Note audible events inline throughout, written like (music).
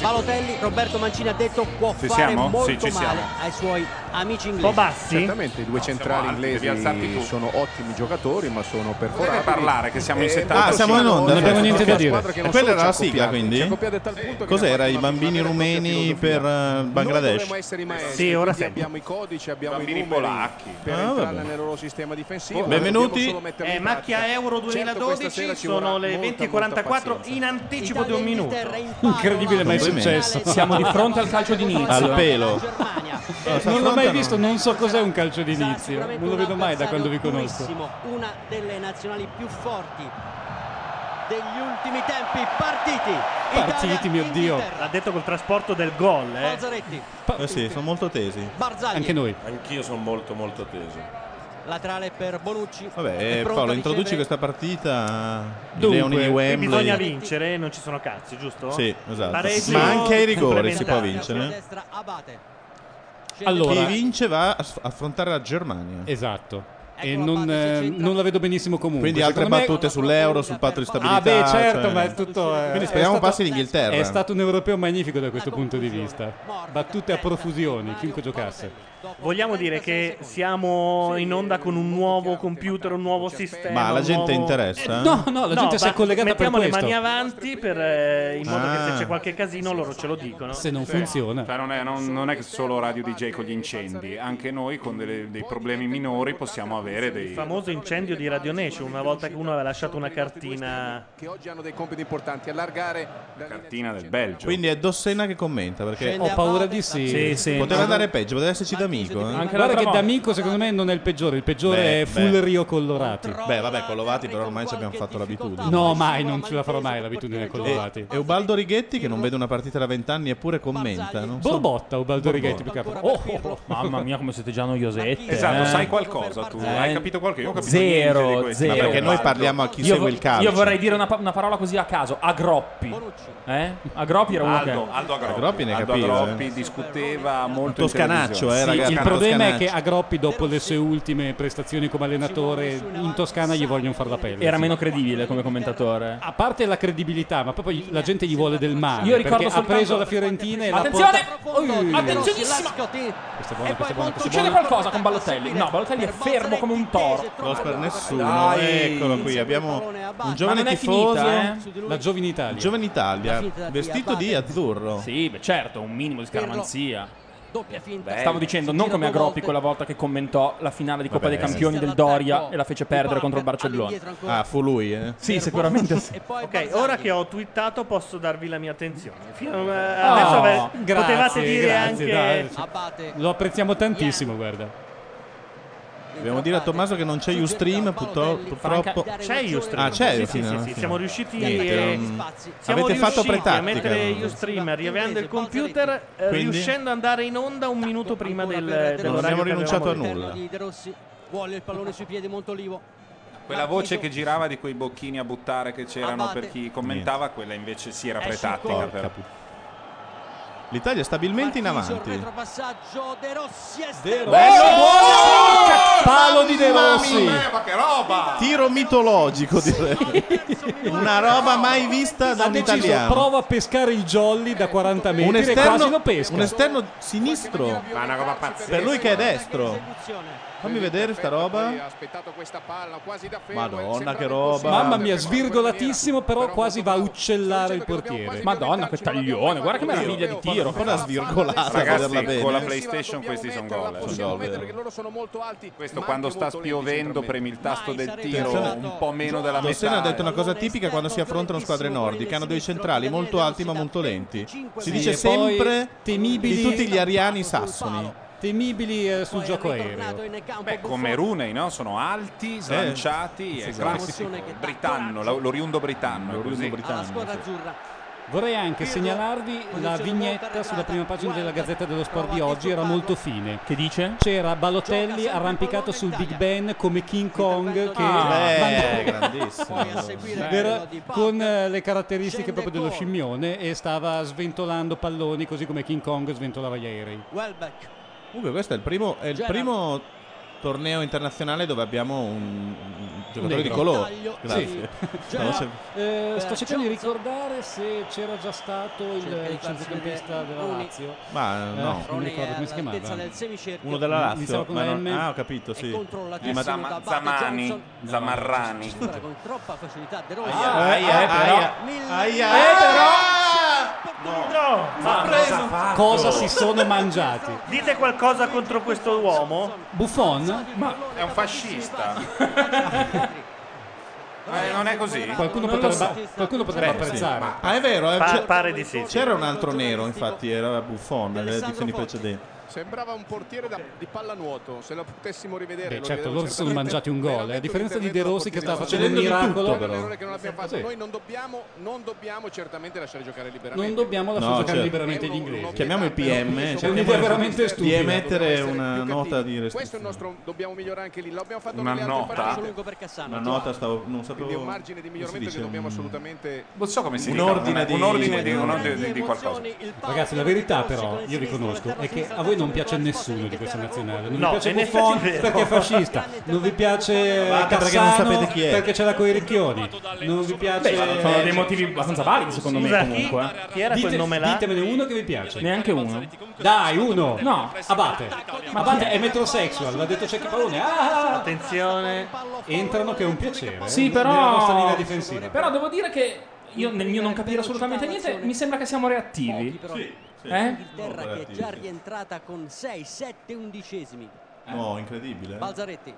Balotelli, Roberto Mancini ha detto può Ci fare siamo? molto Sì, ci male siamo. ai suoi amici inglesi. Certamente i due centrali alti, devi alzarti inglesi tu. sono ottimi giocatori, ma sono Deve perforati. parlare, che siamo in Eh, 70. Ah, siamo in onda, non abbiamo niente da dire. squadra che non Quella solo era la ci ha sigla, copiati, quindi? ci ha copiati a tal punto che abbiamo Cos'era? fatto I una bambini vera e propria rumeni filosofia. per eh, Noi Bangladesh? dovremmo essere i maestri, Sì, ora quindi sì. abbiamo i codici, abbiamo Bambini i numeri polacchi. per Ah, entrare vabbè. nel loro sistema difensivo. Benvenuti. Dobbiamo solo metterli Eh, in macchia pratica. Euro Certo, questa sera 2012 ci vorrà sono le molta, 20.44 molta in anticipo Italia di e un minuto. Inghilterra in palo, Incredibile, ma è avanti. successo. Siamo di fronte al calcio d'inizio. Al pelo. Germania. Non Non l'ho l'ho Esatto, mai mai no. visto, non so cos'è un calcio d'inizio. Sicuramente Non lo un vedo mai da avversario quando vi conosco. durissimo, Una delle nazionali più forti degli ultimi tempi partiti. Partiti, mio Dio. Inghilterra. L'ha detto col trasporto del gol, eh. Balzaretti, Eh sì, sono molto tesi. Barzagli, Anche noi. Anch'io sono molto molto teso. laterale per Bonucci. Vabbè, È eh, pronto Paolo, a introduci ricevere questa partita. eh, I Dunque, Leoni di Qui bisogna Wembley. vincere, non ci sono cazzi, giusto? Sì, esatto. Pareggio Ma anche ai rigori si può complementare. Sulla vincere. eh? destra Abate. Scende Allora- Chi Abate. vince va a s- affrontare la Germania. Esatto. E Ecco, non, Abate, eh, si centra. non la vedo benissimo comunque. Quindi altre Secondo me- battute sull'euro, sul patto di stabilità. Ah, beh, certo, cioè- ma è tutto. eh, Quindi è speriamo stato- passi l'Inghilterra. È stato un europeo magnifico da questo La punto di conclusione. vista. Morbida, Battute a testa di profusione, Mario chiunque giocasse. Balotelli. Vogliamo dire che siamo in onda con un nuovo computer, un nuovo sistema. Ma la un gente nuovo- interessa? eh? No, no, la No, gente si è ma collegata per Mettiamo le questo. mani avanti per, eh, in modo che Ah. se c'è qualche casino loro ce lo dicono. Se non funziona. Cioè, non, è, non- non è che solo Radio DJ con gli incendi, anche noi con delle- dei problemi minori possiamo avere Il dei... famoso incendio di Radio Nation, una volta che uno aveva lasciato una cartina... Che oggi hanno dei compiti importanti, allargare la cartina del Belgio. Quindi è Dossena che commenta perché Scende Ho paura di Abate, sì. Sì, sì. poteva andare peggio, poteva esserci d'amico. eh. Anche Anche Guarda l'altra che volta. D'Amico secondo me non è il peggiore, il peggiore Beh, è beh. Fullerio Colorati. Beh, vabbè, con Lovati però ormai ci abbiamo fatto l'abitudine. No, mai, non ce la farò mai l'abitudine con E, Lovati. e Ubaldo Righetti che non vede una partita da vent'anni eppure commenta. Non so. Borbotta o Baldorighetti più che altro. Oh, oh, oh. Mamma mia, come siete già noiosette. Esatto, eh. sai qualcosa tu, hai capito qualcosa? Io ho capito Zero, niente di questo. zero. Ma perché noi parliamo a chi Io, vo- segue il calcio. io vorrei dire una, pa- una parola così a caso, a groppi. Eh? A groppi era uno Aldo, che... Aldo Agroppi, Agroppi ne Aldo capiva, Agroppi discuteva molto in Toscanaccio, eh, televisione. ragazzi. Il problema è Toscanacci. che eh, a Groppi dopo le sue ultime prestazioni come allenatore in Toscana gli vogliono far la pelle. Era meno credibile come commentatore. A parte la credibilità, ma proprio gli- la gente gli vuole del male. Io ricordo perché ha soltanto- preso la Fiorentina e l'ha Attenzione! portata- Ui. Attenzionissima! Questa è buona, questa è buona, questa è Succede buona. qualcosa con Ballotelli? No, Ballotelli è fermo come un toro. Cross per nessuno. Dai. Eccolo qui, abbiamo un Ma giovane non è tifoso. finita, eh? La giovine Italia. Giovane Italia, La finta di vestito Abate. di azzurro. Sì, beh, certo, un minimo di scaramanzia. Doppia finta. eh. Stavo dicendo, non come a Groppi quella volta che commentò la finale di Coppa Vabbè. dei Campioni del Doria e la fece perdere contro il Barcellona. Ah, fu lui, eh. Sì, sicuramente sì. Ok, ora che ho twittato posso darvi la mia attenzione. Fino, eh, adesso Oh, ave- grazie, potevate dire grazie, anche... dai. Abate. Lo apprezziamo tantissimo, guarda. Dobbiamo dire a Tommaso che non c'è Ustream, purtro- purtroppo. C'è Ustream. Ah, c'è sì, sì, sì, Ustream, sì, sì. siamo riusciti Niente, eh, non- siamo Avete fatto riusciti pretattica, a mettere no? Ustream riavviando il computer, eh, Quindi? riuscendo ad andare in onda un minuto prima del, Non dell'orario. abbiamo che rinunciato avevamo a detto. nulla. Di De Rossi vuole il pallone sui piedi Montolivo. Quella voce che girava di quei bocchini a buttare che c'erano Abate. per chi commentava, quella invece sì era Esce il pretattica. gol. però. L'Italia è stabilmente in Marchisio, avanti. Retropassaggio De Rossi è Palo di De Rossi. Eh, ma che roba! Tiro mitologico, direi. (laughs) Una roba mai vista da Ha un deciso italiano. prova a pescare il jolly da 40 metri Un e quasi esterno, lo pesca. un esterno sinistro. Ma è una roba pazzesca. Per lui che è destro. Fammi vedere sta Ha roba. aspettato questa palla quasi da fermo, Madonna, sembrava che roba. Mamma impossibile. mia, svirgolatissimo, però Però quasi va a uccellare Concetto che il dobbiamo portiere. quasi Madonna, che diventarci, taglione, guarda che l'abbiamo meraviglia di fatto. tiro. Un po' una svirgolata a Ragazzi, vederla bene. con la PlayStation questi sono Dobbiamo gol. eh. metterla, Sono gol, possiamo mettere vero. che loro sono molto alti. Questo ma quando anche sta molto lenti, spiovendo premi il tasto Mai del sarei tiro arrivato. un po' meno della metà. Dossena ha detto una eh. cosa tipica quando si affrontano squadre nordiche, hanno dei centrali molto alti ma molto lenti. Si dice Sì, e poi sempre temibili- di tutti gli ariani sassoni. Temibili eh, sul gioco aereo. Beh, come Runei, no? Sono Eh, alti, slanciati, è classico. Emozione che dà Britanno, la- l'oriundo britanno. è L'oriundo così. britanno. alla squadra azzurra. Vorrei anche segnalarvi la vignetta sulla prima pagina della Gazzetta dello Sport di oggi, era molto fine. Che dice? C'era Balotelli arrampicato sul Big Ben come King Kong che Beh, mandava- grandissimo. Poi a seguire Era con eh, le caratteristiche Scende proprio dello Cole. scimmione e stava sventolando palloni così come King Kong sventolava gli aerei. Welbeck. Comunque questo è il primo, è il Gerard. primo torneo internazionale dove abbiamo un, un giocatore di negro. colore. Taglio. (laughs) Grazie. Sì. No, No, se- eh, Ecco. sto per cercando Johnson. di ricordare se c'era già stato Cerca di il farsi centrocampista vedere della Uni. Lazio. Ma Eh, no. non mi ricordo come si chiamava. All'altezza del semicerchio. Uno della Lazio. Iniziava con ma la non- M. ah, ho capito, È sì. controllatissimo ma da Zama- Bate Zamani, Johnson. Zamarrani. Supera con troppa facilità De Royer. Aia, Eh, aia, eh, però- aia. Mille- Aia. Eh, però- Ah! No, Ma cosa fa? Cosa si sono mangiati? dite qualcosa contro questo uomo. Buffon? Ma è un (laughs) fascista. Eh, non è così? Qualcuno Non lo potrebbe, so. qualcuno potrebbe Beh, sì, apprezzare. Ah, è vero, eh, Pa- c'è- pare di sì. c'era un altro nero, infatti, era Buffon nelle Alessandro edizioni Forti. precedenti. Sembrava un portiere da- di pallanuoto, se lo potessimo rivedere. Beh, lo certo, rivedevo loro si sono certamente. mangiati un gol, eh, a Veramente differenza di De intervento Rossi che stava portiere. facendo un Cedendo di miracolo. tutto, Quello è però. un errore che non abbiamo fatto. Sì. Noi non dobbiamo, non dobbiamo certamente lasciare giocare liberamente. Non dobbiamo lasciar No, giocare certo. liberamente gli È un- inglesi. Chiamiamo il PM, Sono C'è un'idea cerchiamo veramente di stupida. emettere Dobbiamo essere una più nota cattivi. Questo è di il restrizione. nostro dobbiamo migliorare anche lì, l'abbiamo fatto Una nelle altre nota. partite. lungo per Cassano. Una nota stavo non sapevo. Quindi un margine di come si miglioramento che dice? dobbiamo Un- assolutamente Non so come si Un dica, ordine una- di- un ordine di, un un ordine ordine di- di qualcosa. Ragazzi, la verità però, io riconosco, è che a voi non piace nessuno di questa nazionale. Non No, vi piace in effetti Buffon è vero. perché è fascista. Non vi piace Ma anche perché non Cassano sapete chi è. perché c'è la coi ricchioni. Non vi piace... Beh, sono dei motivi abbastanza validi secondo me Scusa, comunque. eh. chi, chi era quel Dite- nome là? ditemene uno che vi piace. Neanche uno. Dai, uno. No. Abate. Ma Abate è metrosexual, l'ha detto Cecchi Paone. Ah! Attenzione. Entrano che è un piacere. eh. Sì, Nella nostra linea però difensiva. Però devo dire che io nel mio non capire assolutamente niente mi sembra che siamo reattivi. Sì, sì. Eh? No, L'Inghilterra che è relativi, già sì. rientrata con 6, 7 undicesimi. No, incredibile. eh. Balzaretti.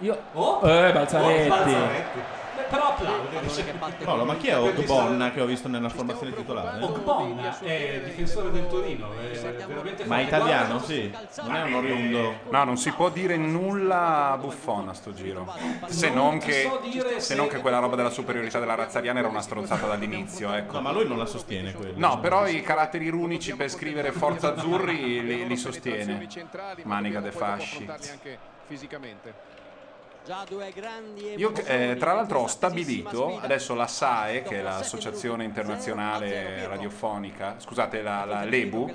Io Oh! eh Oh, Balzaretti. Eh, Balzaretti. Beh, Però applaude. Che batte Paolo, ma chi è Ogbonna che ho visto nella formazione Eh? titolare? Ogbonna è eh, difensore del Torino, è veramente Ma è forte. italiano, sì. Non è un oriundo. No, non si può dire nulla a Buffon a sto giro. Se non che, se non che quella roba della superiorità della razza ariana era una stronzata dall'inizio, ecco. No, ma lui non la sostiene quella. No, però i caratteri runici per scrivere Forza Azzurri li, li sostiene. Manica de fasci. Già due grandi Io eh, emozioni, tra l'altro ho questa altissima stabilito, sfida. adesso la SAE, che è l'Associazione Internazionale Radiofonica, scusate, la, la- l'EBU,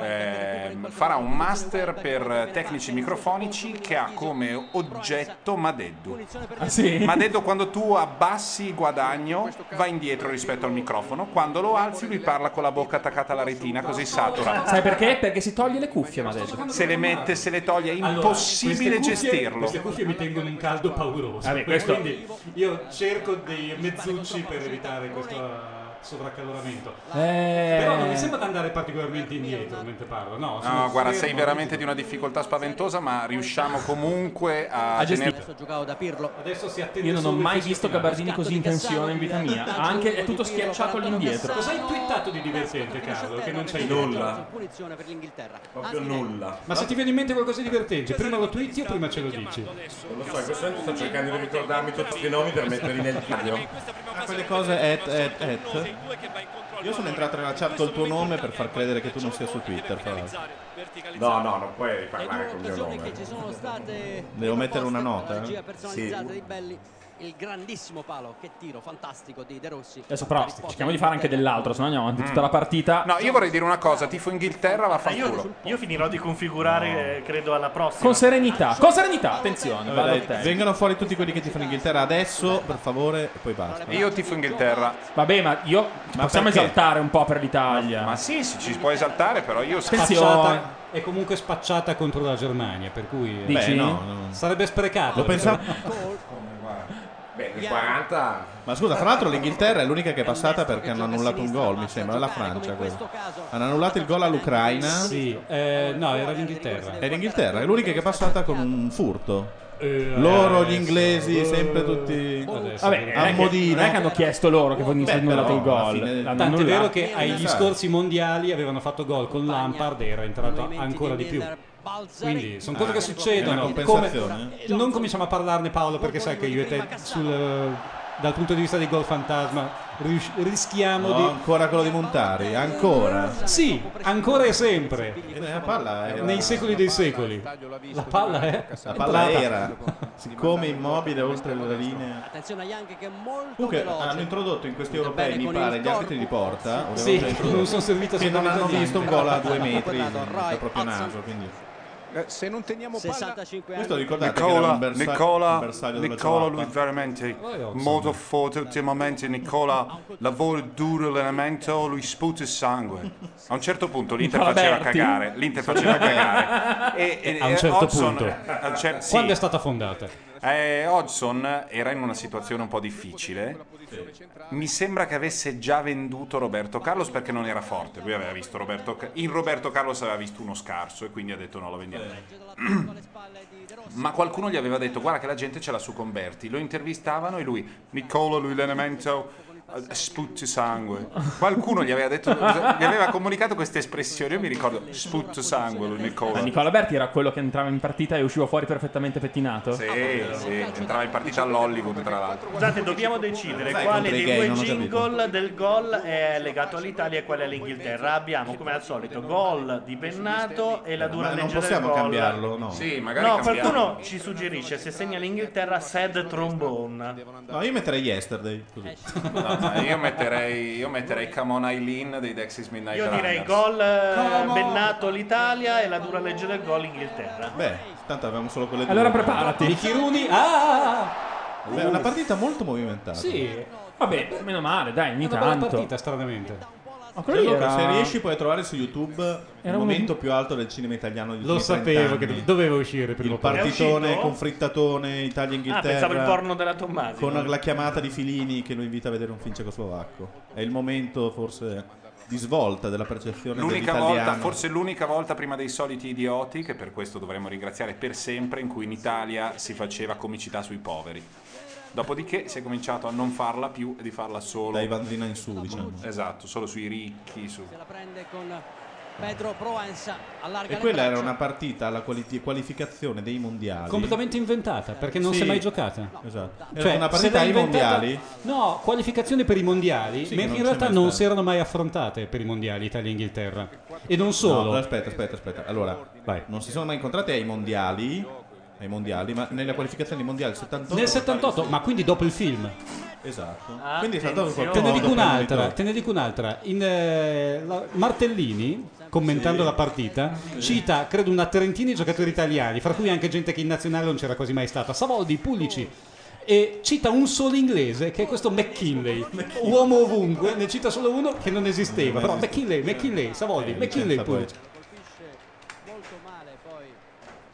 ehm, farà un master per tecnici microfonici che ha come oggetto Madeddu. Ah, sì? Madeddu quando tu abbassi il guadagno va indietro rispetto al microfono, quando lo alzi lui parla con la bocca attaccata alla retina così satura. Sai perché? Perché si toglie le cuffie, mi ha detto. Se le mette, se le toglie, è Allora, impossibile queste cuffie- gestirlo. Queste cuffie mi tengono in caldo pauroso. Vabbè, questo- Quindi io cerco dei mezzucci per evitare questo eh, sovraccaloramento. Eh. Però non mi sembra di andare particolarmente indietro mentre parlo. No, No, sono guarda, sei fermo, veramente di una difficoltà spaventosa, ma riusciamo comunque a, A tenere- gestire. Adesso giocavo da Pirlo. Adesso si attende Io non ho solo il mai fischio visto finale. Gabardini così in tensione in vita mia. Ha Anche, è tutto schiacciato all'indietro. Cosa hai twittato di divertente, Carlo, che non c'hai Nulla. Punizione per l'Inghilterra. Proprio nulla. Ma se ti viene in mente qualcosa di divertente, prima lo twitti o prima ce lo dici? Non lo so, in Cioè, questo momento sto cercando di ricordarmi tutti i nomi per metterli nel video. Ah, quelle cose et, et, et. Io sono entrato nella chat col tuo nome per far credere che tu non sia su Twitter, fra l'altro. No, no, non puoi Le parlare due con il mio occasioni che ci nome. sono state Devo mettere una proposte, nota? la regia personalizzata di Belli il grandissimo palo che tiro fantastico di De Rossi Adesso però cerchiamo di fare anche dell'altro, se no andiamo avanti tutta la partita. No, io vorrei dire una cosa, tifo Inghilterra va a far culo. Io finirò di configurare, eh, credo, alla prossima. Con serenità, con serenità, attenzione, Vabbè, vado dai, al eh. tempo. vengano fuori tutti quelli che ti fanno Inghilterra adesso, per favore, e poi basta. Io tifo Inghilterra. Vabbè, ma io Ma possiamo perché? esaltare un po' per l'Italia. Ma sì, sì, ci si può esaltare, però io so- Attenzione. Spacciata, è comunque spacciata contro la Germania, per cui eh, Dici? Beh, no, no. sarebbe sprecato. Lo pensavo... Beh, nel 40. Ma scusa, fra l'altro l'Inghilterra è l'unica che è passata perché hanno annullato un gol, mi sembra, la Francia. quella. Hanno annullato il gol all'Ucraina. Sì, eh, no, era l'Inghilterra. È l'Inghilterra, è l'unica che è passata con un furto. Eh, Loro, gli adesso, inglesi, sempre tutti... adesso. Vabbè, non è, che, Ammodino. non è che hanno chiesto loro che fosse Beh, annullato però, il alla gol. fine- L'hanno Tant'è annullato. vero che agli Esatto. scorsi mondiali avevano fatto gol con Lampard e era entrato ancora di più. Quindi sono Ah. cose che Una succedono. compensazione. Come- non cominciamo a parlarne Paolo perché sai che io e te sul, eh, dal punto di vista dei gol fantasma rius- rischiamo No, di... ancora quello di Montari, ancora. Sì, ancora e sempre. E la Eh, palla era- Nei secoli dei secoli. La palla è... La eh. palla era, siccome immobile oltre la linea. Attenzione a Young che è molto Comunque veloce. hanno introdotto in questi Bene, europei, mi con pare, il gli arbitri di corpo. porta. Sì, avevano già introdotto, non sono servito Che non hanno assolutamente visto un niente. gol a due metri Guardato, Roy dal proprio Hodgson. naso. Quindi. Eh, se non teniamo palla 65 anni. Questo ricordate che era Nicola, un bersa- un Nicola, bersaglio della Nicola, lui giovappa? veramente Oh, molto (laughs) forte ultimamente. Nicola lavora duro l'allenamento, lui sputa il sangue. A un certo punto l'Inter Nicola faceva Berti? cagare. L'Inter faceva (laughs) cagare. E, e- eh, A un e certo Hodgson- punto. a un cer- sì. Quando è stata fondata? Eh, Hodgson era in una situazione un po' difficile. Mi sembra che avesse già venduto Roberto Carlos perché non era forte. Lui aveva visto Roberto Ca- in Roberto Carlos aveva visto uno scarso e quindi ha detto no, lo vendiamo. (clears throat) Ma qualcuno gli aveva detto guarda che la gente ce l'ha su Converti. Lo intervistavano e lui Niccolo, lui l'elemento eh, sputti sangue. Qualcuno gli aveva detto gli aveva comunicato queste espressioni. Io mi ricordo sputti sangue lui Ma Niccolo. Nicola Berti era quello che entrava in partita e usciva fuori perfettamente pettinato. Sì, sì, entrava in partita all'Hollywood tra l'altro. Scusate, dobbiamo decidere Sai, quale contro i dei gay, due non ho capito. jingle del gol è legato all'Italia e quale all'Inghilterra. Abbiamo come al solito gol di Bennato e la Ma dura non legge del possiamo gol. cambiarlo, no. Sì, magari No, cambiamo. qualcuno ci suggerisce se segna l'Inghilterra sad trombone. No, io metterei yesterday. Così. No, ma io metterei, io metterei Come on Eileen dei Dexys Midnight Io direi Runners. gol eh, Bennato l'Italia e la dura legge del gol l'Inghilterra. Beh, tanto avevamo solo quelle due. Allora preparati. Michi Rooney, ah! Beh, è una partita molto movimentata. Sì, Vabbè, meno male, dai, ogni è una bella tanto. partita stranamente. Ma quello lì Gianluca, era- Cioè, se riesci puoi trovare su YouTube il uno momento più alto del cinema italiano di Lo sapevo che doveva uscire prima o il poi. È partitone uscito? con frittatone Italia-Inghilterra Ah, pensavo il porno della Tommasi. con la chiamata di Filini che lo invita a vedere un film cecoslovacco. È il momento forse di svolta della percezione L'unica dell'italiano. volta, forse l'unica volta prima dei soliti idioti, che per questo dovremmo ringraziare per sempre, in cui in Italia si faceva comicità sui poveri. Dopodiché si è cominciato a non farla più e di farla solo. da Ivanzina in su, diciamo. Esatto, solo sui ricchi. Su. Se la prende con Pedro Proensa, allarga E le quella era braccia. una partita alla quali- qualificazione dei mondiali. Completamente inventata, perché non Sì. si è mai giocata. Esatto. Cioè, Era una se l'ha partita ai inventata- mondiali. No, qualificazione per i mondiali, Sì, ma che non in c'è realtà mai non stata. si erano mai affrontate per i mondiali Italia e Inghilterra. E non No, solo. però aspetta, aspetta, aspetta. Allora, Vai. non si sono mai incontrati ai mondiali, ai mondiali, ma nella qualificazione dei mondiali 78. Nel 78, ma quindi dopo il film. Esatto. Ah, Quindi è stato Attenzione. qualche Te ne dico modo per un'altra, noi. te ne dico un'altra. In, eh, la- Martellini, commentando la partita, cita, credo, una trentina di giocatori italiani, fra cui anche gente che in nazionale non c'era quasi mai stata, Savoldi, Pulici. E cita un solo inglese che è questo McKinley, uomo ovunque, ne cita solo uno che non esisteva. Però McKinley, McKinley, Savoldi, McKinley, licenza Eh, poi. Pulici. molto male poi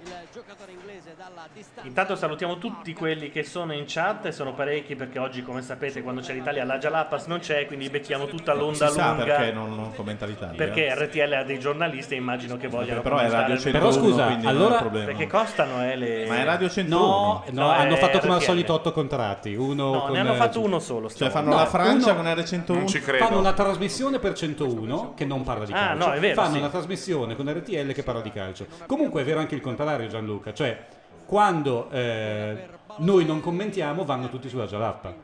il giocatore inglese dalla distanza. Intanto salutiamo tutti quelli che sono in chat e sono parecchi perché oggi, come sapete, quando c'è l'Italia la Jalapas non c'è, quindi becchiamo tutta l'onda si sa lunga. perché non, non commenta l'Italia. perché RTL ha dei giornalisti e immagino che vogliano eh. Però è commentare Radio il- 101, Però scusa, quindi allora- non è un Perché problema. costano eh, le... Ma è Radio 101. No, no, No, hanno è fatto come al RTL. solito otto contratti. Uno No, con, ne hanno eh, fatto uno solo. Cioè stavolta. fanno No, la Francia uno- con R101. Non ci Fanno una credo. trasmissione per 101 che non parla di Ah, calcio. no, è vero, Fanno sì. una trasmissione con RTL che parla di calcio. Comunque è vero anche il contrario, Gianluca. Cioè, quando eh, noi non commentiamo, vanno tutti sulla Gialappa.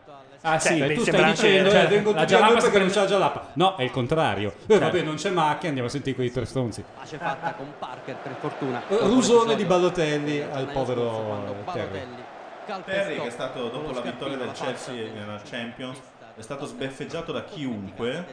Ah Cioè, sì, beh, tu stai sembra anche- dicendo, cioè, eh, vengo la tutti a noi Jalapas perché non c'è la Gialappa. No, è il contrario. Eh, Cioè. vabbè, non c'è macchia, andiamo a sentire quei tre stronzi. Pace Ah, fatta con Parker per fortuna. Eh, Rusone di Balotelli Balotelli al povero Terry. Terry che è stato dopo la vittoria del Chelsea nella Champions è stato sbeffeggiato da chiunque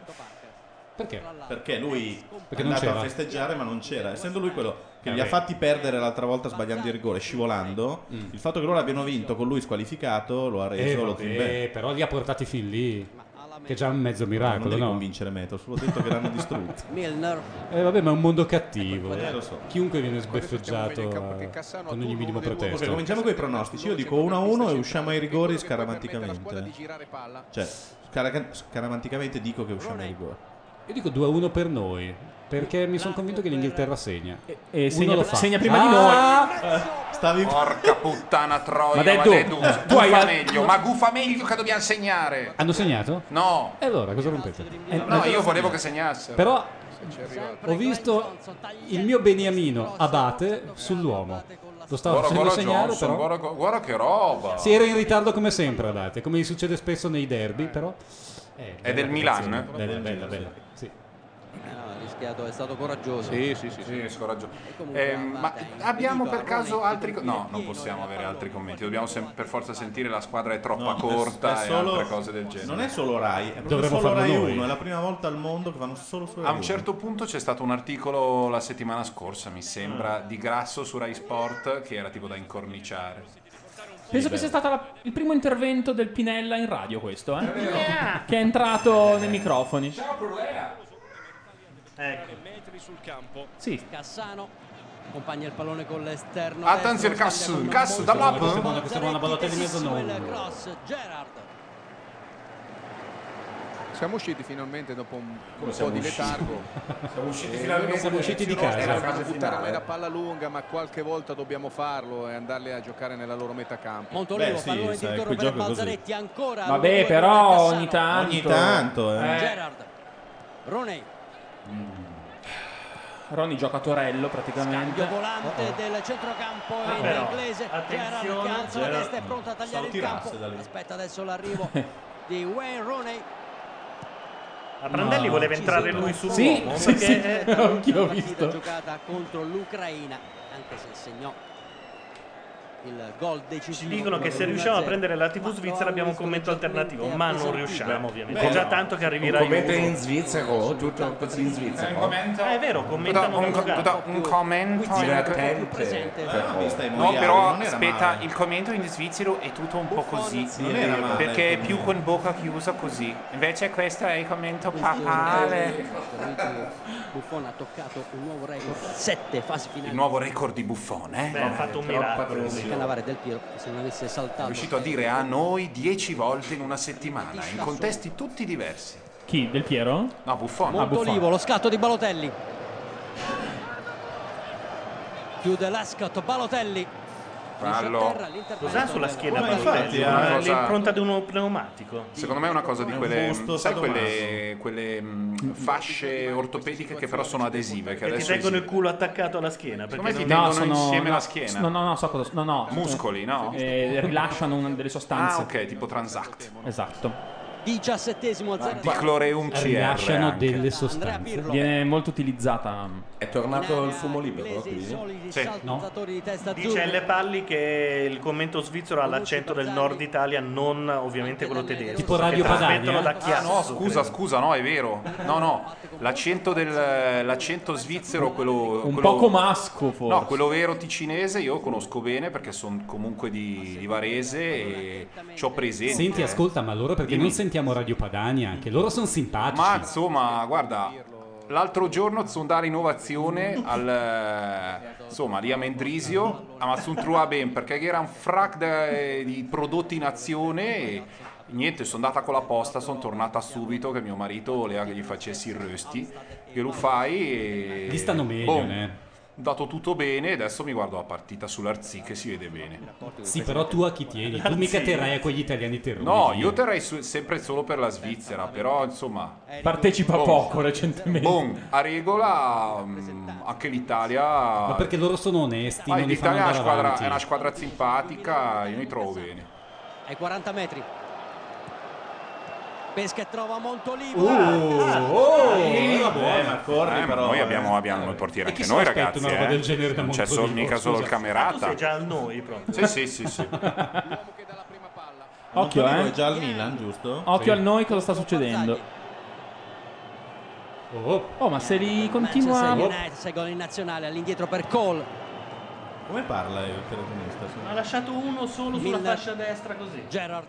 Perché? perché lui Perché è non andato c'era. a festeggiare ma non c'era essendo lui quello che Eh, li ha beh. fatti perdere l'altra volta sbagliando il rigore scivolando il fatto che loro abbiano vinto con lui squalificato lo ha Mm. Eh, reso lo vabbè, zimbello però li ha portati fin lì. Che è già un mezzo non miracolo, devi no? convincere me ti ho solo detto che l'hanno distrutto Milner Eh, vabbè, ma è un mondo cattivo. Eh, lo so. Chiunque viene Quello che facciamo sbeffeggiato bene in campo, eh, che Cassano ha con ogni turno minimo uno dei due, Ok, pretesto. cominciamo con i pronostici. Io dico 1-1 e usciamo ai rigori scaramanticamente. Cioè, scaraca- scaramanticamente dico che usciamo ai rigori. Io dico 2-1 per noi, perché mi sono convinto che l'Inghilterra segna. E Uno segna, lo fa. segna prima di Ah! noi. Stavi Porca puttana troia, Ma ma dai, dai, tu- tu, tu gufa hai la- meglio, ma gufa meglio che dobbiamo segnare. Hanno segnato? No, E allora, cosa rompete? Eh, no, io volevo che segnassero. Però ho visto il mio beniamino Abate sull'uomo. Lo stavo Guarda, facendo guarda segnare, Johnson, però... guarda, guarda che roba. Si era in ritardo come sempre, Abate, come gli succede spesso nei derby, però... Eh, È bella del Milan? eh? Eh, prestazione. Bella, bella, bella. Sì. rischiato, è stato coraggioso. Sì, sì, sì, sì, scoraggio. Eh, ma abbiamo per caso altri... co- No, non possiamo avere altri commenti, dobbiamo sem- per forza sentire la squadra è troppa No, è- corta è e solo- altre cose del genere. Non è solo Rai, è proprio Dovremmo solo farlo Rai noi. 1. È la prima volta al mondo che vanno solo su Rai A un 1. certo punto c'è stato un articolo la settimana scorsa, mi sembra, di Grasso su Rai Sport che era tipo da incorniciare. Penso che sia stato la- il primo intervento del Pinella in radio questo, eh? Che è entrato nei microfoni. Ecco. Sì, Cassano accompagna il pallone con l'esterno. Attenzione, destro, Cass- scambia con Cass Monti. da là, Questa è buona, Monti, questa è buona, Balotelli in mezzo no. il cross, Gerard. Siamo usciti finalmente dopo un, un po' siamo di usciti? letargo. Siamo usciti non siamo usciti di casa. Era la non fase buttare mai la finale. palla lunga, ma qualche volta dobbiamo farlo e andarle a giocare nella loro metà campo. Montolivo, Beh, sì, pallone sai, di ritorno quel per gioco è così. Balzaretti ancora. lungo vabbè, per però Cassano. ogni tanto. Ogni tanto, eh. Gerard. eh, Roney, Ronny gioca a Torello cambio praticamente. volante del centrocampo Ah, in però, inglese. Gerard che attenzione, alza la Gerrard. testa è pronto a tagliare il tirasse campo. da lì. Aspetta adesso (laughs) l'arrivo di Wayne Roney. A Prandelli No. voleva Ci entrare sono lui tre sul Sì, uomo, sì, perché, sì. eh, (laughs) anch'io ho La partita visto. giocata contro l'Ucraina, anche se segnò il gol Ci decisivo. dicono che se riusciamo a prendere la TV svizzera abbiamo un commento alternativo, ma non riusciamo ovviamente. Beh, È già no. tanto che arriverà Commenta Juve. in svizzero, tutto così in svizzero. Ah, Eh, è vero, commentano Un, da giocare. un- un commento in- Divertente. L'avevamo vista in No, mondiali, però non era aspetta, male. il commento in svizzero è tutto un po' così. non era male, Perché è come- più con bocca chiusa così. Invece questo è il commento papale. Buffon ha toccato un nuovo record, sette fasi finali. Il nuovo record di Buffone. Beh, ha fatto un miracolo. Il Cannavare del Piero, che se non avesse saltato. È riuscito a dire a noi dieci volte in una settimana, in contesti tutti diversi. Chi? Del Piero? No, Buffone. Montolivo, lo scatto di Balotelli. Chiude l'escatto Balotelli. Finisce a Fallo. terra, l'intervento Cos'ha sulla del- schiena Ma Balotelli? infatti, eh, Una- cosa- L'impronta di uno pneumatico. Secondo me è una cosa di È un quelle, gusto sai, sadomaso. quelle, quelle, mh, fasce ortopediche che però sono adesive. Che Che ti adesso tengono il esiste. culo attaccato alla schiena. Secondo me Perché ti non... tengono insieme la schiena. No, no, no, so cosa. No, no. Muscoli, no? Eh, rilasciano una delle sostanze. Ah, ok, tipo Transact. Esatto. Diciassettesimo a zero. Di Cloreum CR. Rilasciano anche. delle Andrea sostanze. Pirlo. Viene molto utilizzata. È tornato il fumo libero, Inglese, i quindi. soliti Sì. saltatori di testa Dice azzurra. L. Palli che il commento svizzero ha l'accento del nord Italia, non ovviamente quello tedesco. Tipo perché Radio trasmettono Padania? da Ah Chiasso. no, scusa, scusa, no, è vero. No, no, l'accento, del, l'accento svizzero, quello... Un quello- poco masco forse. No, quello vero ticinese io conosco bene perché sono comunque di, di Varese e ci ho presente. Senti, ascolta, ma loro perché Dimmi. non sentiamo Radio Padania? Anche loro sono simpatici. Ma insomma, guarda, l'altro giorno sondare innovazione al eh, insomma, lì a Mendrisio, a Massun Truaben, perché era un frac de- di prodotti in azione e niente, sono andata con la posta, sono tornata subito che mio marito voleva che gli facessi il rösti, che lo fai e Gli stanno meglio, boom. eh. Dato tutto bene, adesso mi guardo la partita sull'Arzi che si vede bene. Sì, però tu a chi tieni? Tu mica terrai a quegli italiani terroni. No, io terrei su- sempre solo per la Svizzera, però insomma, Partecipa Oh. poco recentemente. Bon, a regola mm, anche l'Italia. Ma perché loro sono onesti, Ah, non li fanno l'Italia è una, andare squadra, avanti. è una squadra simpatica, io mi trovo bene. ai 40 metri. Pesca e trova Oh, Montolivo. Eh, ma corri Eh, ma però. noi eh. abbiamo, abbiamo il portiere E chi anche se noi, l'aspetta ragazzi. una roba eh. del genere da non c'è Montolivo? solo, mica solo il Scusa. Ah, Tu sei camerata. già al noi proprio. Sì, sì, sì, (laughs) sì. Occhio, Montolivo è eh. già al Milan, giusto? Occhio al noi cosa sta succedendo. Oh, Oh, ma se li Manchester continua. United, sei gol in nazionale, all'indietro per Cole. Come parla il telefonista? Ha lasciato uno solo sulla Miller. fascia destra così. Gerard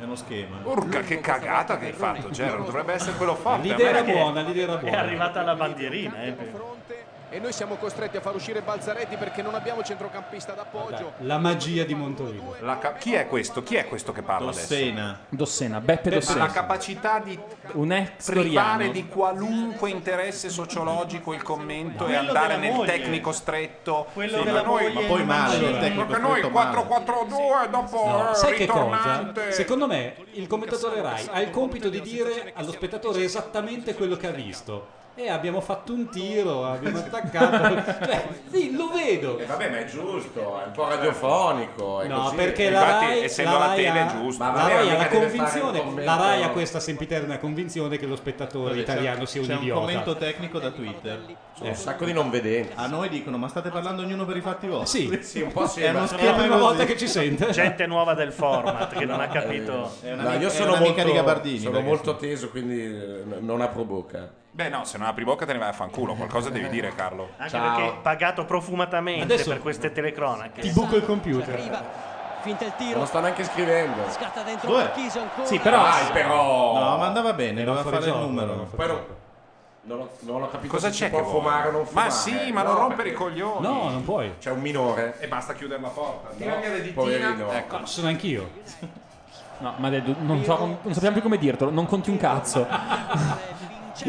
È uno schema. Urca, che cagata che hai fatto, Gerard. Dovrebbe essere quello forte. l'idea era a me- buona, l'idea era È buona. arrivata la bandierina. Eh. Cambiano fronte e noi siamo costretti a far uscire Balzaretti perché non abbiamo centrocampista d'appoggio. Guarda, la magia di Montolivo. La ca- chi è questo? Chi è questo che parla adesso? Cioè, Dossena. Dossena, Beppe Ha la Dossena. capacità di Un ex privare Doriano. di qualunque interesse sociologico il commento e Quello andare della nel moglie. tecnico stretto. Quello Sì, della ma noi- moglie. Ma poi male, il tecnico Perché noi stretto male. 4-4-2 dopo No, eh, sai che cosa? ritornante. Secondo me il commentatore Rai ha il compito di dire allo spettatore esattamente quello che ha visto. E abbiamo fatto un tiro, abbiamo (laughs) attaccato. Cioè, sì, lo vedo. Eh, vabbè, ma è giusto, è un po' radiofonico. È No, così. perché la Infatti, Rai, essendo la la Rai tele, ha- è giusto. Ma La vabbè, Rai ha mica la deve fare un convinzione, commento. la Rai ha questa sempiterna convinzione che lo Cioè, spettatore Vabbè, c'è- italiano sia un c'è un commento idiota. tecnico da Twitter. Sono un sacco di non vedenti. A noi dicono, ma state parlando ognuno per i fatti vostri. Sì, (laughs) Sì, un È po' uno sembra. è la schema prima così. volta che ci sente. Gente nuova del format che non ha capito. Eh, È No, un'amica- io è sono un'amica molto, di Gabardini. sono perché- molto teso, quindi eh, n- non apro bocca. Beh, no, se non apri bocca te ne vai a fanculo. Qualcosa devi dire, Carlo. Anche Ciao. perché pagato profumatamente Adesso- per queste telecronache. Ti Cioè, buco il computer. Arriva, finta il Cioè, Non tiro, lo sto neanche scrivendo. scatta dentro Dov'è? Marchisio ancora. Sì, però- Dai, però. No, ma andava bene, doveva fuori fare il gioco, numero. no? Poi non, non ho, non ho capito Cosa se si c'è può che vuoi? fumare o non fumare. Ma sì, ma No, non rompere i perché coglioni. No, non puoi. C'è un minore. E basta chiudere la porta. Tirami le Poverino. Ecco. Ci Sono anch'io. (laughs) No, ma Dedu, non, so com- non sappiamo più come dirtelo, non conti un cazzo. (laughs)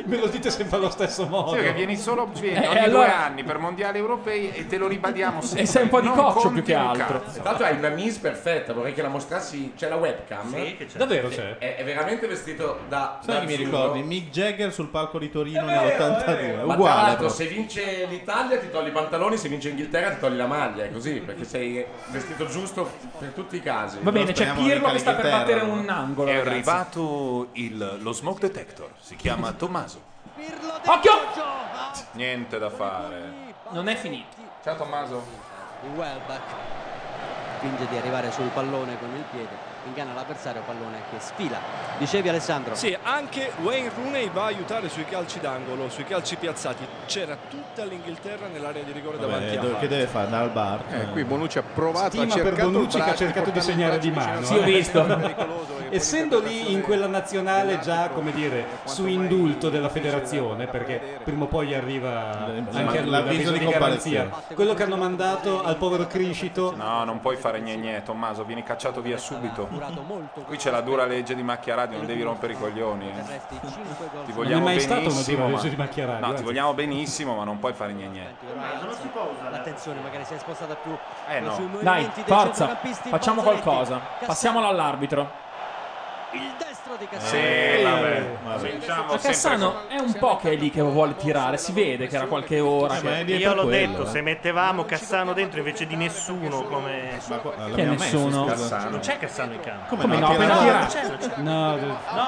Me lo dite sempre allo stesso modo. Sì, perché Cioè, vieni solo vieni Eh, ogni due allora- anni per mondiali europei e te lo ribadiamo (laughs) sempre. E sei un po' di Non coccio conti più che un altro. cazzo. Tra l'altro hai una mise perfetta, vorrei che la mostrassi. C'è la webcam. Sì, che c'è. Davvero c'è? È, è veramente vestito da. Sai da che mi azzurro. ricordi? Mick Jagger sul palco di Eh, Torino Eh, Ma nell'82. tra l'altro, Uguale. però. se vince l'Italia ti togli i pantaloni, se vince l'Inghilterra ti togli la maglia, è così, perché sei vestito giusto per tutti i casi. Va bene, Non c'è speriamo Pirlo mica che sta per battere l'Inghilterra, un angolo. È ragazzi. arrivato il- lo smoke detector, si chiama Tommaso. Pirlo Occhio! dentro, gioca. Niente da fare. Non è finito. Ciao Tommaso. Il Welbeck finge di arrivare sul pallone con il piede, inganna l'avversario, pallone che sfila. Dicevi Alessandro, Sì, anche Wayne Rooney va a aiutare sui calci d'angolo, sui calci piazzati. C'era tutta l'Inghilterra nell'area di rigore Vabbè, davanti a Eh, do- che deve fare? Andare al bar? Eh, qui Bonucci ha provato Stima ha per cercato il Bonucci che ha braccio, cercato di portarlo in segnare braccio, di ma c'era mano, Sì, ho eh. (laughs) visto. Era pericoloso, e poi Essendo lì l'interpretazione in quella nazionale già, dell'arbitro, come dire, per quanto su mai indulto della difficile da- federazione, da perché prevedere. prima o poi arriva anche a lui l'avviso l'avviso di di comparizione. garanzia. Quello che hanno mandato al povero Criscito, No, non puoi fare gne Tommaso, vieni cacciato via subito. curato molto. Qui c'è la dura legge di macchia radio, non devi rompere i coglioni. Per eh. resti 5 gol. Ti su- vogliamo Non è mai stato una dura benissimo. legge di macchia radio, no, eh. ti vogliamo benissimo, ma non puoi fare gne Ma non si può usare. L'attenzione magari si è spostata più Eh, no. sui movimenti Dai, dei forza, centrocampisti facciamo Balzaretti. qualcosa. Cassano, Passiamolo all'arbitro. Il destro di Sì, Cassano. vabbè. Vabbè. diciamo Cominciamo Ma sempre. Cassano è un po' che è lì che vuole tirare, si vede che era qualche ora. Eh, ma è Che... dietro Io l'ho quello, detto, eh. se mettevamo Cassano dentro invece di nessuno come... Ma qua- l'abbiamo Che è messo, nessuno? scusa. Non Cassano. c'è Cassano in campo. Come, Come no, no? appena Tirano- tira. C'è, non c'è. no,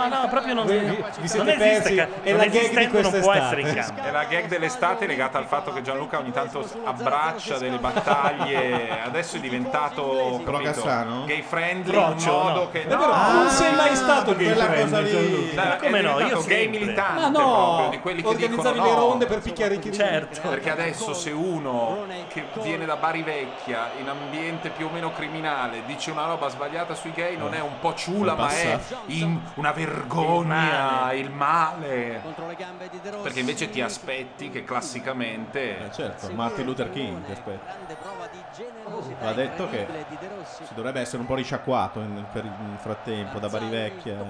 No, no, proprio non, Voi vi- vi non siete esiste, persi. ca- È non la gag di esistente, non può quest'estate. essere in campo. È la gag dell'estate legata al fatto che Gianluca ogni tanto abbraccia delle battaglie. Adesso è diventato Però capito, Cassano? gay friendly Roccio, in modo no. che Però No, non sei mai stato gay quella friendly, cosa lì. Gianluca. Dai, è come no? diventato Io gay sempre. militante Ma proprio, no, di quelli che dicono organizzavi no. le ronde per picchiare i criminali. Certo. Perché adesso se uno che viene da Bari Vecchia in ambiente più o meno criminale dice una roba sbagliata sui gay non è un po' ciula ma è in- una vergogna, il male. Contro le gambe di De Rossi. Perché invece ti aspetti che Eh, classicamente certo, Martin Luther King, che aspetta. Grande prova di generosità Va detto che- incredibile di De Rossi. Si dovrebbe essere un po' risciacquato in- per il frattempo da Barivecchia. eh.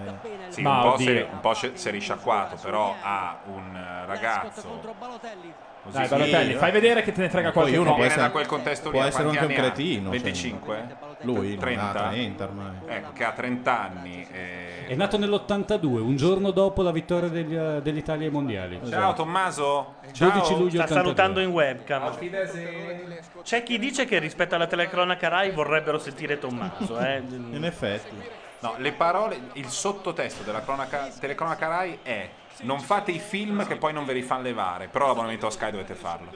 sì, Ma un, po oddio. se, un po' se- se risciacquato, però ha un eh, contro ragazzo Balotelli. così Dai, sì, eh. Balotelli, fai vedere che te ne frega Poi qualche uno può viene cosa. essere- da quel contesto lì, può a essere quanti anche un anni ha? cretino, cioè. 25? Lui no, 30? ha 30 ormai. Ecco, che ha 30 anni. eh. È nato nell'82, un giorno dopo la vittoria degli, eh, dell'Italia ai mondiali. Ciao Tommaso, ciao. 12 luglio Sta 82. salutando in webcam. C'è chi dice che rispetto alla telecronaca Rai vorrebbero sentire Tommaso. Eh. In effetti. No, le parole, il sottotesto della cronaca, telecronaca Rai è non fate i film che poi non ve li fanno levare, però l'abbonamento a Sky dovete farlo.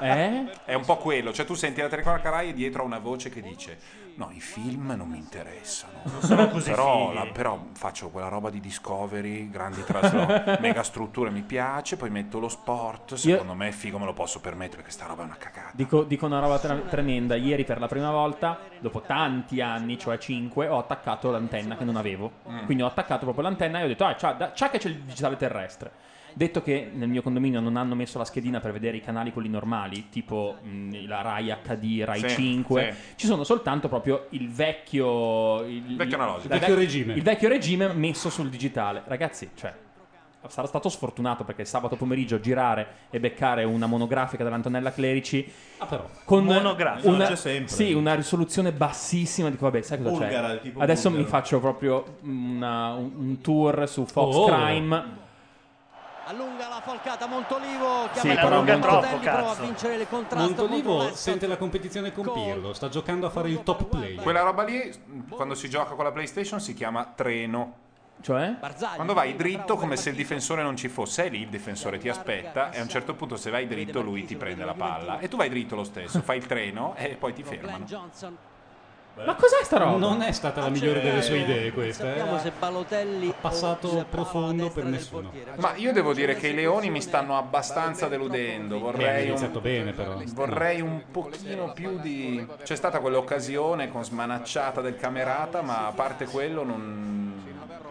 Eh? È un po' quello, cioè tu senti la telecronaca Rai e dietro a una voce che dice no, i film non mi interessano, Sono così però, fighi. la- però faccio quella roba di Discovery, grandi (laughs) traslochi, mega strutture mi piace, poi metto lo sport, secondo me è figo, me lo posso permettere, questa roba è una cagata. Dico, dico una roba tre- tremenda. Ieri per la prima volta, dopo tanti anni, cioè 5, ho attaccato l'antenna che non avevo. Quindi ho attaccato proprio l'antenna e ho detto, ah, c'ha, da- c'ha che c'è il digitale terrestre. Detto che nel mio condominio non hanno messo la schedina per vedere i canali quelli normali, tipo mh, la Rai HD, Rai Sì, 5, ci sono soltanto proprio il vecchio... Il Vecchio analogico. la Il vecchio regime. Il vecchio regime messo sul digitale. Ragazzi, cioè, sarà stato sfortunato perché sabato pomeriggio girare e beccare una monografica dell'Antonella Clerici Ah, però. con Monografica. una, C'è sempre. sì, una risoluzione bassissima dico vabbè sai cosa Bulgara, c'è tipo adesso bulgaro. mi faccio proprio una- un, un tour su Fox Oh. Crime allunga la falcata Montolivo che Sì, ha però Montolivo Montolivo- prova a cazzo. vincere le contraste Montolivo sente la competizione con Pirlo, sta giocando a fare il top play. Quella roba lì, quando si gioca con la PlayStation, si chiama treno. Cioè? Quando vai dritto come se il difensore non ci fosse, è lì il difensore ti aspetta e a un certo punto se vai dritto lui ti prende la palla e tu vai dritto lo stesso, fai il treno e poi ti fermano. Ma cos'è sta roba? Non è stata la migliore delle sue idee questa. sappiamo se Eh. Balotelli Ha passato profondo per nessuno. Ma io devo dire che i leoni mi stanno abbastanza deludendo, Beh, ha vorrei un iniziato bene però. Vorrei un pochino più di... C'è stata quell'occasione con smanacciata del camerata, ma a parte quello non...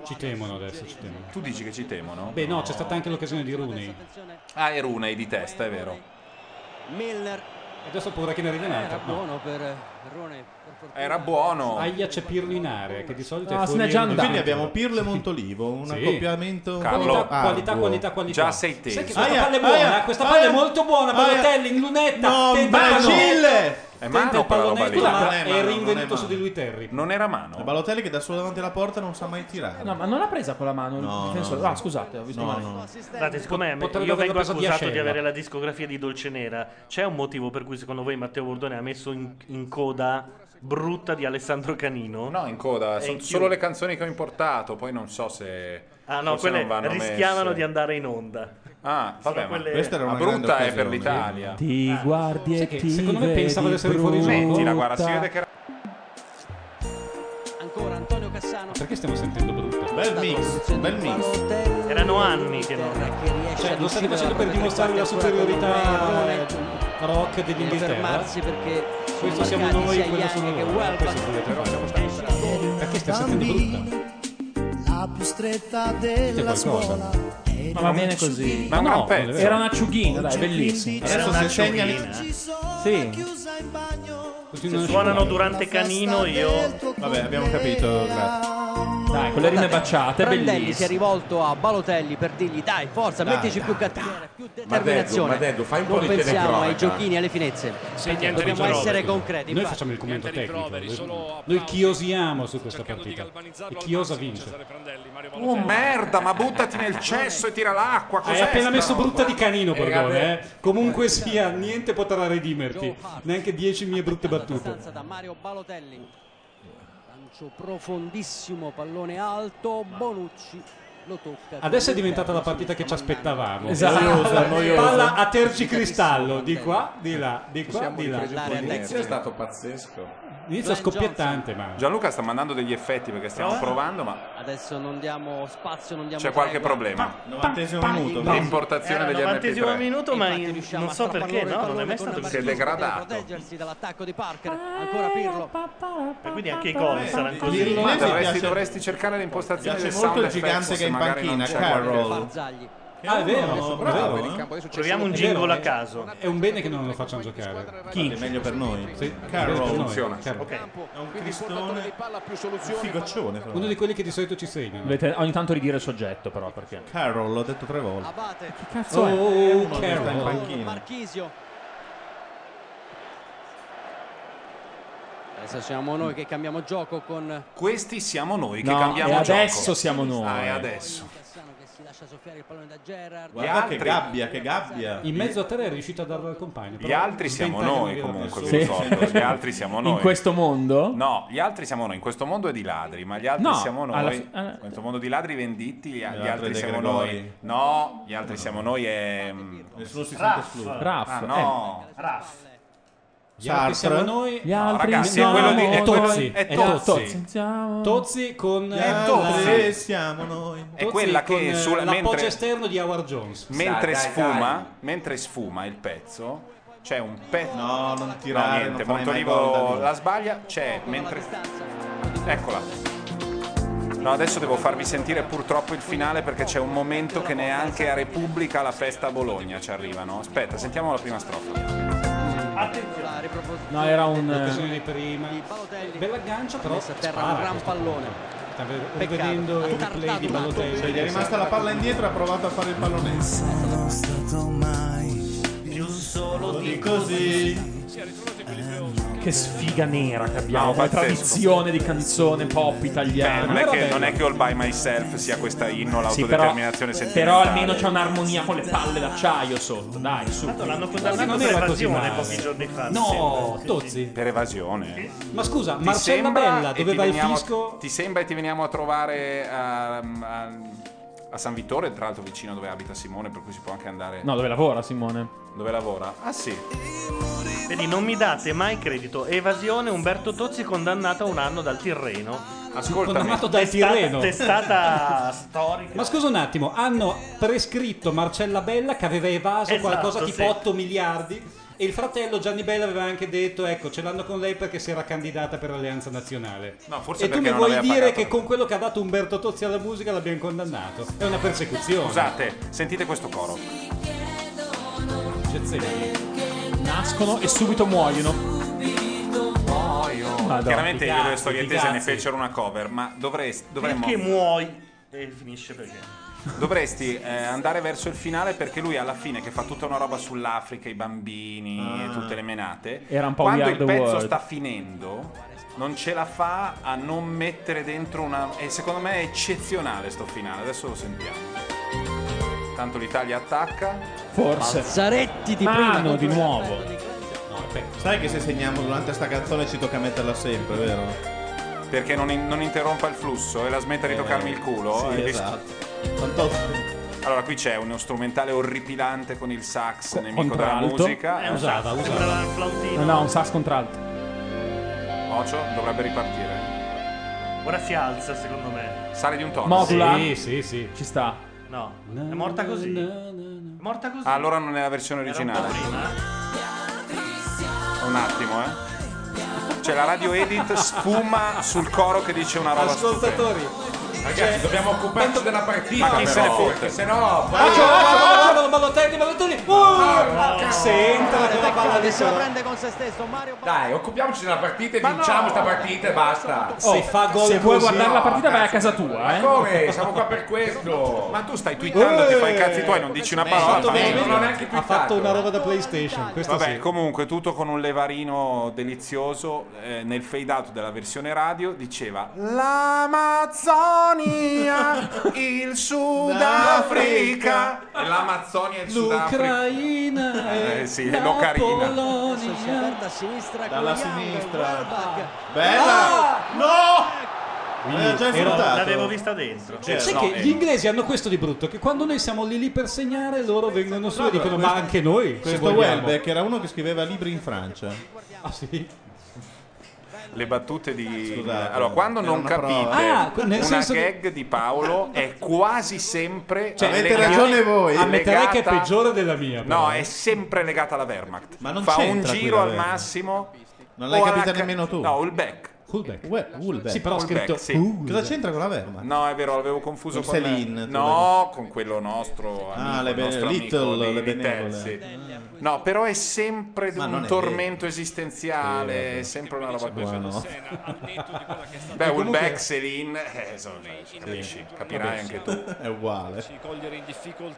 Ci temono adesso, ci temono. Tu dici che ci temono? Beh no, c'è stata anche l'occasione di Rooney. Ah, è Runei di testa, è vero. Milner E adesso ho paura che ne arrivi un'altra. era No. buono per Rone per fortuna. Era buono. Aia c'è Pirlo in area, che di solito Ah, No, è se n'è fuori. già ogni- andato. Quindi abbiamo Pirlo e Montolivo, un Sì. accoppiamento. Carlo. arduo. Qualità, qualità, qualità. Già sei teso. Sai che questa Aia, palla è buona, aia, questa palla aia, è molto buona. aia. Balotelli in lunetta. No, tenta il pallone. imbecille! È Tenta mano il quella roba pallonetto, lì. Scusate, ma Non è è mano, non è rinvenuto mano. su di lui Terry. Non era È mano. Balotelli che da solo davanti alla porta non sa mai tirare. No, ma non l'ha presa con la mano il No, difensore. no. Ah, scusate, ho visto No, male. no. Guardate, siccome Potrebbe io averlo vengo preso accusato Diascella. di avere la discografia di Dolce Nera, c'è un motivo per cui secondo voi Matteo Bordone ha messo in, in coda brutta di Alessandro Canino? No, in coda. È Sono in solo chiusa. le canzoni che ho importato, poi non so se... Ah no, forse quelle non vanno rischiavano messe. di andare in onda. Ah, vabbè, Sono ma quelle- Questa era la una brutta grande è per occasione. l'Italia. Ti guardi Eh, Ah. Sai e che ti secondo me vedi pensavo di essere fuori brutta. gioco. Mettila, guarda, si vede che era... ancora Antonio Cassano Perché stiamo sentendo brutto? Bel mix, bel mix. Erano anni che non... Cioè, lo state facendo per dimostrare la superiorità eh, rock di dell'Inghilterra? fermarsi perché Questo siamo marcati noi, sia quello Young sono che loro. eh, Welbeck. Questo volete fare. Perché stai sentendo brutta? La più stretta della Dite qualcosa. scuola è Ma va bene così. Ma è un no, gran pezzo. Era una ciughina, dai, bellissimo. Era Adesso una se segna lì- Sì. chiusa in bagno. Continuano a Suonano scivolare. durante Canino, io... Vabbè, abbiamo capito, grazie. Dai, con le rime baciate, Prandelli si è bellissimo. rivolto a Balotelli per dirgli dai forza Dai, mettici dai, più cattiveria più Ma Deddu, determinazione ma Deddu, fai un po' non di pensiamo ai telecronaca. giochini e alle finezze dobbiamo ritroveri. essere concreti Noi infatti. facciamo il commento Niente tecnico. roveri, solo Noi, noi applausi. chiosiamo su questa cercando di partita. E galvanizzarlo al chiosa massimo, vince. Cesare Prandelli, Mario Oh Balotelli. merda, ma buttati nel cesso e tira l'acqua. Cos'è Hai appena sta messo roba? brutta di canino, Borgone. vabbè. Eh? Comunque sia, niente potrà redimerti. Joe Hart. Neanche 10 mie brutte Alla battute. distanza da Mario Balotelli lancio profondissimo pallone alto Bonucci lo tocca Adesso è con diventata la l'interno partita che ci sinistro, Mangiano. aspettavamo. Esatto. Palla- noioso. Palla a tergicristallo, di qua, di là, di qua, Siamo di là. ripresi un po' Dai, L'inizio dai. è stato pazzesco. Inizio scoppiettante, ma Gianluca sta mandando degli effetti perché stiamo provando, ma adesso non diamo spazio non diamo c'è qualche tregua. problema. 90 minuto. No. L'importazione Era il degli 90 MP3. minuto, ma Infatti in- riusciamo non a so perché, strappallare il no? Non è mai pallone stato con Si è così. una partita degradato. per proteggersi dall'attacco di Parker ancora Pirlo E quindi anche i gol Eh, saranno sì. così. Pirlo- Ma Inglese dovresti, piace- dovresti cercare le impostazioni piace del molto sound il gigante effects, che è in se magari non panchina, c'è Carroll. qualche- Barzagli Ah, è vero, Adesso è bravo, vero, in eh? campo adesso c'è Proviamo solo un È vero, jingle a eh. caso. È un bene che non lo facciano giocare. Chi? È meglio per noi. Sì, Carroll. per noi. funziona. Certo. Ok. È un Quindi portatore di cristone. palla più Un soluzioni. figoccione, però. Uno di quelli che di solito ci segnano. Dovete ogni tanto ridire il soggetto, però, perché. Carroll, l'ho detto tre volte. Abate Cazzo Oh, è? oh, oh, Uno che sta in Carroll. panchina. Marchisio adesso siamo noi che cambiamo gioco con Questi siamo noi che No, e cambiamo gioco. adesso siamo noi. Ah, e adesso. Cassano che si lascia soffiare il pallone da Gerrard Guarda altri- che gabbia, che gabbia. In mezzo a te è riuscito a darlo al compagno. Gli però altri siamo sventaglio noi non era comunque, nessuno. vi Sì. ricordo. Gli altri siamo noi. In questo mondo? No, gli altri siamo noi. In questo mondo è di ladri, ma gli altri No, siamo alla eh. noi. fi- alla- In questo mondo di ladri venditi, gli, gli altri altri De siamo Gregori. noi. No, gli altri siamo noi e... mm, Nessuno si sente Raff. escluso. Raff. Ah, eh. no. Raff. Gli altri siamo noi. Gli altri ragazzi, no, è quello di- è no, Tozzi, no, è gli altri- Tozzi. Siamo- Tozzi con eh, Gli la- altri siamo noi. È quella Tozzi che con, eh, sulla- l'appoggio mentre- esterno di Howard Jones. Dai, Mentre dai, sfuma, dai. mentre sfuma il pezzo, c'è un pezzo. No, non No, tirare, niente, non farai mai gol da Montolivo lui. la sbaglia, c'è mentre Eccola. No, adesso devo farvi sentire purtroppo il finale perché c'è un momento che neanche a Repubblica la festa a Bologna ci arrivano. Aspetta, sentiamo la prima strofa. la riproposizione No, era un. L'occasione eh, di prima. di Balotelli Bell'aggancio però. messa a terra spara un gran questo. pallone Sta rivedendo il replay di Cioè, Gli è Balotelli. rimasta la palla indietro e ha provato a fare il pallonetto. stato mai Di così. Si è ritrovato in quell'inferno. Eh, Che sfiga nera che abbiamo, No, come pazzesco. tradizione di canzone pop italiana. Beh, Cioè, non, è Era che, bello. non è che All By Myself sia questa inno Sì, però, eh, all'autodeterminazione però sentimentale. almeno c'è un'armonia con le palle d'acciaio sotto, dai, su. Tanto l'hanno condannato per evasione pochi giorni fa, No, mi sembra. Tozzi. Per evasione. Ma scusa, Ti Marcella sembra Bella, e ti dove va il veniamo- fisco? Ti sembra e ti veniamo a trovare a, a- a San Vittore, tra l'altro vicino dove abita Simone, per cui si può anche andare No, dove lavora Simone? dove lavora. Ah sì. Vedi, non mi date mai credito. Evasione, Umberto Tozzi condannato a un anno dal Tirreno. Ascoltami. Condannato dal Testata- Tirreno. (laughs) Testata (laughs) storica. Ma scusa un attimo, hanno prescritto Marcella Bella che aveva evaso Esatto, qualcosa tipo sì. 8 miliardi e il fratello Gianni Bella aveva anche detto ecco ce l'hanno con lei perché si era candidata per l'alleanza nazionale. No, forse e tu perché mi non vuoi aveva dire pagato che con quello che ha dato Umberto Tozzi alla musica l'abbiamo condannato? È una persecuzione. Scusate, sentite questo coro. Nascono e subito muoiono. Madonna. Chiaramente io e le Cazzo, storietese ne cazzi. fecero una cover, ma dovresti, dovremmo... Perché muoi? E finisce perché. Dovresti eh, andare verso il finale perché lui alla fine che fa tutta una roba sull'Africa, i bambini e tutte le menate. Ah. Era un po' quando We Are il the pezzo World. sta finendo, non ce la fa a non mettere dentro una e secondo me è eccezionale sto finale. Adesso lo sentiamo. Tanto l'Italia attacca. Forse. Balzaretti di Mano prima di contro nuovo. Sai che se segniamo durante sta canzone ci tocca metterla sempre, vero? Perché non, in- non interrompa il flusso e la smetta di Eh, toccarmi il culo. sì, Hai visto? esatto. Allora qui c'è uno strumentale orripilante con il sax, nemico della contralto. musica. Eh, usava, usava. Sembrava un No, no, un sax contralto. Ocio dovrebbe ripartire. Ora si alza, secondo me. Sale di un tono. Modula. Eh, sì, sì. Ci sta. No, è morta così. È morta così. Ah, allora non è la versione originale. Un attimo, eh. Cioè la radio edit sfuma sul coro che dice una roba Ascoltatori, Ragazzi, dobbiamo occuparci della partita. Ma chi se ne però, fotte? perché Se no, Bacio, bacio, bacio, Balotelli, Balotelli. Uh! Se entra con la palla di Se la sopra. prende con se stesso Mario Dai, occupiamoci della partita e vinciamo sta partita e basta. Oh, se vuoi guardare la partita vai a casa Ma tua, eh. come? Siamo qua per questo. Ma tu stai twittando, ti fai i cazzi tuoi, non dici una parola. fatto ma- bene, non ho neanche eh. ha fatto una roba da PlayStation. Questo Vabbè, sì. comunque tutto con un levarino delizioso eh, nel fade out della versione radio diceva L'Amazzonia, il Sudafrica e l'Amazzonia e il Sudafrica. L'Ucraina (laughs) Eh, sì, è l'Ocarina. Si è aperta a sinistra Dalla con Young, sinistra. Welbeck. Bella! Ah! No! Era già Era- insultato. L'avevo vista dentro. Cioè, Sai no, che eh. gli inglesi hanno questo di brutto che quando noi siamo lì lì per segnare loro vengono su e dicono ma anche noi se Questo vogliamo." Welbeck era uno che scriveva libri in Francia. Ah, sì? Le battute di... Scusate, allora, quando era non una prova. capite Ah, nel una senso che- gag di Paolo è quasi sempre... Cioè, avete legata- ragione voi. ammetterei che è legata- peggiore della mia però. No, è sempre legata alla Wehrmacht. eh. Ma non Fa un c'entra qui giro la al Wehrmacht. massimo. Non l'hai o alla capita ca- nemmeno tu. No, il back. Hulbeck We- Hulbeck. sì però ho Hulbeck, scritto sì. Hulbeck. Cosa c'entra con la Wehrmacht? No, è vero, l'avevo confuso Con con Céline, tu No, con quello nostro. Ah, amico, le il be- nostro Little, amico di- le di benevole. Terzi. No, però è sempre Ma non un è tormento esistenziale, è sempre una roba così. Beh, E comunque- Ulbeck, Céline, eh, sono lì, capisci? Capirai anche (laughs) tu. È uguale.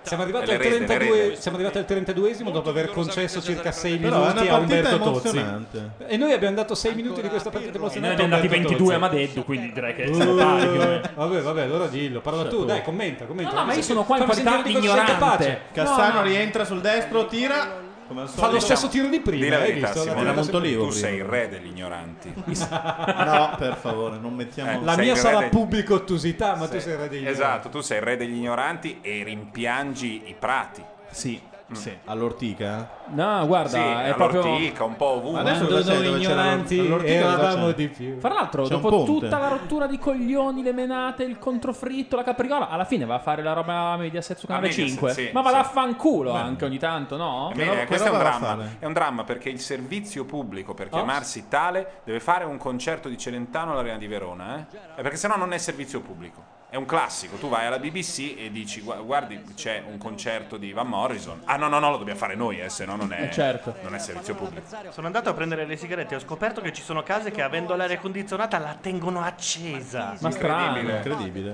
siamo arrivati, Le al rete, le 32 rete. siamo arrivati al 32esimo dopo aver concesso circa 6 Però minuti è una a partita Umberto Tozzi emozionante. e noi abbiamo dato 6 minuti di questa partita E noi emozionante abbiamo dati a Umberto 22 a Tozzi. Madeddu, quindi direi che Uh. siamo pari. più o meno. Eh, vabbè, vabbè, allora dillo, parla tu, dai, commenta, commenta. No, no, ma io sono qua in Fammi qualità sentire di cosa siete ignorante. capace. Cassano No, no. rientra sul destro, tira. Come al solito. Fa lo stesso tiro di prima, Dì la hai verità, visto? Simone, La tirata molto sempre- lì. tu sei il re degli ignoranti. (laughs) (laughs) No, per favore, non mettiamo. Eh, La Sei mia il re sarà dei- pubblica Ah, ottusità, ma tu sei il re degli Esatto, tu sei il re degli ignoranti e rimpiangi i prati. Sì, sì. All'ortica? No, guarda, Mm. Sì, è proprio... all'ortica, un po' ovunque. Adesso Quando cosa c'è noi dove c'era ignoranti l'ortica cosa eravamo c'è? di più. (laughs) Fra l'altro, C'è un dopo ponte. tutta la rottura di coglioni, le menate, il controfritto, la capricola, alla fine va a fare la roba Mediaset su canale Ah, Mediaset, 5. sì, ma va sì. a fanculo anche ogni tanto, no? Eh, bene, che questo è un roba va a dramma. fare? È un dramma perché il servizio pubblico per Oh. chiamarsi tale deve fare un concerto di Celentano all'Arena di Verona, eh? Eh, Perché sennò non è servizio pubblico. È un classico, tu vai alla BBC e dici "Gua- guardi c'è un concerto di Van Morrison. Ah no no no, lo dobbiamo fare noi, eh, se no non è, Eh, certo. non è servizio pubblico. Sono andato a prendere le sigarette e ho scoperto che ci sono case che avendo l'aria condizionata la tengono accesa. Ma strano. Incredibile.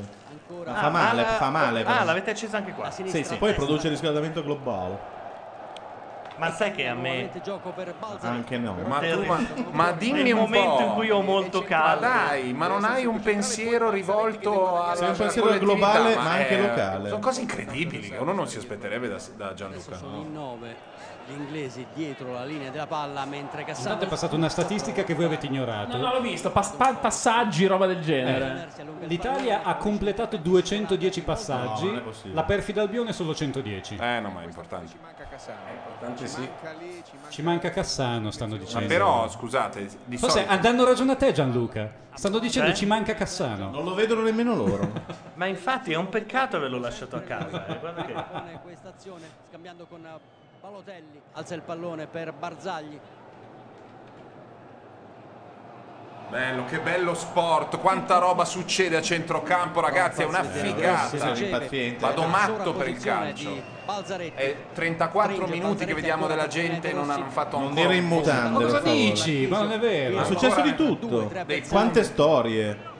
Ma Ah, fa male, ah, fa male. Ah, però. l'avete accesa anche qua. Sì, sì. Poi produce riscaldamento globale. Ma sai che a me Cioè, Anche no. Ma, tu, ma, ma Nel dimmi un momento po'. in cui ho molto Ma caldo. Ah, dai, ma non hai un pensiero rivolto alla Sei un alla pensiero collettività, globale, ma anche eh, locale. Sono cose incredibili che uno non si aspetterebbe da, da Gianluca. sono in 9 gli inglesi dietro la linea della palla mentre Cassano Intanto è passata una statistica che voi avete ignorato. No, no, l'ho visto. pas- pa- passaggi, roba del genere. Eh. L'Italia ha completato 210 passaggi, No, non è possibile. la perfida Albione solo 110. Eh, no, ma è importante. Tanti sì. Ci manca Cassano, stanno dicendo. Ma però, scusate, di Forse solito... danno ragione a te Gianluca. Stanno dicendo Eh? ci manca Cassano. Non lo vedono nemmeno loro. Ma infatti è un peccato averlo lasciato a casa. eh, guarda che- questa azione scambiando con eh, Balotelli alza il pallone per Barzagli Bello, che bello sport, quanta roba succede a centrocampo, ragazzi, è una Sì, sono figata. impaziente. Vado matto per il Posizione calcio. di Balzaretti È 34 minuti che vediamo della gente e non hanno fatto ancora. Non era in un posto. mutande. Ma cosa per favore. dici? Ma non è vero. È successo di due, tutto. tre Dei Quante storie.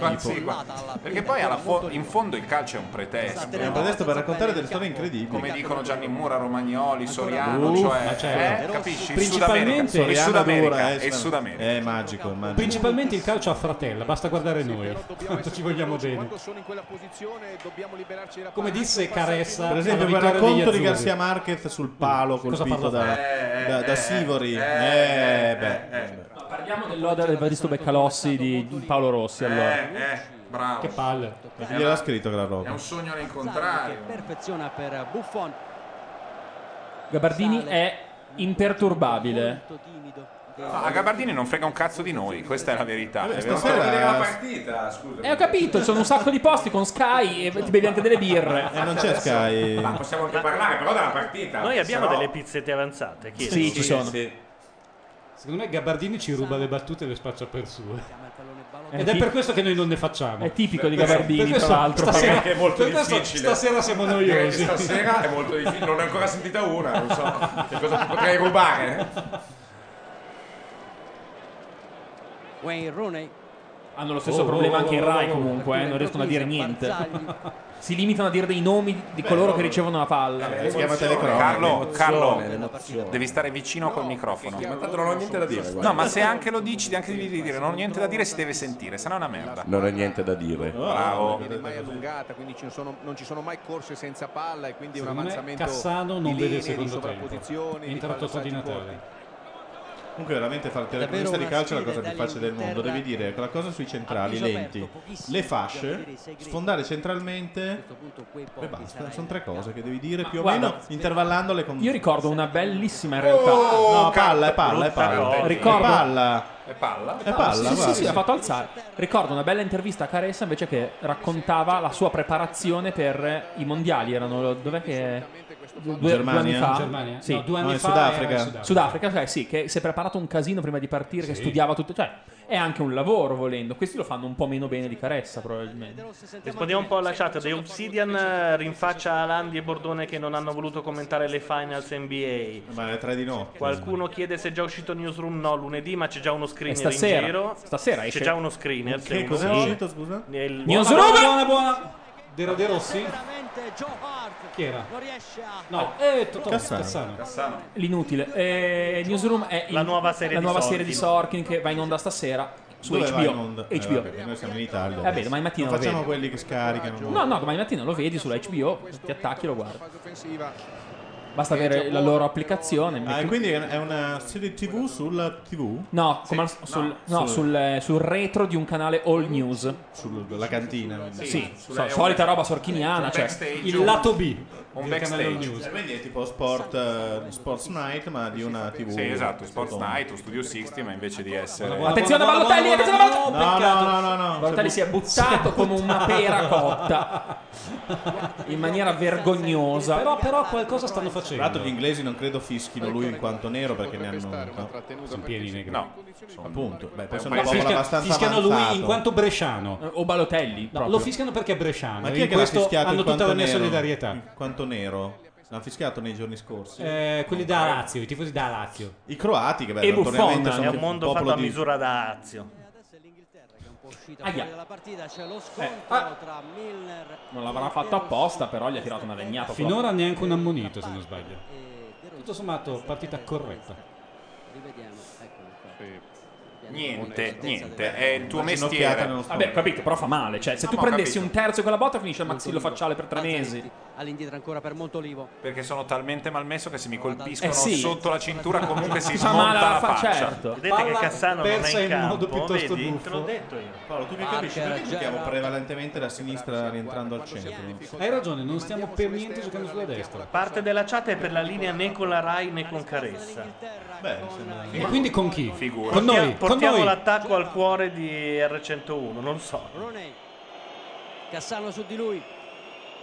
Ma sì, guarda. Perché poi alla fo- in fondo il calcio è un pretesto. Abbiamo Esatto, pretesto per raccontare delle storie incredibili. Come dicono Gianni Mura, Romagnoli, Soriano, Uh, cioè, ma certo. eh, capisci? Il Sud Principalmente America, il Soriano Sud dura, America, eh, il Sud America. È magico, è (laughs) magico. Principalmente il calcio a fratella, basta guardare noi. Quanto ci vogliamo bene. Quando sono in quella posizione dobbiamo liberarci della Come palla. disse Caressa, Per esempio, alla vittoria quel degli racconto di azzurri. Garcia Marquez sul palo Cosa parlo? colpito da, Eh, da- eh, da eh, Sivori. eh, Eh, eh, beh. eh, eh. Parliamo dell'oda del Evaristo Beccalossi di Paolo Rossi. Allora. Eh, eh, bravo. Che palle. Ma chi gliel'ha scritto quella È un roba? sogno Barzagli nel che contrario. perfeziona per Buffon Gabardini è imperturbabile. molto timido No, a Gabardini non frega un cazzo di noi, questa è la verità. Vabbè, è vero? stasera- Vedere la partita, scusa. Eh, ho capito, ci sono un sacco di posti con Sky e ti bevi anche delle E birre. Eh, non c'è eh. Sky. Ma possiamo anche parlare però della partita. Noi abbiamo Se no- delle pizzette avanzate. chiedo. Sì, ci sono. Secondo me Gabardini ci ruba le battute e le spaccia per sue. Chiama il pallone Balotelli. Ed è per questo che noi non ne facciamo. È tipico di Per Gabardini, tra questo l'altro. stasera, Perché è molto per questo difficile. stasera siamo Eh, Direi che noiosi. Eh, stasera è molto difficile, non ne ho ancora sentita una, non so che cosa ti potrei rubare. Wayne Rooney Hanno lo stesso Oh, problema oh, anche in oh, Rai oh, oh, comunque, eh, non riescono a dire niente. (laughs) Barzagli. Si limitano a dire dei nomi di coloro che ricevono la palla. Eh, Eh, Si chiama Telecronaca. Carlo, Carlo, l'emozione. devi stare vicino col microfono. Ma tanto non ho niente da dire. No, ma se anche lo dici, anche devi dire non ho niente da dire, si deve sentire, se no è una merda. Non ho niente da dire. Oh. Bravo. viene mai allungata, quindi ci sono- non ci sono mai corse senza palla e quindi è un Secondo me avanzamento Cassano non di vede il linee, di secondo tempo. sovrapposizioni, di Entra Totò di passaggi Natale. Comunque, veramente fare il telecronista di calcio è la cosa più facile del mondo. Devi dire quella cosa sui centrali, lenti, le fasce, sfondare centralmente. E basta. Sono tre cose che devi dire più o Guarda, meno intervallandole con. Io ricordo una bellissima in realtà. No, palla, è palla, è brutta palla. cosa. È Ricordo- palla. E palla? È palla, sì, sì, guarda. sì, ha fatto alzare. Ricordo una bella intervista a Caressa invece che raccontava la sua preparazione per i mondiali. Erano dov'è che due, due Germania? anni fa? Germania? Sì. No, due anni No, in fa Sudafrica. era in Sudafrica. Sudafrica, cioè, sì, che si è preparato un casino prima di partire, che Sì. studiava tutto, cioè è anche un lavoro volendo. Questi lo fanno un po' meno bene di Caressa, probabilmente. Rispondiamo un po' alla chat. The Obsidian eh, rinfaccia Alandi e Bordone che non hanno voluto commentare le finals NBA. Ma è tre di notte. Qualcuno chiede se è già uscito Newsroom. No, lunedì, ma c'è già uno E screener in stasera, giro. stasera esce C'è già uno screener. se Che uno cos'è vuole. uscito, scusa? Nel- Newsroom! Buona, buona, buona. Dero De Rossi? Veramente Joe Hart Chi era? non riesce a No, eh, Totò Cassano. Cassano. L'inutile. Eh, Newsroom è il- La nuova serie la di nuova Sorkin. serie di Sorkin che va in onda stasera su Dove va in HBO. onda? Eh, HBO. vabbè, noi siamo in Italia. Vabbè, Eh domani mattina Non lo facciamo vedi. quelli che scaricano. No, no, domani mattina lo vedi sulla HBO, ti attacchi e lo guardi. Fase offensiva. Basta avere la loro applicazione. Ah, e metti- quindi è una serie TV sulla TV? No, come al- sul, no, sul- sul, eh, sul retro di un canale all news. Sulla cantina. Sì, so- solita roba sorchiniana. Cioè, Backstage, Il lato B. un del canale backstage. News. Eh, Quindi è tipo sport, eh, Sports Night, ma di una TV. Sì, esatto, Sports Night o Studio 60, ma invece di Cioè, essere... Attenzione a Ballotelli, attenzione a Ballotelli! No, no, no, no, cioè, no. (laughs) Ballotelli si è buttato come una pera cotta in maniera vergognosa. Però, però qualcosa stanno facendo. Tra l'altro gli inglesi non credo fischino lui in quanto nero perché ne hanno... no. Sono pieni negri. No, Appunto. Beh, poi un sono un paese- popolo Fisca- abbastanza fischiano avanzato. lui in quanto bresciano. Eh, O Ballotelli. No, proprio. lo fischiano perché è bresciano. Ma e chi è in che l'ha questo fischiato hanno in tutta quanto la mia nero? solidarietà. In quanto nero? L'hanno fischiato nei giorni scorsi? Eh, quelli da Lazio, i tifosi da Lazio. I croati, che beh, E notoriamente Buffon, sono È un un mondo popolo fatto a di- misura da Azio. Adesso è l'Inghilterra che è un po' uscita Aia. fuori dalla partita, c'è lo scontro Eh. ah. tra Milner Non l'avrà fatto apposta, però gli ha tirato una legnata. Finora neanche un ammonito, se non sbaglio. e De Rossi. tutto sommato partita corretta. Rivediamo, eccolo qua. Niente, niente, è il tuo mestiere. Vabbè, ho capito, però fa male. Cioè, se No, tu ma ho prendessi capito. un terzo di quella botta, finisce il maxillo facciale per tre mesi. All'indietro ancora per Montolivo. Perché sono talmente malmesso che se mi colpiscono Eh sì. sotto la cintura comunque si Ti fa male smonta alla la fa- faccia. certo. Vedete che Cassano non è in campo, vedi? Te l'ho detto io. Paolo, tu mi capisci perché giochiamo prevalentemente da sinistra rientrando al centro? Hai ragione, non stiamo per niente giocando sulla destra. Parte della chat è per la linea né con la Rai né con Caressa. E quindi con chi? Figura. Con noi, con Portiamo noi. l'attacco al cuore di R101, non so. Cassano su di lui.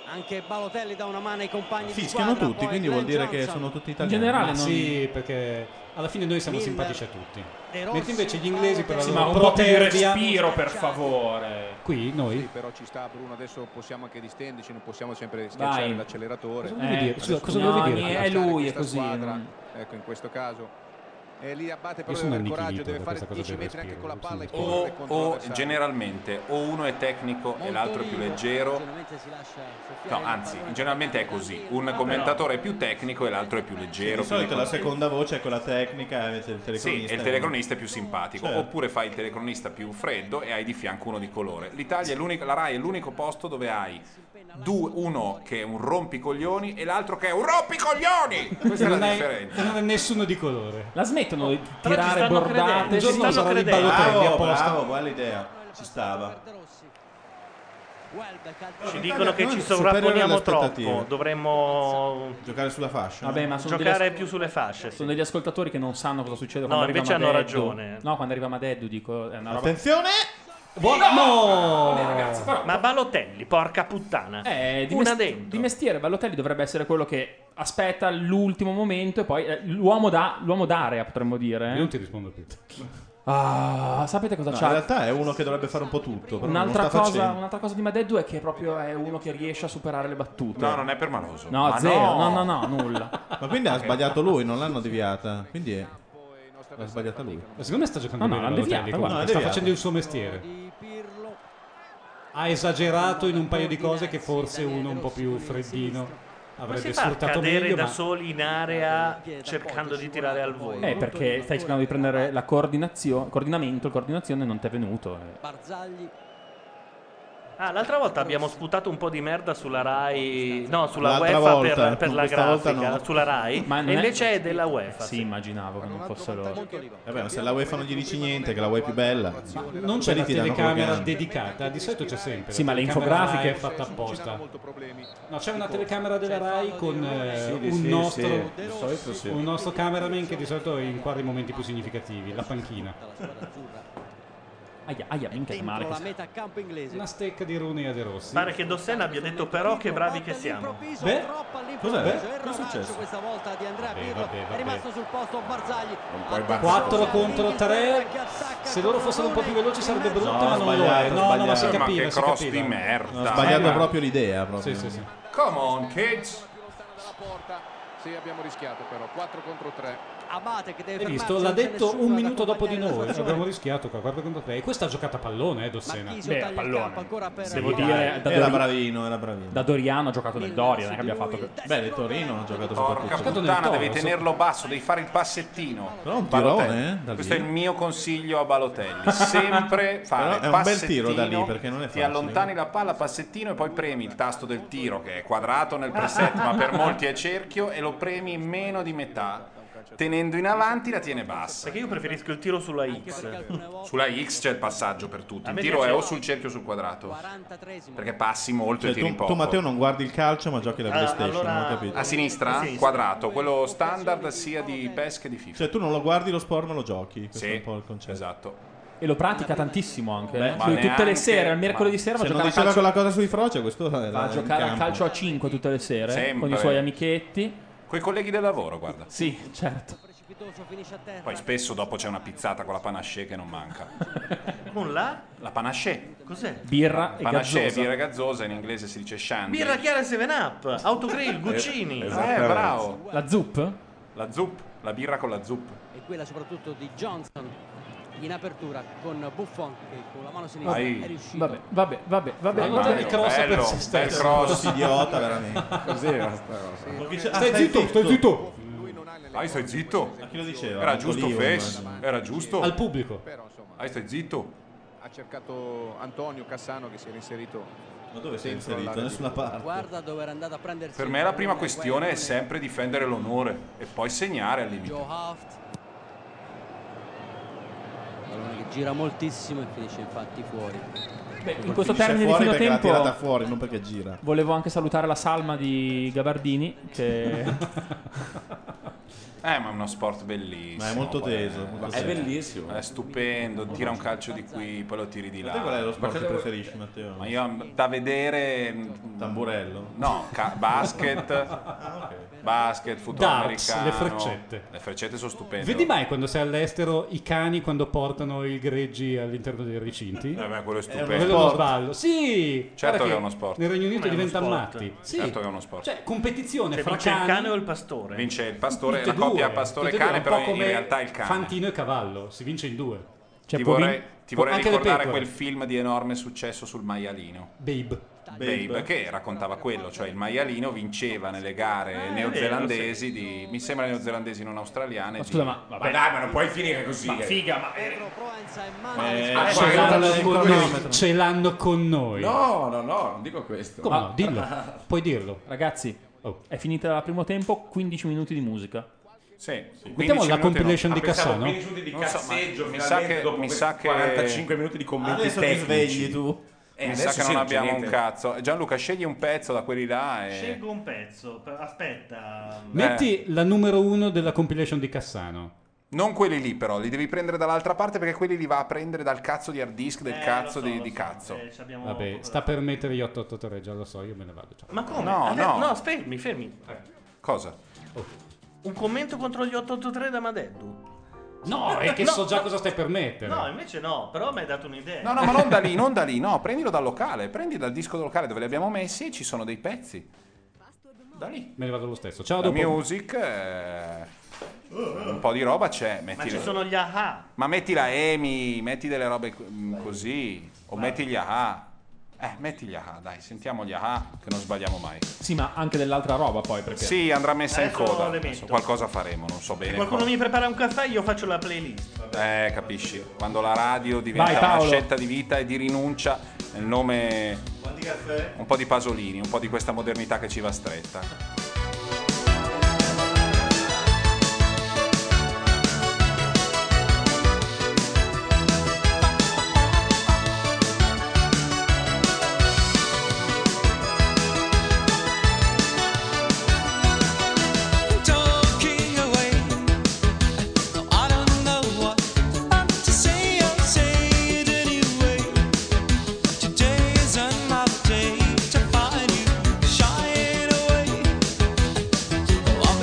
Anche Balotelli dà una mano ai compagni di Fischiano squadra. tutti, poi quindi Glenn vuol dire che Johnson. sono tutti In italiani. generale, non... sì, perché alla fine noi siamo simpatici a tutti. Mentre invece gli inglesi per la Sì, loro ma un po' di protervia- respiro, per favore. Qui noi? Sì, però ci sta Bruno, adesso possiamo anche distenderci, non possiamo sempre Vai. schiacciare l'acceleratore. Cosa volevi Eh, dire? adesso Scusa, cosa dobbiamo volevi dire? lasciare È eh, lui, è questa così, squadra. non- Ecco, in questo caso. E lì abbatte però Io deve sono avere coraggio, annichilito deve per fare questa cosa 10 del metri anche con la palla e O, correre contro o l'avversario. generalmente o uno è tecnico e l'altro è più leggero. No, ah. anzi, generalmente è così. Un commentatore è più tecnico e l'altro è più leggero. Di solito più la così. seconda voce è quella tecnica, invece il telecronista. eh. Sì, e il telecronista è più simpatico. Certo. Oppure fai il telecronista più freddo e hai di fianco uno di colore. L'Italia è l'unica, la Rai è l'unico posto dove hai due- uno che è un rompicoglioni e l'altro che è un rompicoglioni. Questa è la non, è, differenza. non è nessuno di colore. La smettono di Però ci tirare stanno bordate. credendo, ci Sì, stanno sarà di credendo. Balotelli Bravo, apposta. Bravo, buona idea. Ci stava. Ci dicono che ci Noi superiori alle sovrapponiamo aspettative. troppo, dovremmo giocare sulla fascia. Vabbè, ma sono giocare degli più sulle fasce. Sono degli ascoltatori che non sanno cosa succede No, quando arriva invece hanno Madeddu. ragione. No, quando arriva Madeddu dico è una roba Attenzione! Buono! Ma Balotelli, porca puttana. Eh, di, Una mes- dentro. di mestiere Balotelli dovrebbe essere quello che aspetta l'ultimo momento e poi eh, l'uomo, da- l'uomo d'area potremmo dire. eh. Io non ti rispondo più. Ah, sapete cosa No, c'ha? in realtà è uno che dovrebbe fare un po' tutto. però Un'altra non sta cosa, facendo. un'altra cosa di Madeddu è che proprio è uno che riesce a superare le battute. No, non è per maloso. No, Ma zero. No, no, no, nulla. Ma quindi ha sbagliato lui, non l'hanno deviata. Quindi è- l'ha sbagliata lui. Ma secondo me sta giocando No, no, bene l'ha Balotelli, deviata, comunque, guarda. sta L'ha deviata. facendo il suo mestiere. Ha esagerato in un paio di cose che forse uno un po' più freddino Come si avrebbe fa a sfruttato cadere meglio, da ma soli in area cercando di tirare al volo? Eh, perché stai cercando di prendere la coordinazione, coordinamento, coordinazione non ti è venuto. eh. Barzagli Ah, l'altra volta abbiamo sputato un po' di merda sulla Rai, no, sulla L'altra UEFA volta, per, per no, la questa volta grafica, no. sulla Rai, Ma non e è- invece è della UEFA. Sì, immaginavo che non fosse loro. Vabbè, Eh ma se la UEFA non gli dici niente, che la UEFA è più bella. non c'è la Quelli tirano telecamera proprio che- dedicata, di solito c'è sempre. Sì, la ma le telecamera infografiche- Rai è fatta apposta. No, c'è una Tipo- telecamera della Rai con eh, Sì, un, sì, nostro, sì, di solito sì. un nostro cameraman che di solito inquadra i momenti più significativi, la panchina. Aia, aia, minchia che male. dentro che la si- metà campo inglese. Una stecca di Rooney e De Rossi. Pare che Dossen abbia detto però che bravi che siamo. All'improvviso, Beh, troppo all'improvviso, il cos'è? Beh, Cosa è ravaccio successo? questa volta di Andrea Vabbè, Pirlo vabbè, è vabbè. rimasto sul posto Barzagli. Non puoi battere. 4 contro 3. Se loro fossero un po' più veloci sarebbe brutto, No, ma non lo è. No, sbagliato, no, ma sbagliato. si Ma capiva, che si cross di capiva. No, merda. ha sbagliato proprio l'idea. Proprio. Sì, sì, sì. Come on, kids. Sì, abbiamo rischiato però, 4 contro 3. Abate che deve fermarsi, Hai visto? non L'ha c'è detto nessuno un ad minuto dopo di accompagnare noi. la sua Abbiamo zona. rischiato qua, 4 contro 3. E questa ha giocato a pallone, eh, Dossena. Marchisio Beh, taglia il pallone. campo ancora per Devo Vidal. dire, da, Era Dori- bravino, era bravino. da Doriano ha giocato nel Doria, non è che abbia fatto... Beh, il Torino ha giocato Porca soprattutto. puttana, Cioè, devi so- tenerlo basso, devi fare il passettino. Però un Balotelli. tirone, eh, da lì. Questo è il mio consiglio (laughs) a Balotelli. Sempre fare Però è un bel tiro da lì, perché non è Ti facile. eh. allontani la palla, passettino e poi premi il tasto del tiro che è quadrato nel preset, ma per molti è cerchio e lo premi meno di metà. Tenendo in avanti la tiene bassa. Perché io preferisco il tiro sulla X. Sulla X c'è il passaggio per tutti. A Il me tiro è piace- o sul cerchio o sul quadrato. 43esimo. Perché passi molto Cioè, e tiri tu, poco. tu, Matteo, non guardi il calcio, ma Eh, giochi la Ah, PlayStation. allora- non ho capito. A sinistra? A sinistra. Quadrato, quello standard sia di PES che di FIFA. Cioè, tu non lo guardi lo sport, ma lo giochi. Questo Sì, è un po' il concetto. Esatto. E lo pratica tantissimo anche. eh. ma Lui tutte le neanche- sere, al mercoledì sera va a Se non giocare a diceva calcio, quella cosa sui froci, questo era va a in giocare a campo. calcio a 5 tutte le sere Sempre. con i suoi amichetti. Coi colleghi del lavoro, guarda. Sì, certo. Precipitoso finisce a terra. Poi spesso dopo c'è una pizzata con la panaché che non manca. Un là? La panaché. Cos'è? Birra e Panaché, gazzosa. birra gazzosa, in inglese si dice shandy. Birra chiara 7up, autogrill, Guccini. Eh, Esattamente. bravo. La zup? La zup, la birra con la zup. E quella soprattutto di Johnson in apertura con Buffon che con la mano sinistra Vai. è riuscito. Vabbè, vabbè, vabbè, vabbè. Vai, guarda- vai. il cross per bello, se bel stesso. cross. Idiota, veramente. Così era sta cosa. Ah, Stai zitto, stai zitto. Lui non ha il Ai, Ah, stai zitto. A chi lo diceva? Era giusto, Napoleon. Fes. Era giusto. Al pubblico. Ai, stai zitto. Ha cercato oh, Antonio Cassano che si era inserito. Ma dove si è dentro inserito? l'area di- Nessuna parte. Guarda dove era andato a prendersi. Per me la prima questione è sempre difendere l'onore e poi segnare al limite. Joe Haft. Pallone che gira moltissimo e finisce infatti fuori. in Finisce questo termine di fuori fino perché tempo- l'ha tirata fuori, non perché gira. Volevo anche salutare la salma di Gabardini. Che... Eh, ma è uno sport bellissimo. Ma è molto poi teso, molto vabbè, teso. È bellissimo. È stupendo. Tira un calcio di qui, poi lo tiri di là. te qual è lo sport Ma che cosa- preferisci, Matteo? Ma io da vedere. Tamburello? No, ca- basket. (laughs) Basket, football Darts, americano. le freccette. Le freccette sono stupende. oh. Vedi mai quando sei all'estero i cani quando portano i greggi all'interno dei recinti? Eh beh, quello è stupendo. Quello è uno sballo. Sì! Certo guarda che è uno sport. Nel Regno Unito Ma è uno diventano sport. matti. Sì. Certo che è uno sport. Cioè, competizione Cioè, fra vince il cani. cane o il pastore? Vince il pastore, Tutte la e coppia due, tutte e due, pastore-cane, un po' però in come realtà il cane. Fantino e cavallo, si vince in due. Cioè, ti può vorrei, vin- ti può- vorrei anche le ricordare pecore. quel film di enorme successo sul maialino. Babe. Babe, che raccontava quello, cioè il maialino vinceva nelle Eh, gare neozelandesi di mi sembra neozelandesi non australiane. Ma di- scusa, ma- vabbè. dai, ma non puoi finire così. Ma eh. figa, ma- Ma- Ah, ma- ce, l'hanno con noi. chilometri. ce l'hanno con noi. No, no, no, non dico questo. Come Ma- no? Dillo, Oh. puoi dirlo. Ah. Ragazzi, è finita il primo tempo, 15 minuti di musica. Sì, Mettiamo la compilation di Pensavo Cassano. 15 minuti di Non so, cazzeggio ma mi finalmente sa che- dopo mi que- sa che- 45 minuti di commenti Adesso ti tecnici. svegli tu. Eh, mi adesso sa che sì, non c'è abbiamo niente. un cazzo. Eh, Gianluca, scegli un pezzo da quelli là. E... Scelgo un pezzo. per- Aspetta. Metti Eh. la numero uno della compilation di Cassano. Non quelli lì, però, li devi prendere dall'altra parte perché quelli li va a prendere dal cazzo di hard disk Eh, del cazzo di, di cazzo. Vabbè, sta per mettere gli 883, già lo so, io me ne vado. ciao. Ma come? No, Ade- no. Eh, fermi, fermi. Cosa? Oh. Un commento contro gli 883 da Madeddu. No, (laughs) è che so già cosa stai per mettere. No, invece no, però mi hai dato un'idea. No, no, ma non da lì, non da lì, no, prendilo dal locale, prendi dal disco locale dove li abbiamo messi, ci sono dei pezzi. Da lì. Me ne vado lo stesso. Ciao, la dopo. music, eh, un po' di roba c'è, metti Ma ci le- sono gli aha. ma metti la EMI, metti delle robe co- mm, così, o metti gli aha. Eh, metti gli aha, dai, sentiamo gli aha, che non sbagliamo mai. Sì, ma anche dell'altra roba poi. Perché... Sì, andrà messa in Adesso coda, le metto. adesso qualcosa faremo, non so bene. Qualcuno cosa. mi prepara un caffè, io faccio la playlist. Eh, capisci, quando la radio diventa Vai, una Paolo. scelta di vita e di rinuncia nel nome un po' di Pasolini, un po' di questa modernità che ci va stretta. Talking away. No, I don't know what I'm to say. I'll say it anyway. Today is another day to find you shying away. Oh,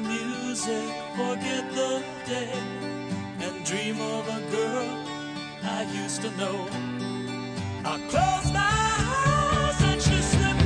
music, forget the day, and dream of a girl I used to know. I closed my eyes and she slipped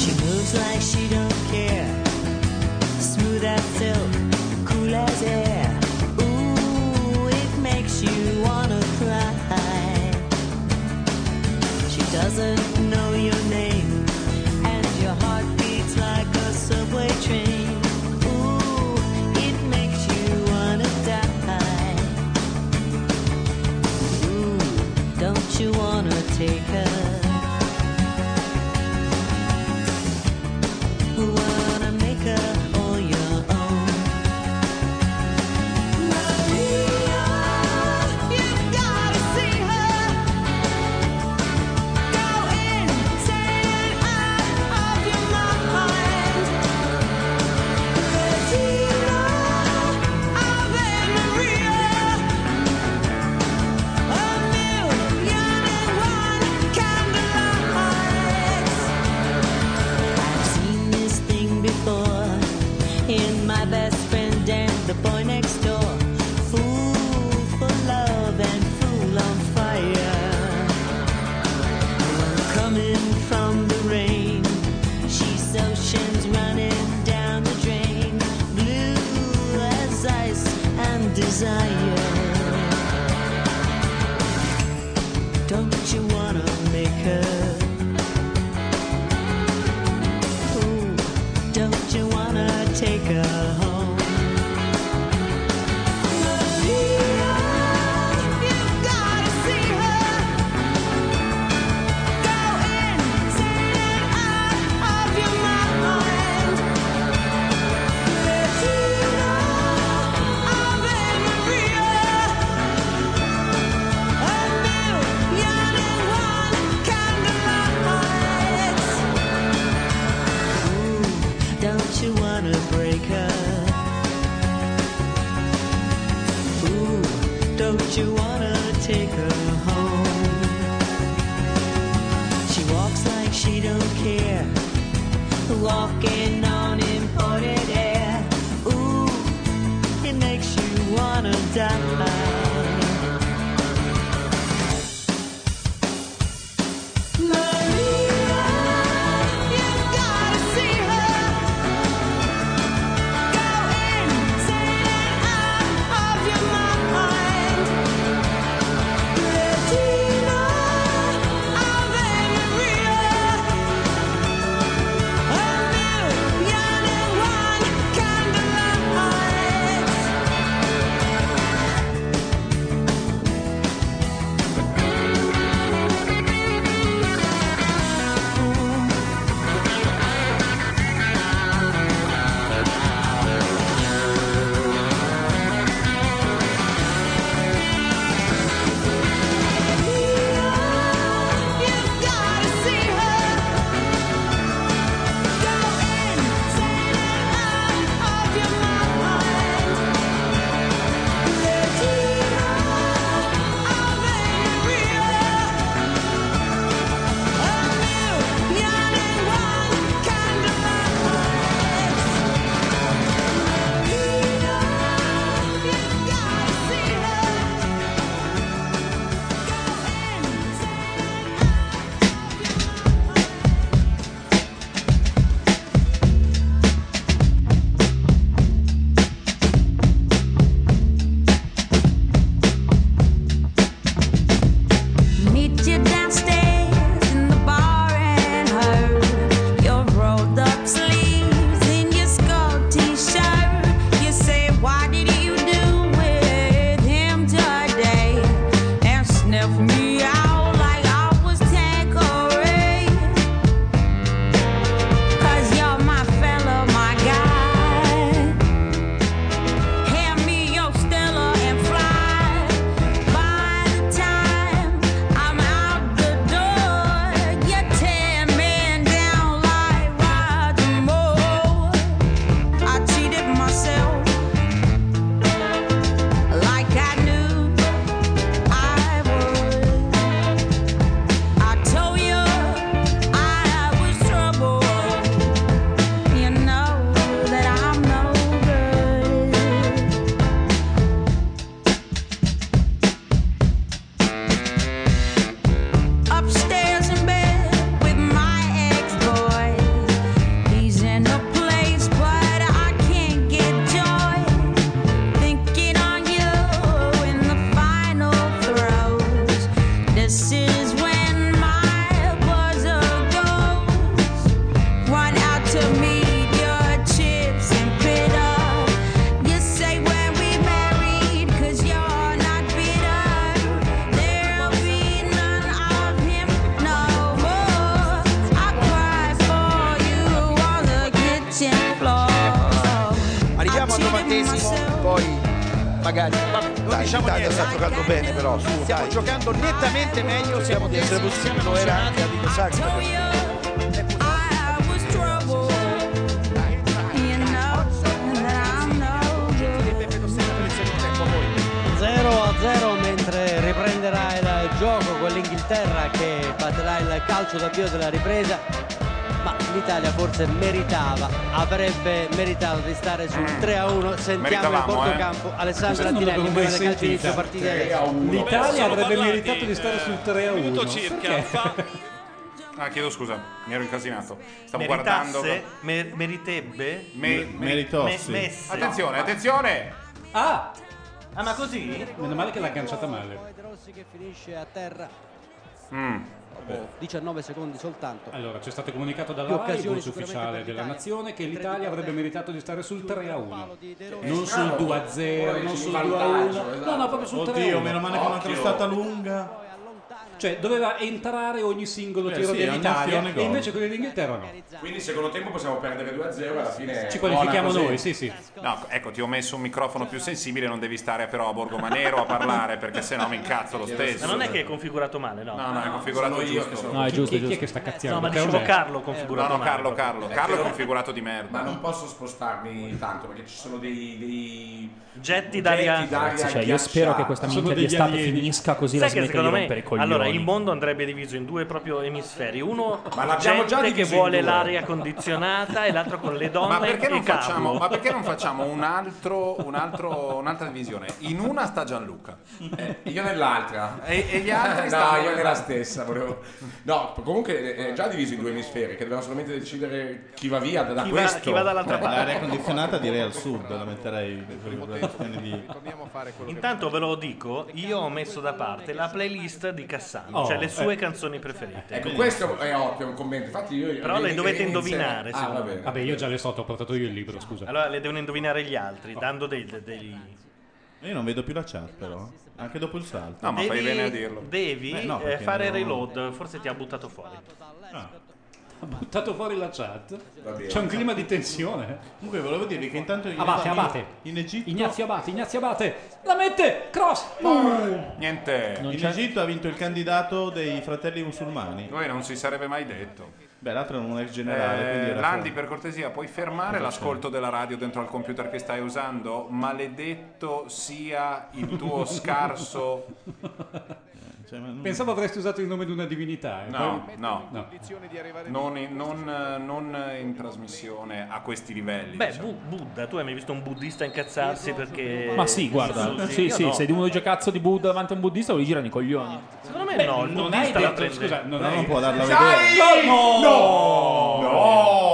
She moves like she don't care. Smooth as silk, cool as air. Ooh, it makes you wanna cry. She doesn't know your name, and your heart beats like a subway train. Ooh, it makes you wanna die. Ooh, don't you wanna take her? wanna make her all your own. Maria, you've gotta see her. Go insane out of your mind. Regina, Ave Maria, a million and one candlelights. I've seen this thing before in my best friend and the boy next door. Fool for love and fool on fire. One coming from the rain. She's oceans running down the drain. Blue as ice and desire. Don't you wanna make her? Ooh, don't you wanna take her home? Maria, you've gotta see her. Go insane out of your mind. Regina, Ave Maria, a million and one candlelights. Don't you wanna break her? Ooh, don't you wanna take her home? She walks like she don't care, walking on imported air. Ooh, it makes you wanna die. Maria, you've gotta see her. Go insane out of your mind. Regina, Ave Maria, a million and one candlelights. magari. Ma non Dai, diciamo l'Italia niente. sta giocando bene però, su, Stiamo dai. giocando nettamente meglio, siamo di essere dentro, siamo positivi, lo era anche emozionati. a Dino Sacchi. Sì. 0 a 0 mentre riprenderà il gioco con l'Inghilterra che batterà il calcio d'avvio della ripresa ma l'Italia forse meritava avrebbe meritato di stare sul 3 a 1 sentiamo in Mm. Meritavamo, bordo eh. campo Questo Alessandro non Attinelli l'avevo prima mai del calcio sentita. inizio partita 3 a 1. L'Italia avrebbe meritato di stare sul 3 a 1. eh, circa fa- Ah, chiedo scusa, mi ero incasinato. Stavo guardando. Meritasse, mer- meritebbe, Me- meritossi. messe. Attenzione, attenzione! Ah! Ah, ma così? Meno male che l'ha agganciata male. Rossi che finisce a terra Vabbè. 19 Oh, secondi soltanto Allora, ci è stato comunicato Più dalla RAI, occasioni il voce sicuramente ufficiale per della l'Italia. nazione, che l'Italia avrebbe meritato di stare sul 3 a 1. Rossi. Non sul 2 a 0, Poi non Esatto. dici sul 2 a vantaggio, 1. esatto. No, no, proprio sul 3 a 1. Oddio, meno male che non è Occhio. stata lunga. Cioè, doveva entrare ogni singolo Eh tiro sì, dell'Italia andazione, e gol. invece quelli dell'Inghilterra no. (laughs) Quindi secondo tempo possiamo perdere 2-0 e alla fine... Ci qualifichiamo noi, sì, sì. No, ecco, ti ho messo un microfono più sensibile, non devi stare però a Borgomanero a parlare, perché sennò mi incazzo lo stesso. Ma non è che è configurato male, no? No, no, è configurato giusto. No, ma dicevo Carlo configurato Eh, No, no, male. Carlo, Carlo. Carlo è configurato di Eh, Ma merda. non posso spostarmi tanto perché ci sono dei... dei... Getti d'aria- Ragazzi, cioè, io spero che questa minchia di estate finisca così la Sai che smette di secondo me rompere i coglioni. allora il mondo andrebbe diviso in due proprio emisferi, uno Ma l'abbiamo gente già che diviso in vuole due. l'aria condizionata e l'altro con le donne Ma perché, e non facciamo, Carlo. ma perché non facciamo un altro, un altro- un'altra divisione? In una sta Gianluca. Io nell'altra. (laughs) E, e gli altri (laughs) esatto. no, stanno- io nella stessa. volevo- No, comunque è già diviso in due emisferi, che dobbiamo solamente decidere chi va via da da Chi va- questo. chi va dall'altra Beh, parte. Eh, l'aria condizionata direi al sud, la metterei per questione di... Intanto ve lo dico, io ho messo da parte la playlist di Cassano, Oh, cioè le sue eh. canzoni preferite. Ecco, questo è ottimo, un commento. Infatti io Però le dovete Eh, indovinare, Ah, va secondo bene. me. Vabbè, io già le so, ti ho portato io il libro, scusa. Allora le devono indovinare gli altri, dando dei, dei- dei- Io non vedo più la chat però, anche dopo il salto. devi, Devi Eh, no, eh, perché fare non- reload, forse ti ha buttato fuori. Ha buttato fuori la chat. bene. C'è un clima di tensione. Comunque volevo dirvi che intanto in- Abate, abate. in Egitto Ignazio Abate, Ignazio Abate. La mette! Cross! Uh! Niente. in Egitto ha vinto il candidato dei fratelli musulmani. Noi non si sarebbe mai detto. Beh, l'altro era un ex generale, Eh, quindi era Landi, fuori. per cortesia, puoi fermare Cosa l'ascolto della radio dentro al computer che stai usando? Maledetto sia il tuo scarso. (laughs) Pensavo avresti usato il nome di una divinità. eh. No, Poi- no, Non, in, non, eh, non in trasmissione a questi livelli. diciamo. Beh, Bu- Buddha, tu hai mai visto un buddista incazzarsi perché... Ma sì, guarda, Susi? sì, Io sì, no. se di uno dice cazzo di Buddha davanti a un buddista, lo gli girano i coglioni. Secondo me Beh, no, il non buddista hai la detto- prende. scusa, non No, hai- non può darla Sai- vedere. No! No!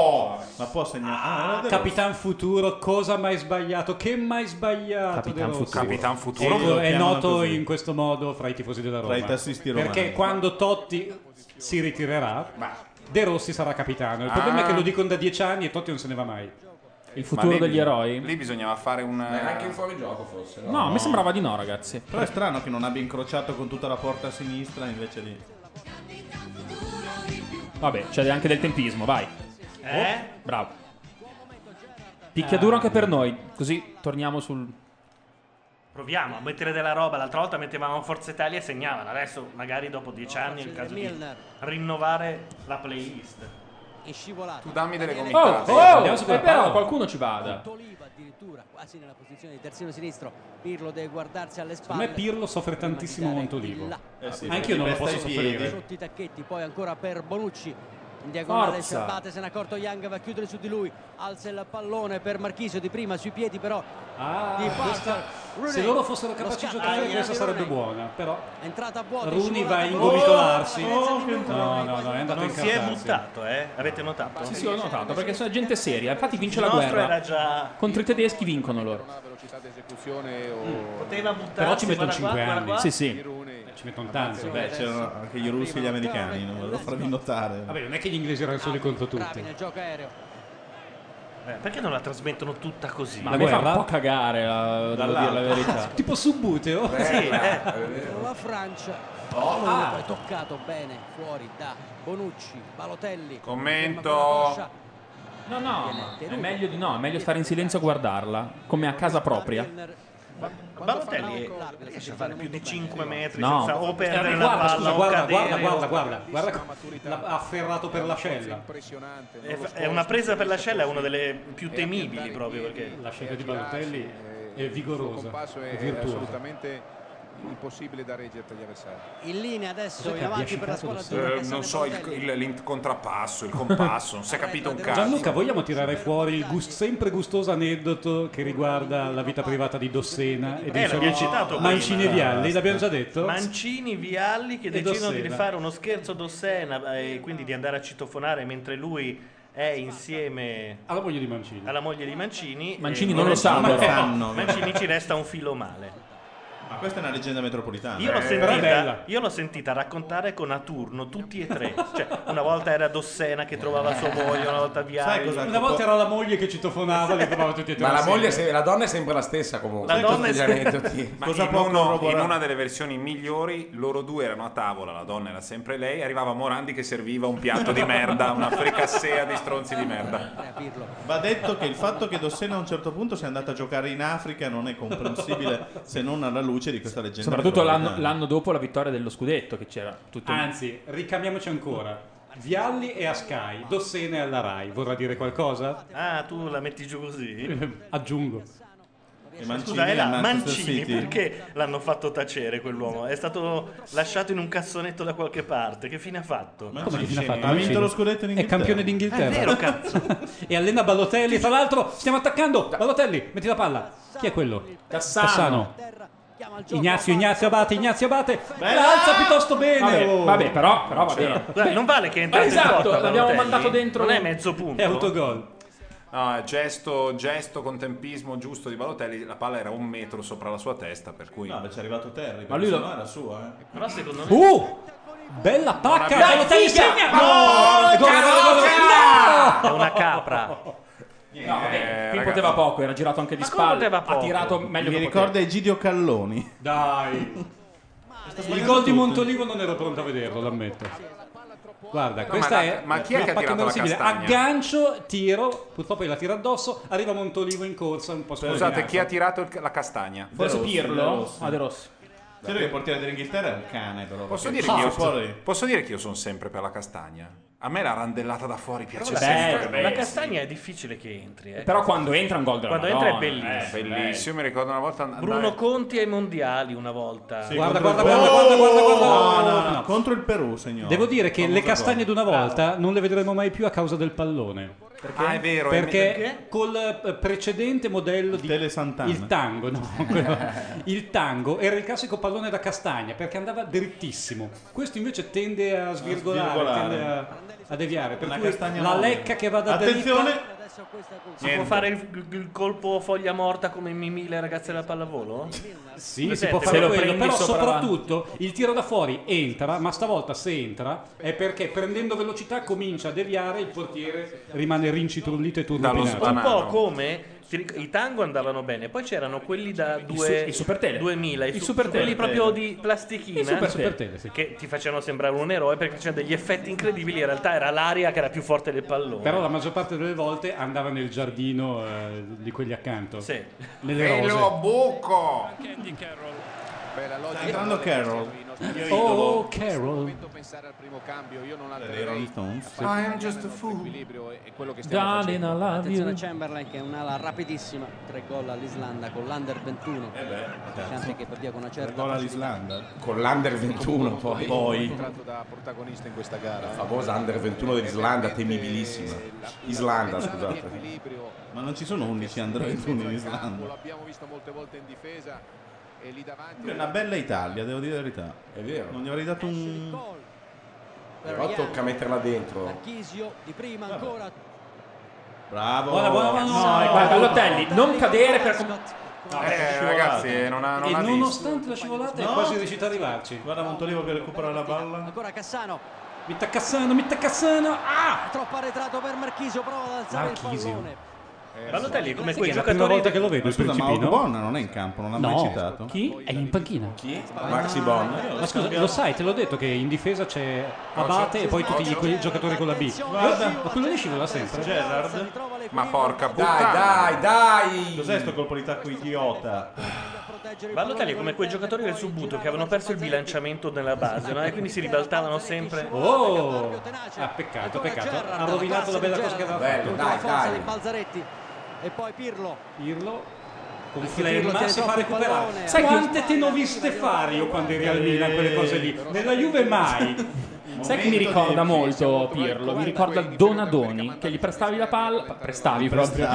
Ma può segnare. Ah, era De Rossi. Capitan Futuro, cosa mai sbagliato? Che mai sbagliato? Capitan De Rossi? Futuro. Capitan Futuro. Ecco, Lo è chiamano noto così. in questo modo fra i tifosi della Roma. Fra i tassisti romani. Perché quando Totti si ritirerà, De Rossi sarà capitano. Il Ah. problema è che lo dicono da dieci anni e Totti non se ne va mai. Il Ma lì- Lì bisognava fare un. eh, Ma era Eh, anche in fuorigioco forse. No, mi sembrava di no, ragazzi. Però è strano che non abbia incrociato con tutta la porta a sinistra invece di. Vabbè, c'è anche del tempismo, vai. Eh? Bravo. Picchiaduro anche per noi, così torniamo sul... Proviamo a mettere della roba. L'altra volta mettevamo Forza Italia e segnavano. Adesso, magari dopo dieci anni, è il caso di Milner. rinnovare la playlist. è scivolato Tu dammi delle Daniele Oh, Pirlo. oh, e però qualcuno ci vada. Oliva addirittura quasi nella posizione di terzino sinistro Pirlo deve guardarsi alle A me spalle Pirlo soffre tantissimo Montolivo. Eh sì, Anche io non lo perché posso pesta i piedi. soffrire. sotto i tacchetti poi ancora per Bonucci in diagonale Forza. Ciabatte se n'è accorto Young va a chiudere su di lui alza il pallone per Marchisio di prima sui piedi però Ah, di questa- Parker Rooney. se loro Lo fossero capaci di scatto giocare, di questa Rooney. sarebbe buona. Però è entrata a vuoto Rooney va a scivolata- ingomitolarsi. Oh, che No, no, no, è andato Non in si è cartazzo. buttato, eh? Avete notato? Sì, sì, ho notato, perché sono gente seria. Infatti vince Il la nostro guerra. era già- Contro i tedeschi vincono loro. velocità di esecuzione o... Mm, Poteva buttare. Però ci mettono guarda qua, 5 guarda anni. qua. Sì, sì. Ci mettono tanto. Beh, c'erano anche gli russi e gli americani, non volevo farvi notare. Vabbè, non è che gli inglesi erano soli contro Ah, Bravi tutti. nel gioco aereo Eh, perché non la trasmettono tutta così? Ma a me fa un po' cagare, eh, devo dire la Dall'alto. (laughs) verità. tipo subbuteo. Sì, eh. Contro la Francia Oh, pallone ah. poi toccato bene fuori da Bonucci Balotelli Commento. No, no, è meglio di no, è meglio stare in silenzio a guardarla, come a casa propria. Balotelli riesce a fare più di 5 metri No. senza o perdere Eh, la guarda, palla scusa, o guarda, cadere, guarda, guarda, o- guarda, guarda, l'ha afferrato per l'ascella. Impressionante. È, fa- è una presa per l'ascella, è una delle più temibili proprio perché la scelta di Balotelli è eh, Il suo compasso è, assolutamente impossibile da reggere per gli avversari. In linea adesso in avanti per la squadra azzurra Eh, che non so, il, il- il contrappasso, il compasso, non si (laughs) Eh, è capito eh, un cazzo. Gianluca, vogliamo tirare fuori il gust- sempre gustoso aneddoto che riguarda la vita privata di Dossena e Eh, dei suoi l'abbiamo citato mancini e prima. vialli? L'abbiamo già detto? Mancini, Vialli che E decidono di Dossena. fare uno scherzo d'Ossena eh, e quindi di andare a citofonare mentre lui è insieme alla moglie di Mancini. Alla moglie di Mancini. Mancini e- non lo sa, Ma- lo sanno. Mancini ci resta un filo male. Ma questa è una leggenda metropolitana. Io l'ho, Eh, però è bella. sentita, io l'ho sentita raccontare con a turno tutti e tre. Cioè, una volta era Dossena che trovava sua moglie, una volta Vialli. Una volta era la moglie che citofonava, li trovava tutti e tre. Ma la, insieme. moglie, se- la donna è sempre la stessa comunque. La donna è Tutti gli sempre- (laughs) aneddoti. Ma in, uno- in una delle versioni migliori loro due erano a tavola, la donna era sempre lei, arrivava Morandi che serviva un piatto di merda, una fricassea di stronzi di merda. Va detto che il fatto che Dossena a un certo punto sia andata a giocare in Africa non è comprensibile se non alla luce di questa leggenda. Soprattutto l'anno, eh. metropolitana. l'anno dopo la vittoria dello scudetto, che c'era tutto in- Anzi, ricambiamoci ancora. Vialli è a Sky, Dossena è alla Rai. Vorrà dire qualcosa? Ah, tu la metti giù (laughs) (laughs) così? Aggiungo. Eh, Scusa, era Mancini perché l'hanno fatto tacere quell'uomo? È stato lasciato in un cassonetto da qualche parte. Che fine ha fatto? Come che fine ha fatto? Mancini? È campione d'Inghilterra. È vero, cazzo. (laughs) e allena Balotelli. Tra l'altro, stiamo attaccando. Balotelli, metti la palla. Chi è quello? Cassano. Ignazio, Ignazio Abate, Ignazio Abate. Eh, La alza piuttosto bene. Vabbè, oh. vabbè, però- però va bene. Dai, non vale che è entrato Esatto, in porta l'abbiamo Balotelli. mandato dentro- Non è mezzo punto. È autogol. No, eh, gesto, gesto con tempismo giusto di Balotelli, la palla era un metro sopra la sua testa, per cui... No, ma ci è arrivato Terry, ma lui lo- era sua, eh. Però secondo me... Uh! Bella pacca. Dai, Balotelli figa! segna. No, Gol, gol, gol, gol. È una Eh, capra. No, vabbè, qui ragazzi. poteva poco, era girato anche di Ma come spalle. poteva Ha poco? tirato meglio Mi che ricorda Egidio Calloni. Dai. Il gol di Montolivo non ero pronto a vederlo, l'ammetto. Guarda, No, ma questa la- è ma chi è una che ha pacca tirato la impossibile. castagna? Aggancio, tiro, purtroppo la tira addosso, arriva Montolivo in corsa un po' Scusate, scoordinato. chi ha tirato il ca- la castagna? Forse De Rossi, Pirlo? De Rossi. Ah, De Rossi. Sai che il portiere dell'Inghilterra è un cane, però. Posso perché dire, che io, si può- posso dire che io sono sempre per la castagna? A me la randellata da fuori piace Però la sempre. castagna- la castagna è difficile che entri. eh. Però quando entra un gol della Quando entra Madonna, è bellissimo. eh, bellissimo. Io mi ricordo una volta andai- Bruno Conti ai mondiali una volta. guarda, guarda, guarda, guarda, guarda, guarda. no, no, contro il Perù, signore. Devo dire che Famoso le castagne gol. d'una volta non le vedremo mai più a causa del pallone. Perché? Ah, è vero, è- Perché, perché? col eh, precedente modello di il tango, no, (laughs) quello- il tango era il classico pallone da castagna perché andava drittissimo. Questo invece tende a svirgolare, svirgolare. tende a, a deviare. Per Una cui castagna la mobile. lecca che va da Attenzione! dritta- Si Niente. può fare il, il colpo foglia morta come Mimì le ragazze della pallavolo? Sì, si Presente? può fare Se lo quello, prendi però sopra- soprattutto il tiro da fuori entra, ma stavolta se entra è perché prendendo velocità comincia a deviare il portiere rimane rincitrullito e turlupinato. un po' come ti ric- i tango andavano bene, poi c'erano quelli da due, su- il Super Tele. 2000, i Il su- Super quelli Tele. proprio di plastichina Il Super Super Tele. Tele, sì. che ti facevano sembrare un eroe perché c'erano degli effetti incredibili. In realtà era l'aria che era più forte del pallone. Però la maggior parte delle volte andava nel giardino eh, di quelli accanto. Sì. Nelle rose. buco! Andy Carroll. Bella logica. Sta entrando Carroll. Oh, Carroll. pensare al primo cambio, io non Dei altererei. Rolling Stones. I am just a fool. Equilibrio è quello che stiamo Darling, facendo. Attenzione Chamberlain che è un'ala rapidissima, tre gol all'Islanda con l'Under 21. Eh beh, Diciamo che per via con una certa Gol facilità. all'Islanda. Con l'Under 21 poi. È stato da protagonista in questa gara. La eh. famosa Under 21 dell'Islanda, temibilissima. Islanda, scusate. Ma non ci sono 11 under 21 in Lo Islanda. abbiamo visto molte volte in difesa e lì davanti È una bella Italia, devo dire la verità. È vero. Non gli avrei dato un... Però tocca metterla dentro. Marchisio di prima ancora. Bravo. Buona, buona, buona. No, No, guarda, Balotelli, non cadere per... Eh, ragazzi, eh, non ha, non ecco, e ha visto. nonostante la scivolata è No. quasi riuscito ad arrivarci. Guarda Montolivo che recupera la palla. Ancora Cassano. Mitta Cassano, mitta Cassano. Ah! Troppo arretrato per Marchisio, prova ad alzare Marchisio. il pallone. Eh, Balotelli è come Sì, quei è la giocatori. volta che lo vedo, il Scusa, ma principino. Marco Bonna non è in campo, non l'ha mai citato. Chi? È in panchina. Chi? Maxi Bon. Ma scusa, lo sai, te l'ho detto che in difesa c'è Abate e poi tutti gli- quei giocatori con la B. Guarda. Ma quello lì scivola sempre. Gerard. Ma porca Dai, puttana. dai, dai! Cos'è sto colpo di tacco idiota? proteggere il Balotelli pallone è con come quei giocatori del Subuto che avevano perso il bilanciamento nella base, no? E quindi si ribaltavano sempre. Oh! Ah, peccato, peccato. Ha rovinato la bella cosa che aveva Bello, fatto. la forza di Balzaretti e poi Pirlo Pirlo con Perché Pirlo flemma tiene si fa troppo recuperare. pallone. Sai quante te ne ho viste fare io quando eri al Milan quelle cose lì? Nella Juve mai. Sai che mi ricorda molto Pirlo? Mi ricorda Donadoni che gli prestavi la palla, prestavi proprio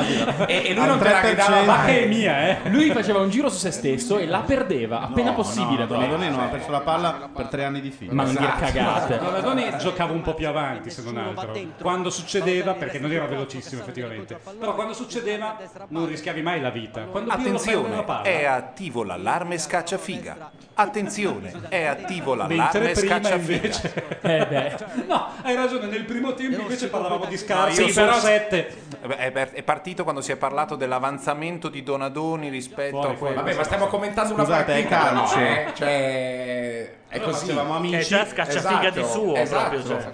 e, e lui Al non te la ridava 3%. Ma mai. che mia, eh? Lui faceva un giro su se stesso e la perdeva appena No, possibile. no, Donadoni non ha perso la palla per tre anni di fila. Ma non Esatto. dire cagate. Donadoni giocava un po' più avanti, se non altro. Quando succedeva, perché non era velocissimo effettivamente. Però quando succedeva non rischiavi mai la vita. Quando Pirlo prende la Attenzione, palla- è attivo l'allarme scacciafiga. Attenzione, è attivo l'allarme Mentre prima scacciafiga. (laughs) Eh beh. No, hai ragione, nel primo tempo invece parlavamo di (laughs) scarsi, No, io sul so- sette. Eh È per- è partito quando si è parlato dell'avanzamento di Donadoni rispetto a quello. Vabbè, ma stiamo commentando una Scusate, partita, è calcio. no, eh? Cioè, è Allora così. facevamo amici. Che è già scacciafiga di suo, proprio, cioè.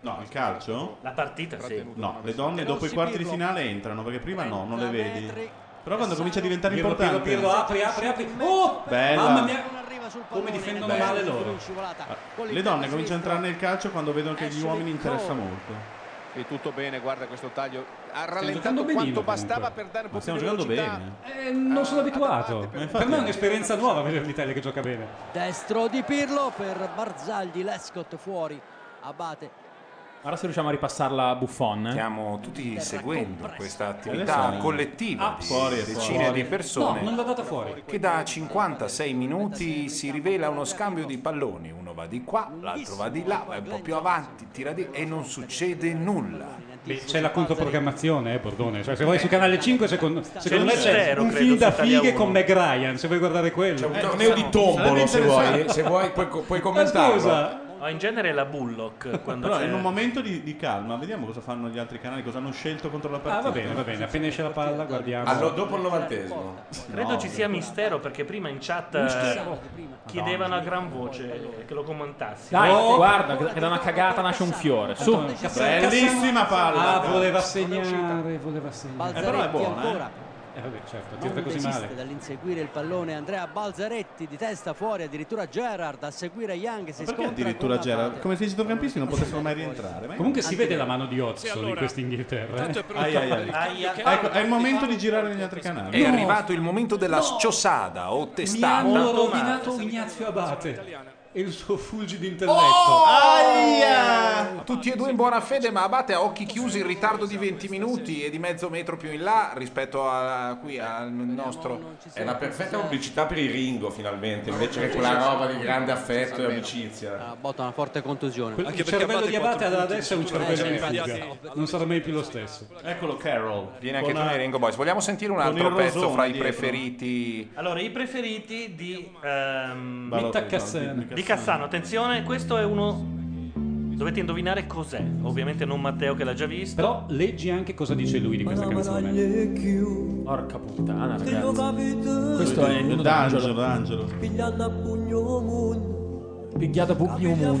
No, il calcio? La partita, sì. No, le donne dopo i quarti di finale entrano perché prima no, non le vedi. Però quando comincia a diventare Pirlo, Pirlo, importante. Pirlo, apri, apri, apri. Oh, Bella. mamma mia, come difendono Bella. male loro. Ah, Le donne cominciano a entrare nel calcio quando vedono che gli uomini interessa molto. E tutto bene, guarda questo taglio. Ha giocando rallentato benino, quanto comunque. bastava per dare un po' Ma più stiamo di giocando velocità. bene. Eh, non sono abituato. Per me è un'esperienza nuova vedere l'Italia che gioca bene. destro di Pirlo per Barzagli Lescott fuori Abate Ora se riusciamo a ripassarla a Buffon. eh. Stiamo tutti seguendo questa attività Adesso- collettiva Ah, di fuori, decine fuori. di persone No, non l'ha data fuori. che da 56 minuti si rivela uno scambio di palloni uno va di qua, l'altro va di là va un po' più avanti, tira di e non succede nulla Beh, c'è la controprogrammazione, eh, Bordone. Cioè, se vai su canale 5, secondo, secondo un me c'è mistero, un credo, film da su Italia fighe uno. con Meg Ryan. Se vuoi guardare quello, Eh, un torneo di tombolo, se vuoi. Se vuoi puoi, puoi Ma commentarlo. scusa, No, in genere è la Bullock quando Però c'è- in un momento di, di calma, vediamo cosa fanno gli altri canali, cosa hanno scelto contro la partita. Ah, va bene, va bene, appena esce la palla guardiamo. Allora, dopo il novantesimo. Credo ci sia mistero perché prima in chat eh, Mistero. chiedevano a gran voce che lo commentassi. Dai, Oh! guarda, che che da una cagata nasce un fiore. Su. Ah, voleva segnare, voleva segnare. Eh, però è buona, eh. ancora. Eh, vabbè, certo, non tirata così desiste male. dall'inseguire il pallone Andrea Balzaretti di testa fuori addirittura Gerard a seguire Young si Perché scontra addirittura con Gerard? Come se i centrocampisti non potessero mai rientrare. ma- Comunque si vede la mano di Hudson in questa Inghilterra. eh. Ai, ai, ai. Ecco, è il momento di girare negli altri canali. è arrivato il momento della sciossata o Mi hanno testata rovinato Ignazio Abate e il suo fulgi di intelletto. Oh! Aia! Tutti e due in buona fede, ma Abate a occhi chiusi in ritardo di 20 minuti e di mezzo metro più in là rispetto a, qui al nostro. È una perfetta pubblicità per il Ringo, finalmente, invece che quella roba di grande affetto e amicizia. Botta una forte contusione. Quel- il cervello di Abate alla destra è un cervello Eh, in fuga. Non sarà mai più lo stesso. Eccolo Carol. Viene anche Con tu nei la- Ringo Boys. Vogliamo sentire un con altro il pezzo rosone fra i dietro. preferiti. Allora, i preferiti di ehm, Balotelli, Mitta no, Cassano. di- Di Cassano, attenzione, questo è uno dovete indovinare cos'è. Ovviamente non Matteo che l'ha già visto. Però leggi anche cosa dice lui di questa canzone. Porca puttana, Te ragazzi. Questo è il mio D'Angelo, d'angelo. d'angelo. Pigliata pugno mondo.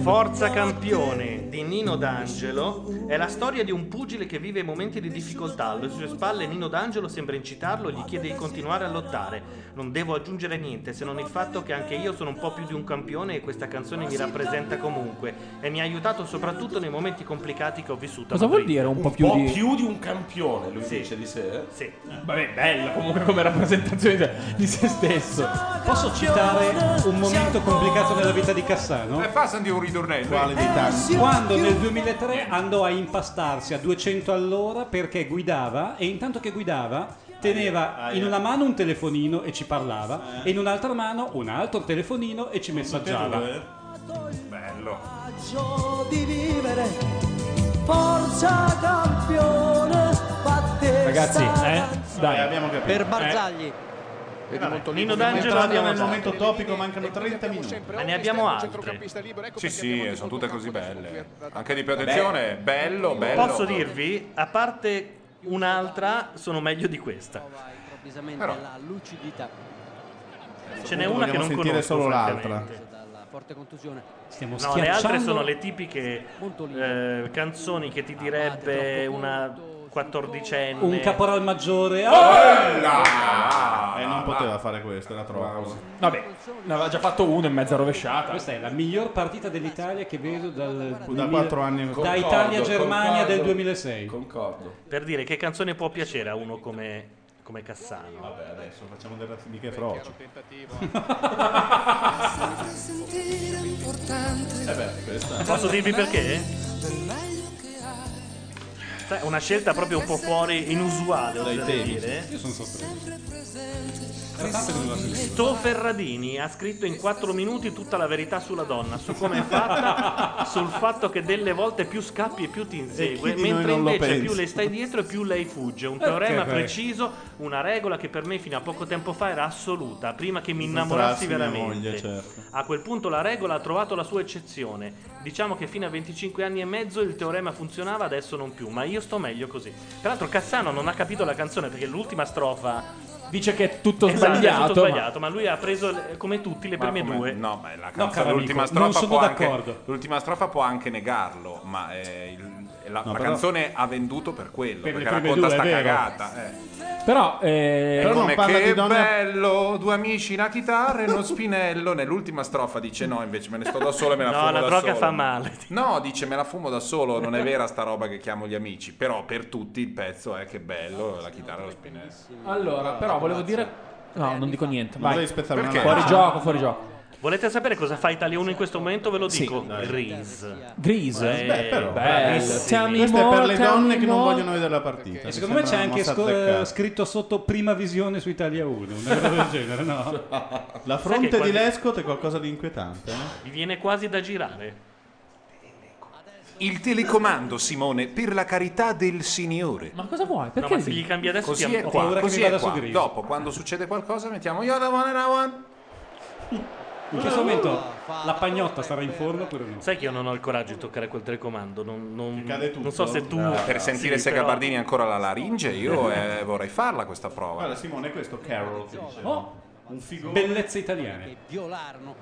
Forza Campione di Nino D'Angelo è la storia di un pugile che vive momenti di difficoltà. Alle sue spalle Nino D'Angelo sembra incitarlo e gli chiede di continuare a lottare. Non devo aggiungere niente se non il fatto che anche io sono un po' più di un campione e questa canzone mi rappresenta comunque e mi ha aiutato soprattutto nei momenti complicati che ho vissuto. Cosa vuol dire un po' più di. un campione, lui dice di sé. Sì. Vabbè, bella comunque come rappresentazione di- di se stesso. Posso citare un momento complicato nella vita di Cassano? Eh, fa sentire un ritornello. Eh, Quando nel 2003 andò a impastarsi a 200 all'ora perché guidava e intanto che guidava teneva in una mano un telefonino e ci parlava Eh. e in un'altra mano un altro telefonino e ci messaggiava. Bello. Coraggio di vivere, forza campione, batte Ragazzi, eh? Dai, abbiamo capito. Eh. per Barzagli Nino D'Angelo Entrando abbiamo nel già. momento topico, mancano 30 minuti. Ma ne abbiamo altri. Ecco Sì, sì, eh, sono tutte così belle. Anche di più attenzione, bello, bello. Posso dirvi, a parte un'altra, sono meglio di questa. improvvisamente Però- la lucidità Ce n'è una che non sentire conosco solo francamente. l'altra. dalla forte contusione Stiamo No, le altre sono le tipiche eh, canzoni che ti direbbe una quattordicenne. Un caporal maggiore. Ah! e Ah, Eh, non poteva fare questo, era troppo. Vabbè, ne aveva già fatto uno e mezza rovesciata. Questa è la miglior partita dell'Italia che vedo dal, Da quattro anni. Ah, da Italia-Germania del 2006. Concordo. Per dire che canzone può piacere a uno come, come Cassano. Vabbè, adesso facciamo delle mica froci. sentire importante. Posso dirvi perché? Sai, Una scelta proprio un po' fuori, inusuale, Dai oserei temi. dire. Io sono sorpreso. Sto Ferradini ha scritto in 4 minuti tutta la verità sulla donna, su come è fatta, sul fatto che delle volte più scappi e più ti insegue, E chi di noi mentre non lo invece pensa? più le stai dietro e più lei fugge. Un Perché teorema fai? preciso, una regola che per me fino a poco tempo fa era assoluta, prima che mi innamorassi Innamorarsi veramente. Moglie, certo. A quel punto la regola ha trovato la sua eccezione. Diciamo che fino a 25 anni e mezzo il teorema funzionava, adesso non più, ma io sto meglio così. Tra l'altro Cassano non ha capito la canzone perché l'ultima strofa Dice che è tutto Esatto, è sbagliato. tutto ma- sbagliato, ma... lui ha preso le- come tutti le Ma prime come- due. No, ma la No, canzone, caro l'ultima, amico, strofa non sono può anche, d'accordo. l'ultima strofa può anche negarlo, ma eh, il- la, No, la però- canzone ha venduto per quello, Per le perché prime racconta due, è sta vero. cagata. eh. Però, eh, È come che bello, due amici, una chitarra e uno spinello. Nell'ultima strofa dice no, invece me ne sto da solo e me la No, fumo la da droga solo. fa male. No, dice me la fumo da solo, non è vera sta roba che chiamo gli amici. Però per tutti il pezzo è che bello, la chitarra e lo spinello. Allora, però volevo dire... No, non dico niente. Vai. Vorrei spezzare una Fuori lancia. gioco, fuori gioco. Volete sapere cosa fa Italia 1 in questo momento? Ve lo Sì, dico. dai. Grease. Grease? Eh, Beh, però, bravissimi. bello. Tell me Questo è per more, le tell donne me che non more. vogliono vedere la partita. E secondo me c'è anche sco- eh, scorsa scritto sotto prima visione su Italia 1, una cosa del genere, no? (laughs) La Sai che fronte di quasi- Lescott è qualcosa di inquietante. no? Mi viene quasi da girare. Il telecomando, Simone, per la carità del Signore. Ma cosa vuoi? Perché ma sì? se gli cambia adesso Così ti è qua, am- ho paura così che mi è vada qua. su Grease. Dopo, quando succede qualcosa, mettiamo You're the one and I want. In questo momento la pagnotta sarà in forno oppure no? Sai che io non ho il coraggio di toccare quel telecomando. Non, non- cade tutto? Ah. non so se tu. No, per sentire Sì, se però- Gabardini ha ancora la laringe, io eh, vorrei farla questa prova. Guarda, Simone, questo Carol che diceva. un figone. Oh, Bellezze italiane. Che violarono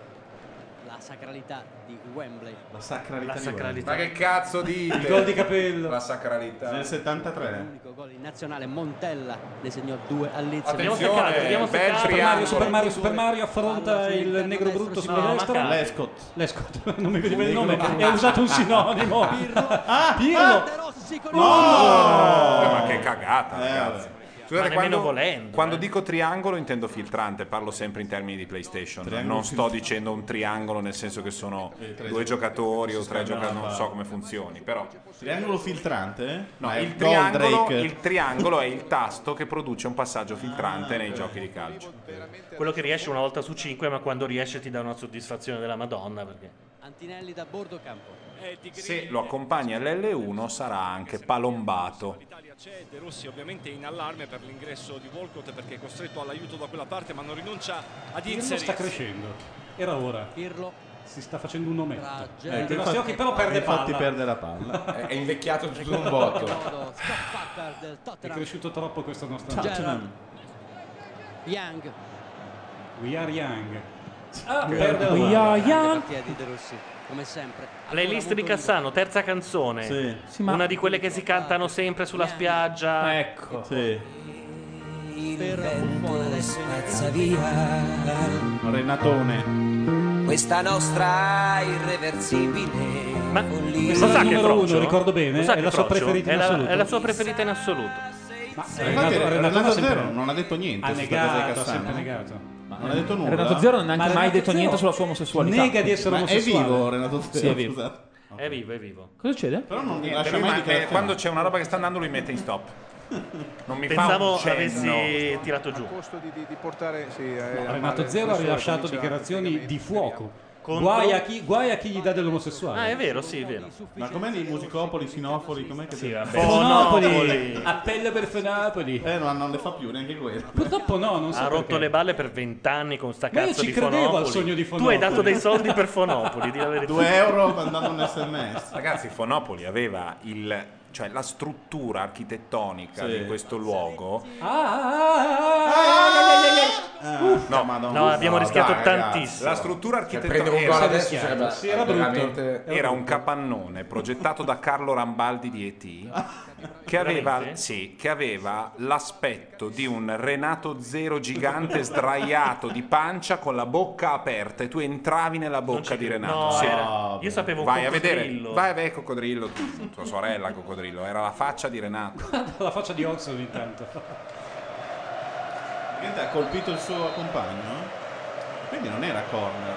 la sacralità di Wembley. La sacralità La di sacralità. Wembley. Ma che cazzo dite? (laughs) Il gol di capello. La sacralità. Nel 73. L'unico gol in nazionale Montella ne segnò due all'Izio. Attenzione, Abbiamo seccato, Eh, abbiamo bel Eh, seccato. Super Mario, Super Mario, Super Mario affronta il negro brutto sulla no, ma destra. cazzo. Lescott. Lescott, (laughs) non mi veniva il nome, Negro e brutto. ha usato un sinonimo. Ah, Pirlo! Eh, ma che cagata, ragazzi. Scusate, Ma nemmeno quando, volendo, quando dico triangolo intendo filtrante, parlo sempre in termini di PlayStation. Triangolo Eh, non sto dicendo un triangolo nel senso che sono tre due giocatori, giocatori o si tre giocatori, scambiano non la so come funzioni, però Triangolo filtrante? No, Ma è il Goldrake. triangolo, il triangolo è il tasto che produce un passaggio filtrante nei giochi di calcio. Quello che riesce una volta su cinque, ma quando riesce ti dà una soddisfazione della Madonna. Perché. Antinelli da bordo campo. Se lo accompagna all'L1 sarà anche palombato. Italia c'è, De Rossi ovviamente in allarme per l'ingresso di Volcott perché è costretto all'aiuto da quella parte ma non rinuncia ad Pirlo inserirsi. sta crescendo. Era ora. Si sta facendo un ometto. Ecco, Gerard Eh, De Rossi, e occhi, però perde infatti palla. perde (laughs) la palla. È- è invecchiato giù un botto. È cresciuto troppo questo nostro Tottenham. Young. We are Eh, young. Eh, perde la We palla. are Grande young. partita di De Rossi, come sempre. Playlist di Cassano, terza canzone. Sì. Sì, ma- Una di quelle che si cantano sempre sulla Ah, spiaggia. Ecco. Per un po' adesso spazza via Renatone. questa nostra irreversibile Ma follia. sa che è numero uno, ricordo bene, Lo sa è che la sua Frocio? preferita in È la- assoluto. È la sua preferita in assoluto. Eh, Infatti, Renato Zero non ha detto niente. Ha su questa cosa di negato, ha Cassano. sempre negato. Ma non ha detto nulla. Renato Zero non ha Ma neanche mai Renato detto Zero niente sulla sua omosessualità. nega di essere Ma è omosessuale. vivo Renato Zero, Sì, è vivo. scusate. È vivo, è vivo. Cosa succede? Però non Niente, lascia lui mai ma- eh, dichiarazioni. quando c'è una roba che sta andando lui mette in stop. Non mi fa Pensavo un cenno. avessi tirato giù. Renato Zero ha rilasciato dichiarazioni di fuoco. Contro- Guai a, chi, guai a chi gli dà dell'omosessuale. Ah, è vero, sì, è vero. Ma com'è nei musicopoli, sinofoli, com'è che... Sì, Fonopoli. Ah, Appello per Fonopoli! Eh, no, non le fa più neanche quello. Purtroppo no, non so ha rotto perché. le balle per vent'anni con sta Ma io cazzo ci di credevo Fonopoli. al sogno di Tu hai Fonopoli. dato dei soldi per Fonopoli, di la verità. Due euro mandando un sms. Ragazzi, Fonopoli aveva il cioè la struttura architettonica di questo luogo Eh, No, no, abbiamo rischiato tantissimo. La struttura architettonica Prendere un gol Cioè, adesso era, sarebbe Sì, era brutto. veramente- Era era un brutto. capannone progettato da Carlo Rambaldi di (laughs) E.T. Che aveva, sì, che aveva l'aspetto di un Renato Zero gigante sdraiato di pancia con la bocca aperta e tu entravi nella bocca di Renato. No, Sì. era- io sapevo un vai a vedere, coccodrillo. vai a vedere Coccodrillo, tu- tua sorella Coccodrillo, era la faccia di Renato. (laughs) La faccia di Oxford intanto. Niente, ha colpito il suo compagno? Quindi non era corner.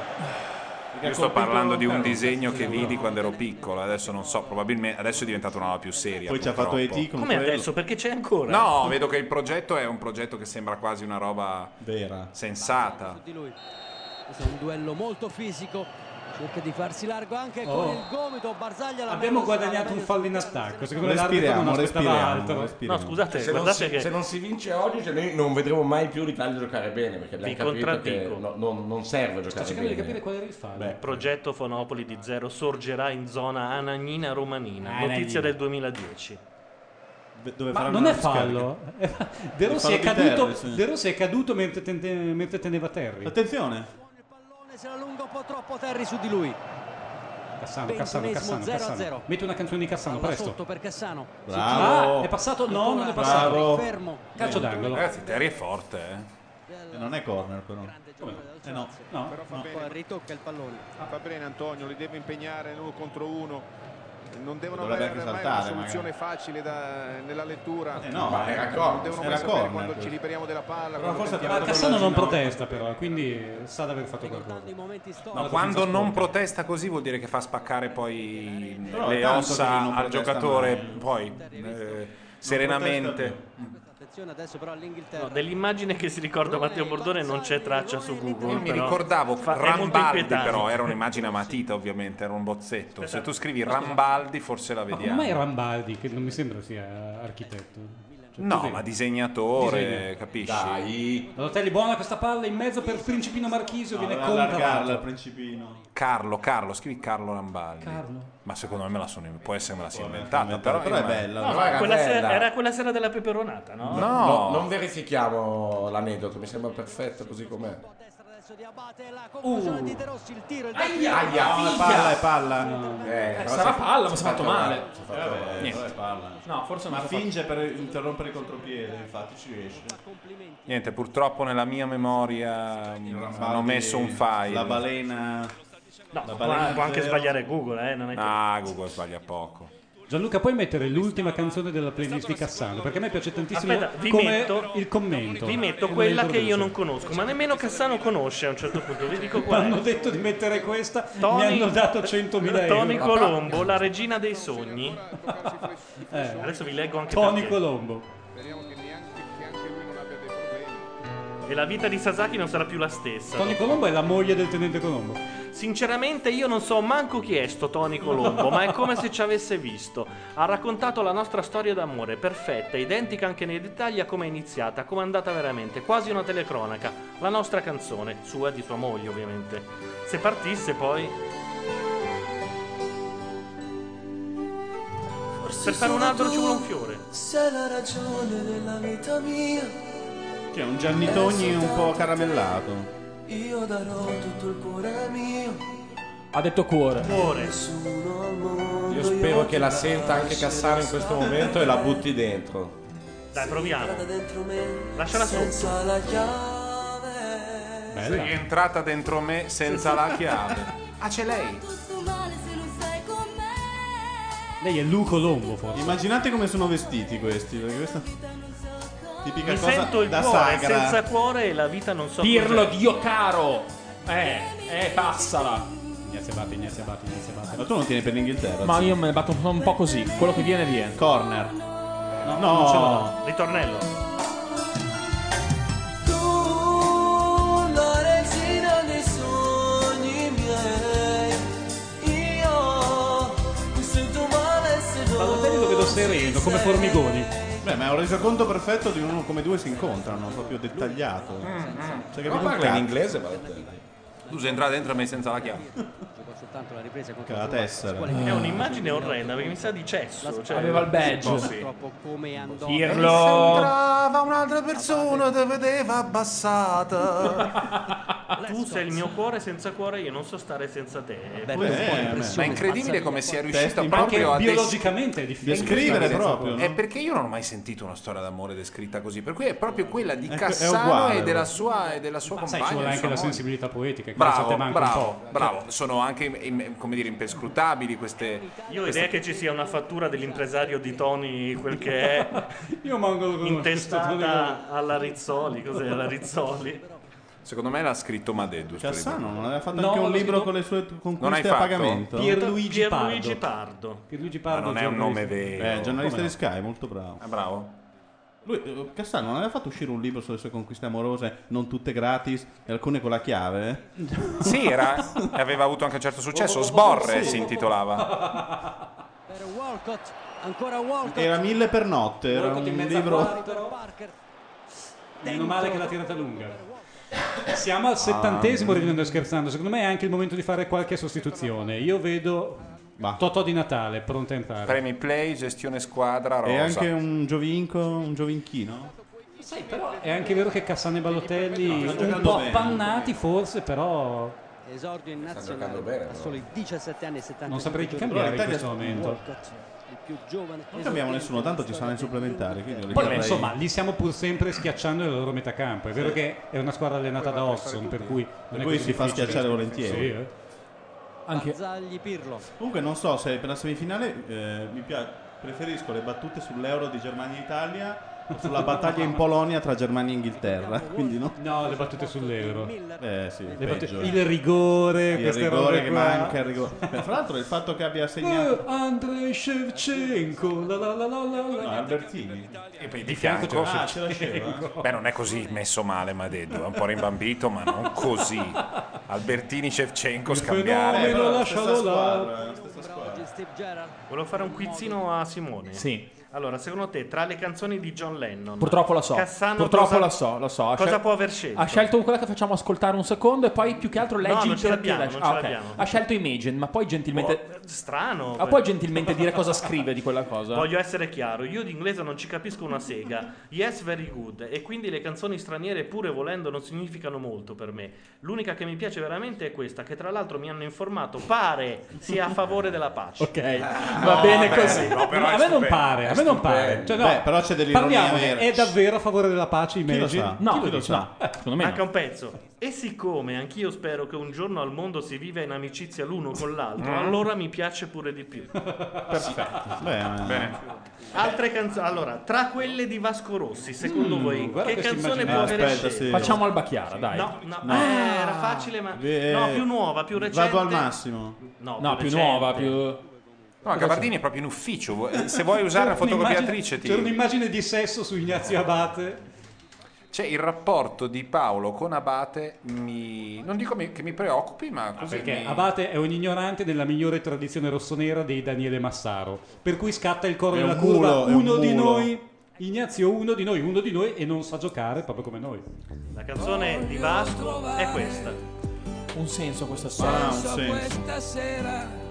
Perché Io ha sto colpito parlando di un Caruso. disegno che vidi quando ero piccolo, adesso non so, probabilmente adesso è diventata una roba più seria. Poi ci ha purtroppo. fatto E.T. con Come adesso? Perché c'è ancora? eh. No, vedo che il progetto è un progetto che sembra quasi una roba vera, sensata. di lui. Questo è un duello molto fisico. Cerca di farsi largo anche Oh. con il gomito. Barzaglia la Abbiamo mano guadagnato sulla un fallo in attacco. Secondo me l'arbitro Respiriamo, non aspettava respiriamo, altro. respiriamo. se non si, che se non si vince oggi, cioè, noi non vedremo mai più l'Italia giocare bene perché abbiamo Vi capito che contraddico. no- non, non serve Sto giocare cercando bene. di capire qual era il fallo. Il progetto Fonopoli di Zero sorgerà in zona Anagnina Romanina, Anagnina. notizia del 2010. Dove Ma non è fallo. (laughs) De Rossi, è Il fallo di caduto, Terry, sì. De Rossi è caduto mentre, tente- mentre teneva Terry. Attenzione. pallone, Se la allunga un po' troppo Terry su di lui. Cassano, Cassano, Ventunesimo, Cassano, zero a Cassano. zero. Metti una canzone di Cassano, Palla presto. sotto per Cassano. Si Bravo. gira. Ah, è passato? No, non è Ancora passato. Terry, Fermo. Calcio d'angolo. Ragazzi, Terry è forte, eh. Eh, Non è corner però. Eh no, Però fa no. bene. Ritocca il pallone. Fa bene Antonio, li deve impegnare l'uno contro uno. Non devono Dovrebbe avere anche mai una saltare, soluzione facile da- nella lettura. Eh no, Ma era non corner, devono mai era sapere corner quando questo. ci liberiamo della palla. Però quando forse ha tiriamo- Ma Cassano non protesta però, quindi sa di aver fatto qualcosa. Ma quando non protesta così vuol dire che fa spaccare poi Però è le tanto che ossa non al protesta giocatore, mai. poi eh, serenamente. Attenzione adesso però all'Inghilterra. No, dell'immagine che si ricorda Matteo Bordone non c'è traccia su Google. Io mi però ricordavo fa- è molto Rambaldi, inquietante. però (laughs) era un'immagine a matita, ovviamente, era un bozzetto. Se tu scrivi Rambaldi, forse la Ma come mai vediamo. Rambaldi, che non mi sembra sia architetto? Cioè, No, cos'è? ma disegnatore, Disegna. capisci? Donatelli, buona questa palla in mezzo per Principino Marchisio, viene contrallargata. al principino. Carlo, Carlo, scrivi Carlo Rambaldi. Carlo. Ma secondo me me la sono, può essere me la sia inventata, inventata, però, però è bella, No, quella sera- era quella sera della peperonata, no? No, non verifichiamo l'aneddoto, mi sembra perfetto così com'è. Conclusione Uh. di De Rossi, il tiro, il Aia, tiro. no, è palla, è palla. Eh, però sarà si- palla, ma si si è fatto male. si è fatto Eh, vabbè, male. però è palla. No, forse non Ma si è finge per interrompere il contropiede, infatti ci riesce. Niente, purtroppo nella mia memoria mh, hanno messo un file. La balena. No, la può- può anche zero. sbagliare Google, eh, non è che- Ah, Google sbaglia poco. Gianluca, puoi mettere l'ultima canzone della playlist di Cassano? Perché a me piace tantissimo Aspetta, vi come metto- il commento. Vi metto Come quella che l'introduce. io non conosco, ma nemmeno Cassano conosce a un certo punto. Vi dico qual è. Hanno detto di mettere questa, Tony- mi hanno dato 100.000 euro. Tony Colombo, la regina dei sogni. Eh. Adesso vi leggo anche Tony perché. Colombo. Speriamo che neanche, che anche lui non abbia dei problemi. E la vita di Sasaki non sarà più la stessa. Tony Colombo è la moglie del tenente Colombo. Sinceramente io non so manco chi è sto Tony Colombo, ma è come se ci avesse visto. Ha raccontato la nostra storia d'amore, perfetta, identica anche nei dettagli a come è iniziata, come è andata veramente, quasi una telecronaca. La nostra canzone, sua e di sua moglie ovviamente. Se partisse poi... Per fare un albero ci vuole un fiore. Sei la ragione della vita mia, Che è un Gianni Togni un po' caramellato. io darò tutto il cuore mio. Ha detto cuore. Nessuno al mondo. Io spero che la senta anche Cassano in questo momento e la butti dentro. Dai, proviamo. Lasciala senza la chiave. Sei entrata dentro me senza la chiave. Ah, c'è lei. Lei è Lu Colombo forse. Immaginate come sono vestiti questi, perché questa tipica Mi cosa sento il da cuore sagra. senza cuore e la vita non so Pirlo, cos'è. Dio caro! Eh, eh, passala! Ignazio Abate, Ignazio Abate, Ignazio Abate. Ma tu non tieni per l'Inghilterra? Ma sì. io me ne batto un po', un po' così, quello che viene viene. Corner. No, non ce no. l'ho. Ritornello. Tu, la regina dei sogni miei, io mi sento male se Balotelli lo vedo sereno, come Formigoni. Beh, ma è un resoconto perfetto di Mm, uno come due si incontrano, proprio dettagliato. Cioè, Ma un parla in cazzo. inglese, Balotelli. Tu sei entrato dentro e me senza la chiave. soltanto la ripresa con la tessera. È un'immagine orrenda perché mi sa di cesso. Cioè, Aveva il badge. Oh, sì. come andò Sembrava un'altra persona, te vedeva abbassata. tu sei il mio cuore senza cuore, io non so stare senza te. Beh, Eh, ma è incredibile come sia riuscito Testi proprio a proprio des- biologicamente è difficile. Incredibile, Descrivere senza- proprio, È no? perché io non ho mai sentito una storia d'amore descritta così. Per cui è proprio quella di È- è Cassano uguale, e della guarda. sua, e della sua Sai, compagna. ci vuole del anche suo la amore. sensibilità poetica, che forse a Bravo, te manca un bravo, po'. bravo. Sono anche im- come dire, imperscrutabili queste. Io ho queste- idea che ci sia una fattura dell'impresario di Tony, quel che è Io manco lo intestata alla Rizzoli. Cos'è alla Rizzoli? Secondo me l'ha scritto Madeddu. sto Cassano libro. non aveva fatto No, anche un lo libro scrivo- con le sue t- Non hai conquiste a fatto? pagamento? Pierluigi Pardo. Pierluigi Ma non è un nome vero. Eh, giornalista Come di no? Sky, molto bravo. Ah, bravo. Lui, eh, Cassano, non aveva fatto uscire un libro sulle sue conquiste amorose, non tutte gratis, e alcune con la chiave? (laughs) Oh, Sì, era, aveva avuto anche un certo Oh, successo. Sborre si intitolava. (laughs) per Walcott ancora Walcott Era mille per notte, era un Boicott in mezzo al libro... quadro. Meno male che l'ha tirata lunga. Siamo al Ah. settantesimo ridendo e scherzando. Secondo me è anche il momento di fare qualche sostituzione. Io vedo Totò di Natale, pronto a entrare. Premi play, gestione squadra, rosa. E anche un giovinco, un giovinchino? Sai, però è anche vero che Cassano e Balotelli No, sta un giocando po' bene. appannati forse, però esordio in nazionale giocando bene, a però. soli 17 anni e 70 Non saprei chi cambiare in questo momento. Walcott, cioè, il più giovane Non cambiamo nessuno, tanto ci saranno i supplementari, quindi non li Poi, farei. insomma, li stiamo pur sempre schiacciando nella loro metà campo. È vero Sì. che è una squadra allenata da Hodgson, per cui non Per è cui così si fa difficile. schiacciare volentieri. Sì, eh. Anche- Barzagli Pirlo Comunque non so se per la semifinale eh, mi piace, preferisco le battute sull'euro di Germania e Italia o sulla battaglia in Polonia tra Germania (laughs) e Inghilterra, quindi no? No, le battute sull'euro. Eh sì, Le battute- peggio. il rigore, il queste rigore robe che qua. manca, il rigore. Beh, fra l'altro il fatto che abbia (laughs) segnato Eh, Andrei Shevchenko, la la la la la la. No, Ah, Albertini. E poi Di fianco c'era- Ah, ce (laughs) la scema. Beh, non è così messo male Madeddu, è un po' rimbambito, ma non così. Albertini Shevchenko scambiare. fenomeno, Però- lascialo là. squadra, eh, stessa squadra. Volevo fare un quizzino a Simone. Sì. Allora, secondo te, tra le canzoni di John Lennon, Purtroppo la so. Cassano Purtroppo cosa- la so, Cioè, la so. Ha cosa scel- può aver scelto? Ha scelto quella che facciamo ascoltare un secondo e poi più che altro leggi No, non il ce l'abbiamo, trattileggi. non ce Ah, ok. l'abbiamo. Ha scelto Imagine, ma poi gentilmente Oh, strano. Ma puoi gentilmente dire cosa scrive (laughs) di quella cosa? Voglio essere chiaro, io di inglese non ci capisco una sega. Yes, very good. E quindi le canzoni straniere, pure volendo, non significano molto per me. L'unica che mi piace veramente è questa, che tra l'altro mi hanno informato, pare sia a favore della pace. Ok, Ah, va bene così. a me non pare, a me non pare. Cioè, no, Beh, però c'è dell'ironia parliamone. vera. È davvero a favore della pace lo Imagine? sa? No, Chi lo no. sa? Eh, Manca un pezzo. E siccome anch'io spero che un giorno al mondo si viva in amicizia l'uno con l'altro, Mm. allora mi piace pure di più. Perfetto. Bene. Altre canzoni. Allora, tra quelle di Vasco Rossi, Mm, secondo voi, Mm, guarda che questa canzone immagine. può Eh, Ah, avere aspetta, scelto? sì. Facciamo Alba Chiara, dai. No, no, No. eh, era facile, ma Beh, no, più nuova, più recente. Vado al massimo. No, No, più più nuova, recente. più No, Gabardini è proprio in ufficio. eh, vuoi- Se vuoi usare la C'era un'immagine- fotocopiatrice, C'era ti... un'immagine di sesso su Eh. Ignazio Abate. Cioè, il rapporto di Paolo con Abate mi. Non dico mi- che mi preoccupi, ma così. Perché Eh. mi- Abate è un ignorante della migliore tradizione rossonera dei Daniele Massaro. Per cui scatta il coro È un della mulo, curva. è un Uno di mulo. noi. Ignazio, uno di noi, uno di noi e non sa giocare proprio come noi. La canzone di Vasco è questa. un senso a questa storia. Ah, un senso. Questa sera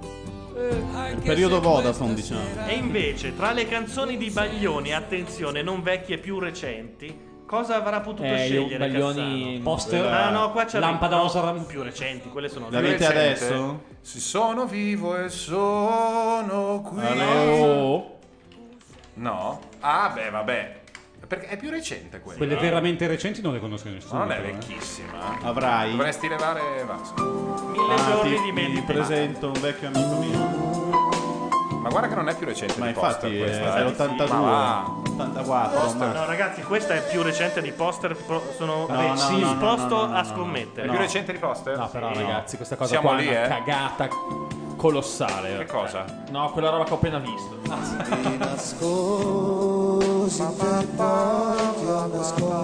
Il periodo Vodafone, diciamo. E invece, tra le canzoni di Baglioni, attenzione, non vecchie più recenti, cosa avrà potuto Eh, io scegliere Baglioni- Cassano? Poster- Ah, no, qua c'è Lampada no, Osram. più recenti, quelle sono La più vita recenti. adesso? Sì, sono vivo e sono qui. Aleo. No? Ah, beh, vabbè. Perché è più recente quella. Quelle veramente recenti non le conosco Ma nessuno. non è però, eh. vecchissima. Avrai. Dovresti levare Vasco. Mille Ah, giorni ti- di ti meditate. presento un vecchio amico mio. Ma guarda che non è più recente. Ma di infatti eh. Poster è, questa, eh. è l'82, Ma va. 84. ma- No, ragazzi, questa è più recente di poster. pro- sono No, no, sì, no, no, disposto no, no, no, a no. scommettere. È più recente di poster? No, però Sì. ragazzi, questa cosa Siamo qua lì, è una eh. cagata colossale. Che cosa? Ah, No, quella roba che ho appena visto. nascondo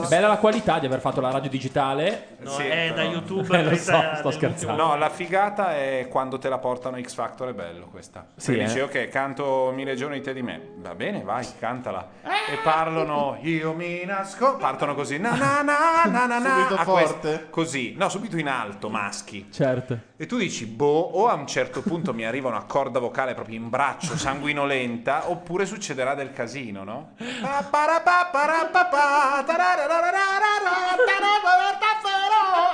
Bella la qualità di aver fatto la radio digitale. No, è da YouTube, (laughs) Eh, lo so, presa sto scherzando. No, la figata è quando te la portano X Factor, è bello questa. Sì, Sì, eh. dici, ok, canto mille giorni di te di me. Va bene, vai, cantala. Ah! E parlano, io mi nasco. Partono così, na na na na na na. Subito a quest- Così, no, subito in alto, maschi. Certo. E tu dici, boh, o a un certo punto mi arriva una corda vocale proprio in braccio, sanguinolenta, oppure succederà del casino, no?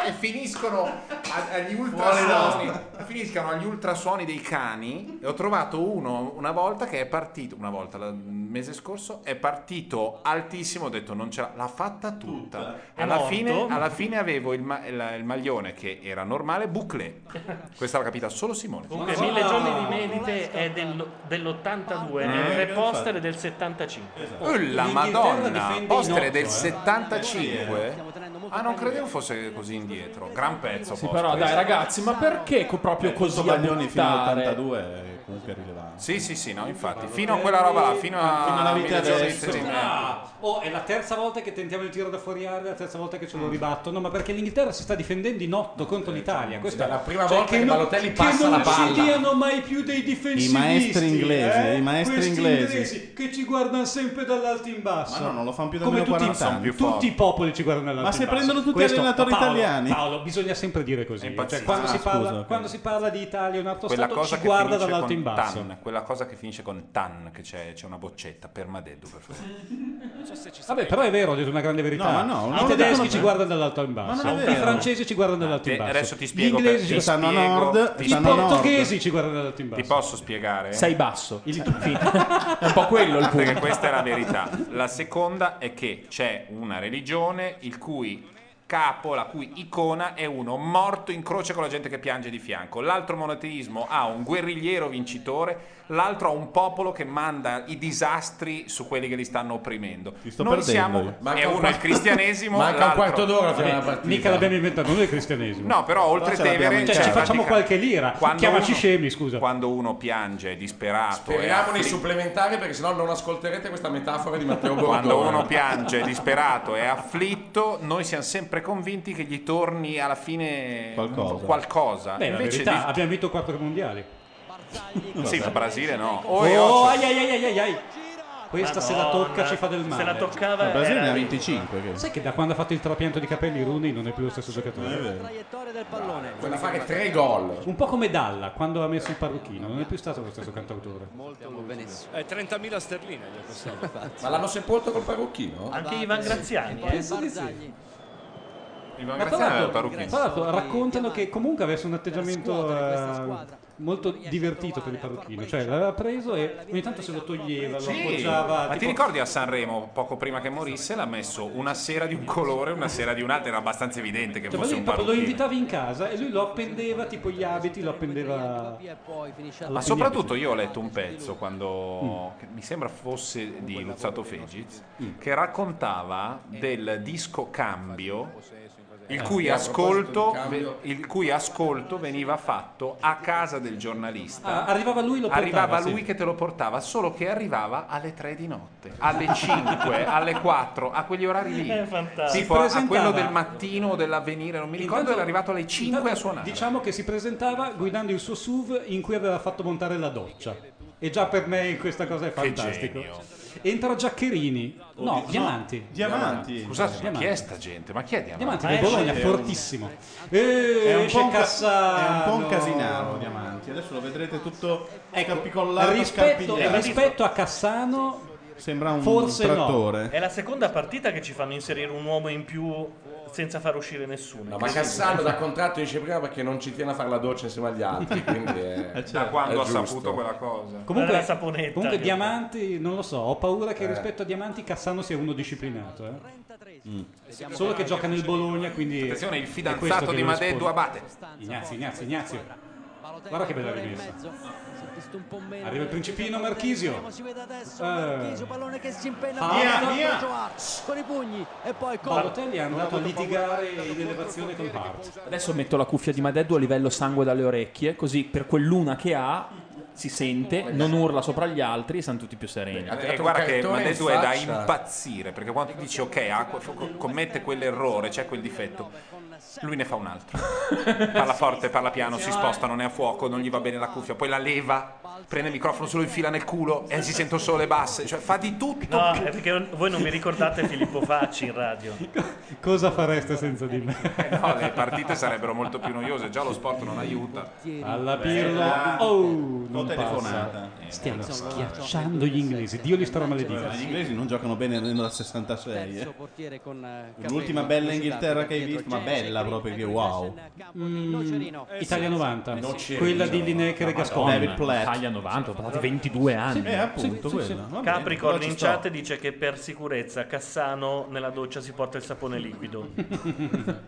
E finiscono a- agli ultrasuoni. (laughs) Finiscano agli ultrasuoni dei cani. E ho trovato uno una volta che è partito, una volta il mese scorso, è partito altissimo. Ho detto, non ce l'ha, l'ha fatta tutta. È Alla morto? fine, alla fine avevo il, ma- il- il maglione che era normale, bouclé. Questa l'ha capita solo Simone. Comunque, Mille giorni di Menite è del- dell'82, Eh, mentre infatti. Poster è del 75. Oh, la Madonna, Poster è del 75. Ah, non credevo fosse così indietro. Gran pezzo. Sì, Poster. però dai ragazzi, ma perché co- proprio Questo così a Baglioni fino buttare? all'82 è comunque rilevante. Sì, sì, sì, no, infatti. Fino a quella roba là, fino a. Fino alla vita Mille giorni di adesso. te di me. Ah, oh, è la terza volta che tentiamo il tiro da fuori area, la terza volta che ce lo ribattono, ma perché l'Inghilterra si sta difendendo in otto contro l'Italia. Questa cioè, è la prima volta che non- Balotelli passa non la palla. ci diano mai più dei difensivisti. I maestri inglesi, eh? i maestri Questi inglesi. che ci guardano sempre dall'alto in basso. Ma no, non lo fanno più da Come almeno tutti, 40 anni. tutti Sono più i popoli ci guardano dall'alto Ma se in basso. prendono tutti Questo- gli allenatori Paolo, italiani? Paolo, bisogna sempre dire così. Cioè, quando, Ah, si parla, scusa, ok. quando si parla di Italia, un altro Quella stato cosa ci che guarda finisce dall'alto con in basso. Tan, quella cosa che finisce con Tan, che c'è, c'è una boccetta per Madeddu, per favore. Vabbè, però è vero, ho detto una grande verità. No, ma no, I no, tedeschi no, ci no. guardano dall'alto in Ma basso, non è i vero. francesi ci guardano dall'alto in Te- basso. adesso ti Gli spiego inglesi perché. ci stanno a Spiego, nord, ti i spiego. portoghesi ci guardano dall'alto in basso. Ti posso spiegare? Sei basso. È un po' quello il Perché punto. questa è la verità. La seconda è che c'è una religione il cui capo, la cui icona è uno morto in croce con la gente che piange di fianco. L'altro monoteismo ha un guerrigliero vincitore, l'altro ha un popolo che manda i disastri su quelli che li stanno opprimendo. sto Noi perdendo io. siamo Manca è un uno quarto- il cristianesimo, manca un l'altro- quarto d'ora Vabbè, Mica l'abbiamo inventato noi il cristianesimo. No, però oltre ce l'abbiamo Tevere in Cioè, ci facciamo qualche lira. Chiamaci scemi, scusa. Quando uno piange è disperato, è Speriamo nei afflitto. supplementari perché sennò non ascolterete questa metafora di Matteo Bordone. Quando uno piange, è disperato, è afflitto, noi siamo sempre convinti che gli torni alla fine Qualcosa. qualcosa. Beh, la Invece verità, abbiamo vinto quattro mondiali. di... Sì, ma Brasile no. Oh, O è otto. ai ai ai ai ai. Questa se la Madonna, tocca ci fa del se male. la toccava Il Brasile era ne ha lì. 25. che- Sai che da quando ha fatto il trapianto di capelli Rooney non è più lo stesso giocatore. È vero. Quella fa che tre gol. Un po' come Dalla quando ha messo il parrucchino, non è più stato lo stesso cantautore. Eh, 30.000 sterline gli ha costato. Ma l'hanno sepolto col parrucchino? Anche Ivan Graziani, eh? Penso di sì. Ivan Ma tra Graziano è il l'altro, parrucchino. tra l'altro raccontano che comunque avesse un atteggiamento eh, molto divertito per il parrucchino, cioè l'aveva preso e ogni tanto se lo toglieva, lo Sì, appoggiava. ma ti tipo- cioè, ricordi a Sanremo, poco prima che morisse, l'ha messo una sera di un colore e una sera di un altro? Era abbastanza evidente che Cioè, ma fosse lui un proprio lo parrucchino. invitavi in casa e lui lo appendeva tipo gli abiti, lo appendeva. Ma soprattutto io ho letto Mm. un pezzo quando che mi sembra fosse di Luzzato Fegiz Mm. che raccontava del disco Cambio il Eh. Ah, cui a proposito ascolto di Cambio. il cui ascolto veniva fatto a casa del Ah, giornalista. arrivava lui e lo portava, Arrivava sì. lui che te lo portava, solo che arrivava alle 3 di notte, (laughs) alle 5, alle 4, a quegli orari lì. È fantastico. Tipo Si a- a presentava- quello del mattino o dell'avvenire, non mi ricordo, Intanto- era arrivato alle 5 a suonare. Diciamo che si presentava guidando il suo SUV in cui aveva fatto montare la doccia. E già per me questa cosa è fantastico. genio. Entra Giaccherini. Oh, No, Diamanti. Scusate, ma chi è Diamanti. sta gente? Ma chi è Diamanti? Eh, Diamanti Ma del esce- Bologna, è un- fortissimo. E È un, esce po un ca- Eh, Cassano. è un po' un casinaro Diamanti. Adesso lo vedrete tutto Eh, capicollato. Ecco, Rispetto, scampigliato. rispetto a Cassano, Sembra un forse no. trattore. È la seconda partita che ci fanno inserire un uomo in più senza far uscire nessuno. No, ma Cassano da contratto dice prima perché non ci tiene a fare la doccia insieme agli (laughs) altri. Quindi è, Eh, certo. Da quando è ha giusto. saputo quella cosa? Comunque, la saponetta comunque che- Diamanti, non lo so, ho paura che Eh. rispetto a Diamanti Cassano sia uno disciplinato. eh. Solo che gioca nel Bologna, quindi... Attenzione, il è fidanzato questo che di lo Madeddu espone. Abate. Ignazio, Ignazio, Ignazio. Guarda che bella rimessa. Arriva il principino Marchisio. Eh, Marchisio, pallone che si impenna Ah, Marchisio, via, via. Giorgio Ar- con i pugni e poi col- Balotelli è andato a litigare in elevazione con Part. Adesso metto la cuffia di Madeddu a livello sangue dalle orecchie, così per quell'una che ha si sente, non urla sopra gli altri e siamo tutti più sereni. E Eh, guarda che Mandesu è da impazzire perché quando ti dici ok, Acqua co- commette quell'errore, c'è quel difetto, lui ne fa un altro. parla forte, parla piano, si sposta, non è a fuoco, non gli va bene la cuffia, poi la leva, prende il microfono, se lo infila nel culo e si sentono solo le basse, cioè fa di tutto. No, è perché non- voi non vi ricordate Filippo Facci in radio. Cosa fareste senza di me? Eh (laughs) no, le partite sarebbero molto più noiose, già lo sport non aiuta. Eh, Alla pirla. Oh, non telefonata. passa. Stiamo schiacciando gli inglesi. Dio li starà maledicendo. Gli inglesi non giocano bene nella 66. eh. L'ultima bella Inghilterra che hai visto, ma bella proprio che wow. eh, Eh, Italia 90. Nocerino. Quella di Lineker e Gascon. David Platt. Italia 90, ho passato 22 anni. eh, appunto, quello. Va bene, Capricorn allora ci in sto. chat dice che per sicurezza Cassano nella doccia si porta il sapone liquido. (laughs)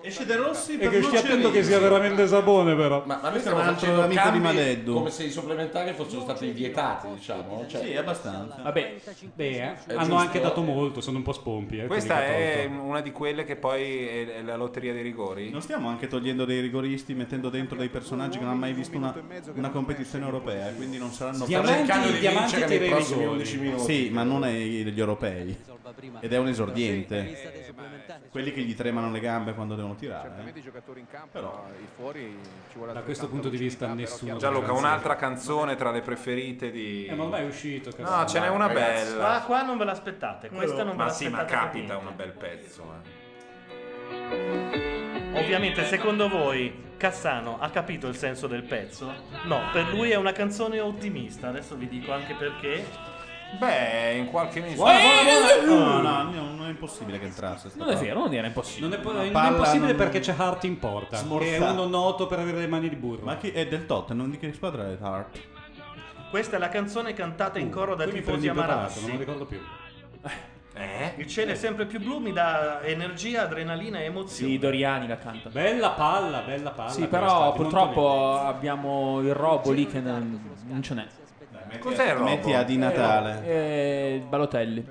Esce De Rossi E che stia attento che sia veramente sapone, però. Ma, ma noi Questo stiamo è un altro facendo amico cambi di Madeddu. come se i supplementari fossero stati vietati, diciamo. Cioè, Sì, abbastanza. Vabbè, beh, eh, È hanno giusto. anche dato molto, sono un po' spompi. eh, Questa quelli che ha è tolto. una di quelle che poi è è la lotteria dei rigori. Non stiamo anche togliendo dei rigoristi, mettendo dentro dei personaggi che non hanno mai visto una, una competizione europea, eh, quindi non saranno Diamanti, cercando di diamanti vincere tira nei i prossimi rigori. 11 minuti. Sì, ma non ai- agli europei. Ed è un esordiente. Quelli che gli tremano le gambe quando devono tirare. eh. i giocatori in campo, i fuori ci vuole Da questo punto di vista nessuno. Gianluca, Grazie. un'altra canzone tra le preferite di... Eh, ma ormai è uscito. No, ce n'è una bella. Ma qua non ve l'aspettate, questa non ve ma sì, l'aspettate. ma per capita niente. un bel pezzo. eh. Ovviamente, secondo voi Cassano ha capito il senso del pezzo? No, per lui è una canzone ottimista. Adesso vi dico anche perché. Eh, Beh, in qualche Eh, misura. Buona, buona, buona. No, no, no, non è impossibile che entrasse. sta Non è palla. vero, non era impossibile. Non è, po- Una non è palla impossibile non- perché c'è Hart in porta. Che è Smorza- uno noto per avere le mani di burro. Ma chi è del Tottenham? Di che squadra è Hart? oh, Questa è la canzone cantata in coro da Uh, Qui mi tifosi prendi Amarassi. impreparato, non mi ricordo più. Eh? Il cielo è sempre più blu, mi dà energia, adrenalina e Sì, emozione. Doriani la canta. Bella palla, bella palla. Sì, questa, però di purtroppo abbiamo il robo lì che non, non ce n'è. Cos'è il robo? Metti a di Natale. Eh, Balotelli.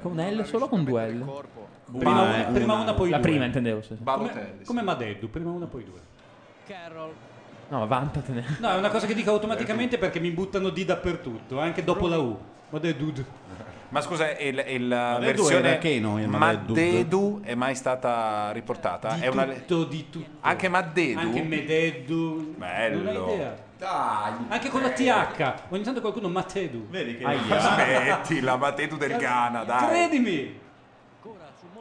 Con un L solo o con due L? Montelli. Prima, Ma è una, prima una- una, poi La due. prima intendevo, sì. sì. Come, come Madeddu, prima una, poi due. No, ma vantatene. No, è una cosa che dico automaticamente perché mi buttano di dappertutto, anche dopo la U. Madeddu. Ma scusa, e la- e la Madeddu versione era Keno, il Madeddu. Maddedu è mai stata riportata? eh, Di è una... tutto, di tutto. Anche Maddedu? Anche Mededdu. Bello. Non ho idea. Anche con la TH. Ogni tanto qualcuno Matedu. Vedi che Aia. Aspetti, la Maddedu del Cioè, Ghana, dai. Credimi.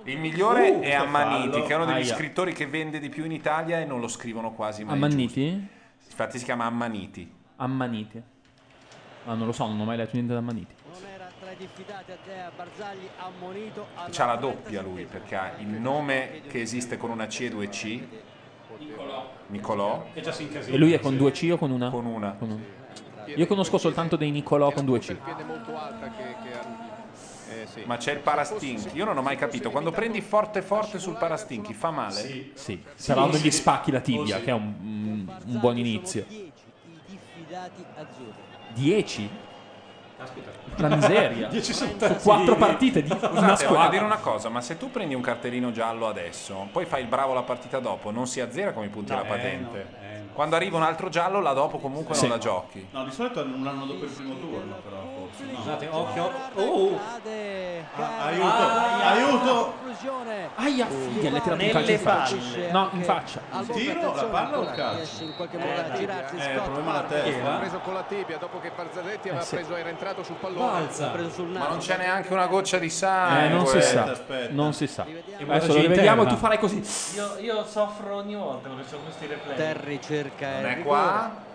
Il migliore Uh, è questo Ammanniti, fallo. che è uno degli Aia. scrittori che vende di più in Italia e non lo scrivono quasi mai. giusto. Ammanniti? Infatti si chiama Ammaniti. Ammanniti. Ma Ah, non lo so, non ho mai letto niente da Ammanniti. C'ha la doppia lui perché ha il nome che esiste con una C e due C. Nicolò. È già si incasina. E lui è con due C o con una? con una. Con una. Io conosco soltanto dei Nicolò con due C. piede molto alta che, che ha- eh, sì. Ma c'è il parastinchi. Io non ho mai capito. Quando prendi forte forte sul parastinchi fa male? Sì, però non gli spacchi la tibia, che è un, un- un buon inizio. 10? (laughs) (laughs) Lanzeria. Dieci Su sottotitoli. quattro partite (laughs) di una Scusate, voglio dire squadra. una cosa, ma se tu prendi un cartellino giallo adesso, poi fai il bravo la partita dopo, non si azzera come i punti la patente. Quando arriva un altro giallo, la dopo comunque Sì. non la giochi. No, di solito annullano dopo il primo turno, però forse. no? Scusate, occhio. occhio. Oh, Ah, aiuto, aiuto! Aia, figa, le ha tirato un Nelle calcio in faccia. palle. No, in faccia. Il tiro, la palla o il calcio? in qualche modo a girarsi Eh, il problema è la Ha testa. preso con la tibia dopo che Barzaletti aveva Eh, sì. preso, era entrato sul pallone. balza. Ma non c'è neanche una goccia di sangue. Eh, non si aspetta, sa. aspetta. Non si sa. guardaci Adesso lo vediamo e interna. tu farai così. Io, io soffro ogni volta quando faccio questi replay. Terry cerca Non il è rigore. qua?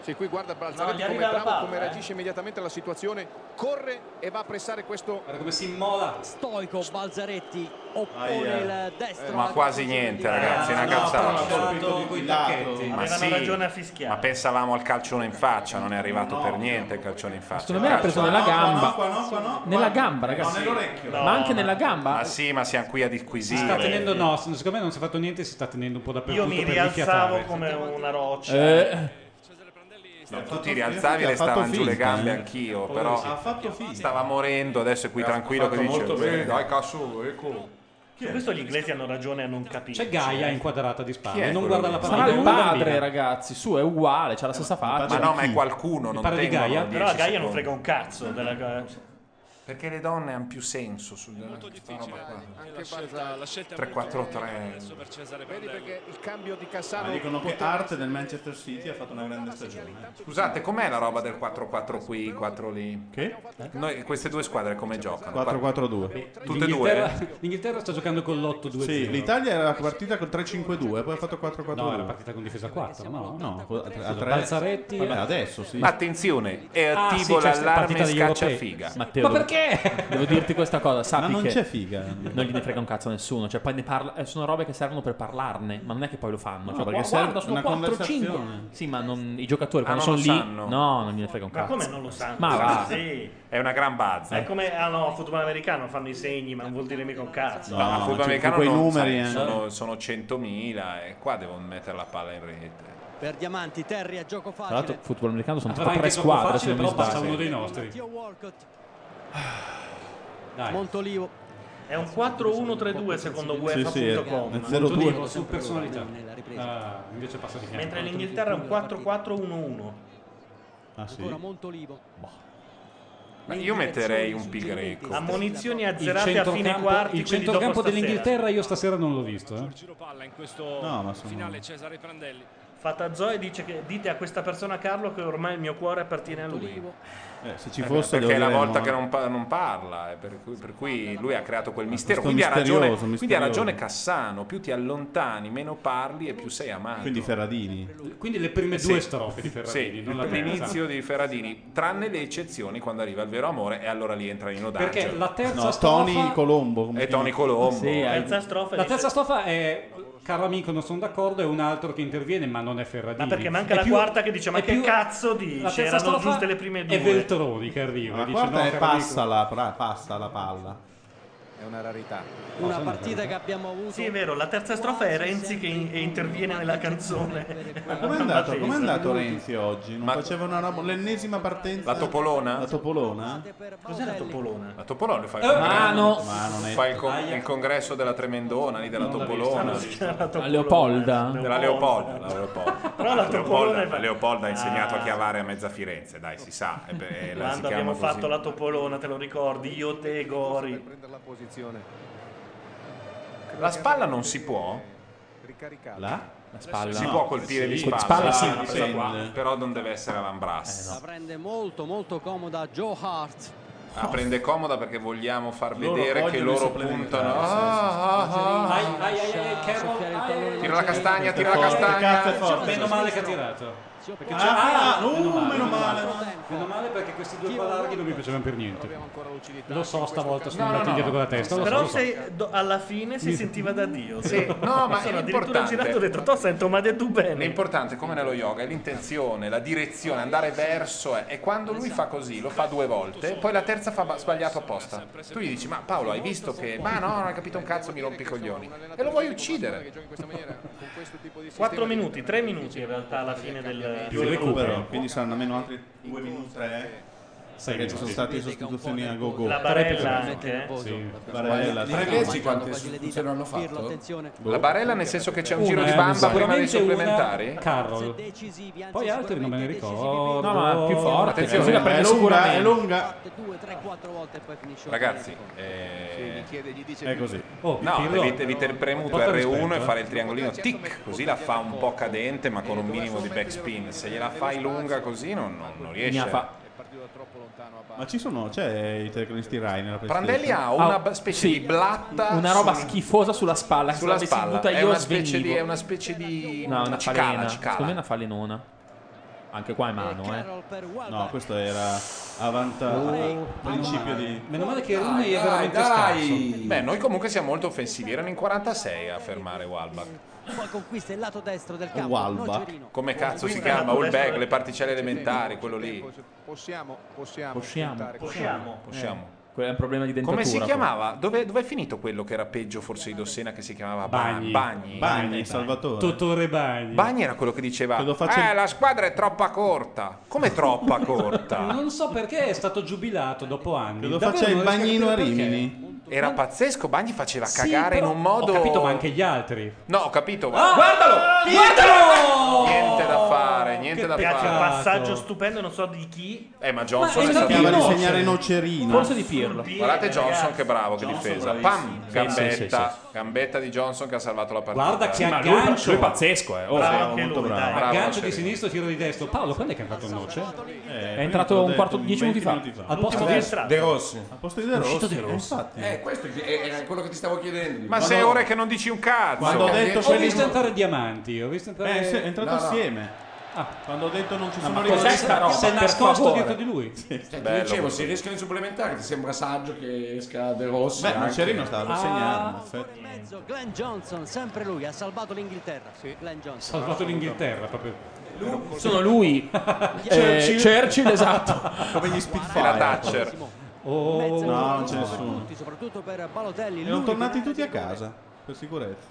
Sì, qui guarda No, Barzaletti gli come arriva la bravo, palla, come eh. reagisce immediatamente alla situazione, corre e va a pressare questo Guarda come si immola. Stoico Balzaretti oppone Aia. il destro. Eh, Ma al quasi controllo niente, di- ragazzi, è una no, cazzata. però- Colpito di Coi lato. tacchetti. Ma Avevano sì, ragione a Ma fischiare. pensavamo al calcione in faccia, non è arrivato per niente il calcione in faccia. Secondo me l'ha preso nella No, gamba. qua no, qua no. Nella gamba, eh, No, ragazzi. nell'orecchio. Ma anche nella Ma gamba. sì, ma siamo qui a Si sta disquisire. tenendo, no, secondo me non si è fatto niente, si sta tenendo un po' dappertutto Io mi per rialzavo rifiatare. Cioè, come una roccia. Eh, No, tu ti rialzavi e le Ha fatto stavano giù le finta, gambe eh. anch'io, Ha però fatto finta. stava morendo, adesso è qui tranquillo che dice... "Eh, dai, cazzo, ecco. Su questo gli inglesi hanno ragione a non capire. C'è Gaia inquadrata di Chi è spalle, non quello guarda lì? la Sarà partita. il padre, ragazzi. Su, è uguale, c'ha la stessa faccia. Cioè, Ma no, ma è qualcuno, non padre tengono dieci Però a Gaia non secondi. frega un cazzo della Perché le donne hanno più senso sul la scelta, la scelta 3-4-3. adesso per Cesare Vedi Prandelli. perché il cambio di Cassano Ma dicono che poteva- Art del Manchester City ha fatto una grande stagione. eh. Scusate, com'è la roba del 4-4 qui, 4 lì? Eh? Che? Noi, queste due squadre come giocano? 4-4-2. Tutte e due? L'Inghilterra sta giocando con l'8-2. Sì, l'Italia era partita col 3-5-2, poi ha fatto 4-4-2. No, era partita con difesa 4, no? No, co- a tre- a Scusa, tre- Balzaretti- Vabbè, adesso sì. Ma attenzione, è Ah, attivo sì, c'è sta l'allarme partita degli scaccia europei. figa. Matteo, devo- Devo dirti questa cosa, sappi non che c'è figa. Non gliene frega un cazzo a nessuno, cioè poi ne parla, eh, sono robe che servono per parlarne, ma non è che poi lo fanno, No, cioè, perché "Gua- serve guarda, sono una 4, conversazione. 5". Sì, ma non- i giocatori Ah, quando non sono lo lì sanno? No, non gliene frega un Ma cazzo. come non lo sanno? Ma va. Sì. È una gran bazza. Ecco. È come ah no, football americano fanno i segni, ma non vuol dire mica un cazzo. No, il football americano quei non, numeri, eh. sai, sono, sono 100.000 e qua devono mettere la palla in rete. Per Diamanti, Terry a gioco Tra l'altro, facile. football americano Eh, sono tipo Avrà tre anche squadre, gioco facile, se non mi però passa sbaglio. uno dei nostri. Dio Walcott, Dai. Montolivo. È un 4-1-3-2 secondo UEFA.com. sì, è- è 0-2. Montolivo su personalità. eh, Ah, invece passa di fianco. Mentre l'Inghilterra è un 4-4-1-1. Ah, Ancora Montolivo. Boh, Ma io metterei un pi greco. Ammonizioni Il azzerate a fine centrocampo, quarti. il quindi centrocampo dopo stasera. dell'Inghilterra io stasera non l'ho visto. eh. Giro palla in questo No, ma sono- finale Cesare Prandelli. Fatazoe dice che dite a questa persona Carlo che ormai il mio cuore appartiene a lui. se ci Eh, fosse perché è la glielo volta diremmo, che eh. non, pa- non parla, eh, per cui, per cui lui ha creato quel mistero. questo Quindi ha, ragione, misterioso, quindi ha misterioso. ragione Cassano: più ti allontani, meno parli e più sei amato. Quindi Ferradini. Quindi le prime Sì. due strofe di Ferradini, Sì, non la terza. l'inizio di Ferradini, tranne le eccezioni quando arriva il vero amore, e allora lì entra Nino D'Angelo. Perché la terza No, strofa... Tony Colombo. come E si chiama? Tony Eh, Colombo. terza strofa La dice- terza strofa è caro amico, non sono d'accordo, è un altro che interviene, ma non è Ferradini. Ma perché manca È la più- quarta che dice: Ma è che più- cazzo la dici? terza Erano strofa giuste le prime due. È Veltroni che arriva. La dice, quarta no, è caro eh, passa la, pra- passa la palla. È una rarità. Una partita che abbiamo avuto. Sì, è vero, la terza strofa è Renzi che in- e interviene nella canzone. Ma com'è andato, com'è andato Renzi oggi? Non faceva una roba, l'ennesima partenza. La Topolona? La Topolona? Cos'è la Topolona? La Topolona fa il, Eh, congresso- mano. Mano, netto. fa il con- il congresso della Tremendona, lì della Topolona. La Leopolda? Della Leopolda, la Leopolda. Però la Topolona è- la Leopolda ha insegnato Ah. a chiavare a mezza Firenze, dai, si sa. e beh, la si chiama Quando abbiamo così. fatto la Topolona, te lo ricordi? Io, te, Per Gori. prendere la posizione. La spalla non si può? Ricaricare. La? La spalla. Si può colpire Sì, di con spalla, spalla sì, Eh, è una presa dipende. qua, però non deve essere all'ambrasso. La prende molto molto comoda Joe Hart. La Ah, prende comoda perché vogliamo far Loro vedere che vogliono i loro supplementari, puntano. sì, sì, sì. Ah, ah, ah. Ai, ai, ai, ai, Carroll, ai, ai, ai. Tira la castagna, tira la Forte, cazzo, è castagna. forte. Meno male che ha tirato. Perché c'è- Ah, ah, no, meno male. Meno male perché questi due qua larghi non mi piacevano per niente. Lo so, stavolta sono No, andato no, no. indietro con la testa. Lo so, Però lo so. se do- alla fine si sentiva da Dio. Sì, (laughs) no, ma è Sono addirittura importante. girato e ho detto: To sento, ma de tu bene. L'importante, come nello yoga, è l'intenzione, la direzione, andare verso. è- E quando lui fa così, lo fa due volte, poi la terza fa ba- sbagliato apposta. Tu gli dici, ma Paolo, hai visto che... Ma no, non hai capito un cazzo, mi rompi i coglioni. E lo vuoi uccidere. Giochi in questa maniera, con questo tipo di 4 sistema di minuti, 3 minuti in realtà alla fine del Più del recupero, gruppo. quindi saranno almeno altri 2 minuti 3. Sei Perché ci sono minuti. state sostituzioni a go-go. La barella anche. eh. Sì. Barella, Boh. sì. Prevesi quante sostituzioni hanno fatto? Boh. Attenzione. Boh. La barella nel senso che c'è un Una, giro di eh, bamba prima dei sicuramente una, supplementari? Carroll. Decisivi, anzi, Poi altri non me ne ricordo. No, ma più forte. Attenzione, così la ma prende cioè, è lunga, è sicuramente. lunga. fatte 2, 3, 4 volte e poi finisce. Ragazzi, Sì, gli eh, chiede, gli dice È così. Oh, No, Pirlo. devi, devi tenere premuto Porta R1 rispetto, e eh. fare il triangolino tic, così la fa un po' cadente ma con un minimo di backspin. Se gliela fai lunga così non, non, Mi non ha riesce. fa- è partito da troppo lontano a Ma ci sono, c'è i telecronisti Rai nella Prandelli ha Ah, una ba- specie sì. di blatta Una roba sul- schifosa sulla spalla. che se sulla l'avessi spalla. avuta È io una, specie di, svenivo. è una specie di No, è una cicala, falena. cicala. Secondo me è una falenona. Anche qua è mano, eh. No, questo era a vantaggio. principio di. Meno male che Rooney è Dai, veramente dai. Beh, noi comunque siamo molto offensivi. Erano in 46 a fermare Walbach. Poi conquista il lato destro Oh, del campo. Walbach. Nocerino. Come cazzo si chiama? All back, le particelle elementari, quello lì. Possiamo, possiamo. Possiamo, tentare Possiamo. Possiamo. Quello è un problema di dentatura. Come si quello. chiamava? Dove, dove è finito quello che era peggio forse di Dossena che si chiamava Bagni? Bagni. Bagni. Bagni, Salvatore. Totore Bagni. Bagni era quello che diceva Che lo faccia- Eh, la squadra è troppa corta. Come troppa corta? Non so perché è stato giubilato dopo anni. Che lo Davvero faccia il non riesco a bagnino a capire perché. Rimini. Era pazzesco, Bagni faceva Sì, cagare però- in un modo... Ho capito, ma anche gli altri. No, ho capito, ma... Ah! Guardalo! Guardalo! Niente da fare, niente da Ragazzi, fare. un Oh! passaggio stupendo, non so di chi. Eh, ma Johnson è Ma è stato... stato Pirlo. Insegnare Nocerino. Forse di Pirlo. Guardate Ragazzi, Johnson che bravo, che Johnson difesa. bravissimo. Pam, Sì, gambetta, sì, sì, sì. gambetta di Johnson che ha salvato la partita. Guarda che ma lui- aggancio. lui è pazzesco, eh. Oh, Bravo, anche molto lui, bravo. dai. Bravo, Aggancio di Nocerino. sinistro, tiro di destro. Paolo, quando è che è entrato il noce? È entrato un quarto, dieci minuti fa. Al posto di De Rossi. Al posto di De Uscito Rossi, De Rossi. infatti. Eh, questo è- era quello che ti stavo chiedendo. Ma sei ore che non dici un cazzo. Quando ho detto ho quelli- visto entrare Diamanti, ho visto entrare... Eh, sì, è entrato No, no. assieme. Quando ho detto non ci No, sono ma rigori, cos'è sta roba? si è Per nascosto favore. dietro di lui. Cioè, ti Bello dicevo, quello. se riescono in supplementare ti sembra saggio che esca De Rossi. Beh, anche. Nocerino stava segnando, Ah, in Ah, in mezzo Glenn Johnson, sempre lui, ha salvato l'Inghilterra. Glenn Johnson. Ha salvato l'Inghilterra proprio. Sono (laughs) lui. Churchill. Eh, Churchill, esatto. Come gli E la Thatcher. Oh, no, non c'è nessuno. Soprattutto per Balotelli. Erano lui tornati tutti a casa, per sicurezza.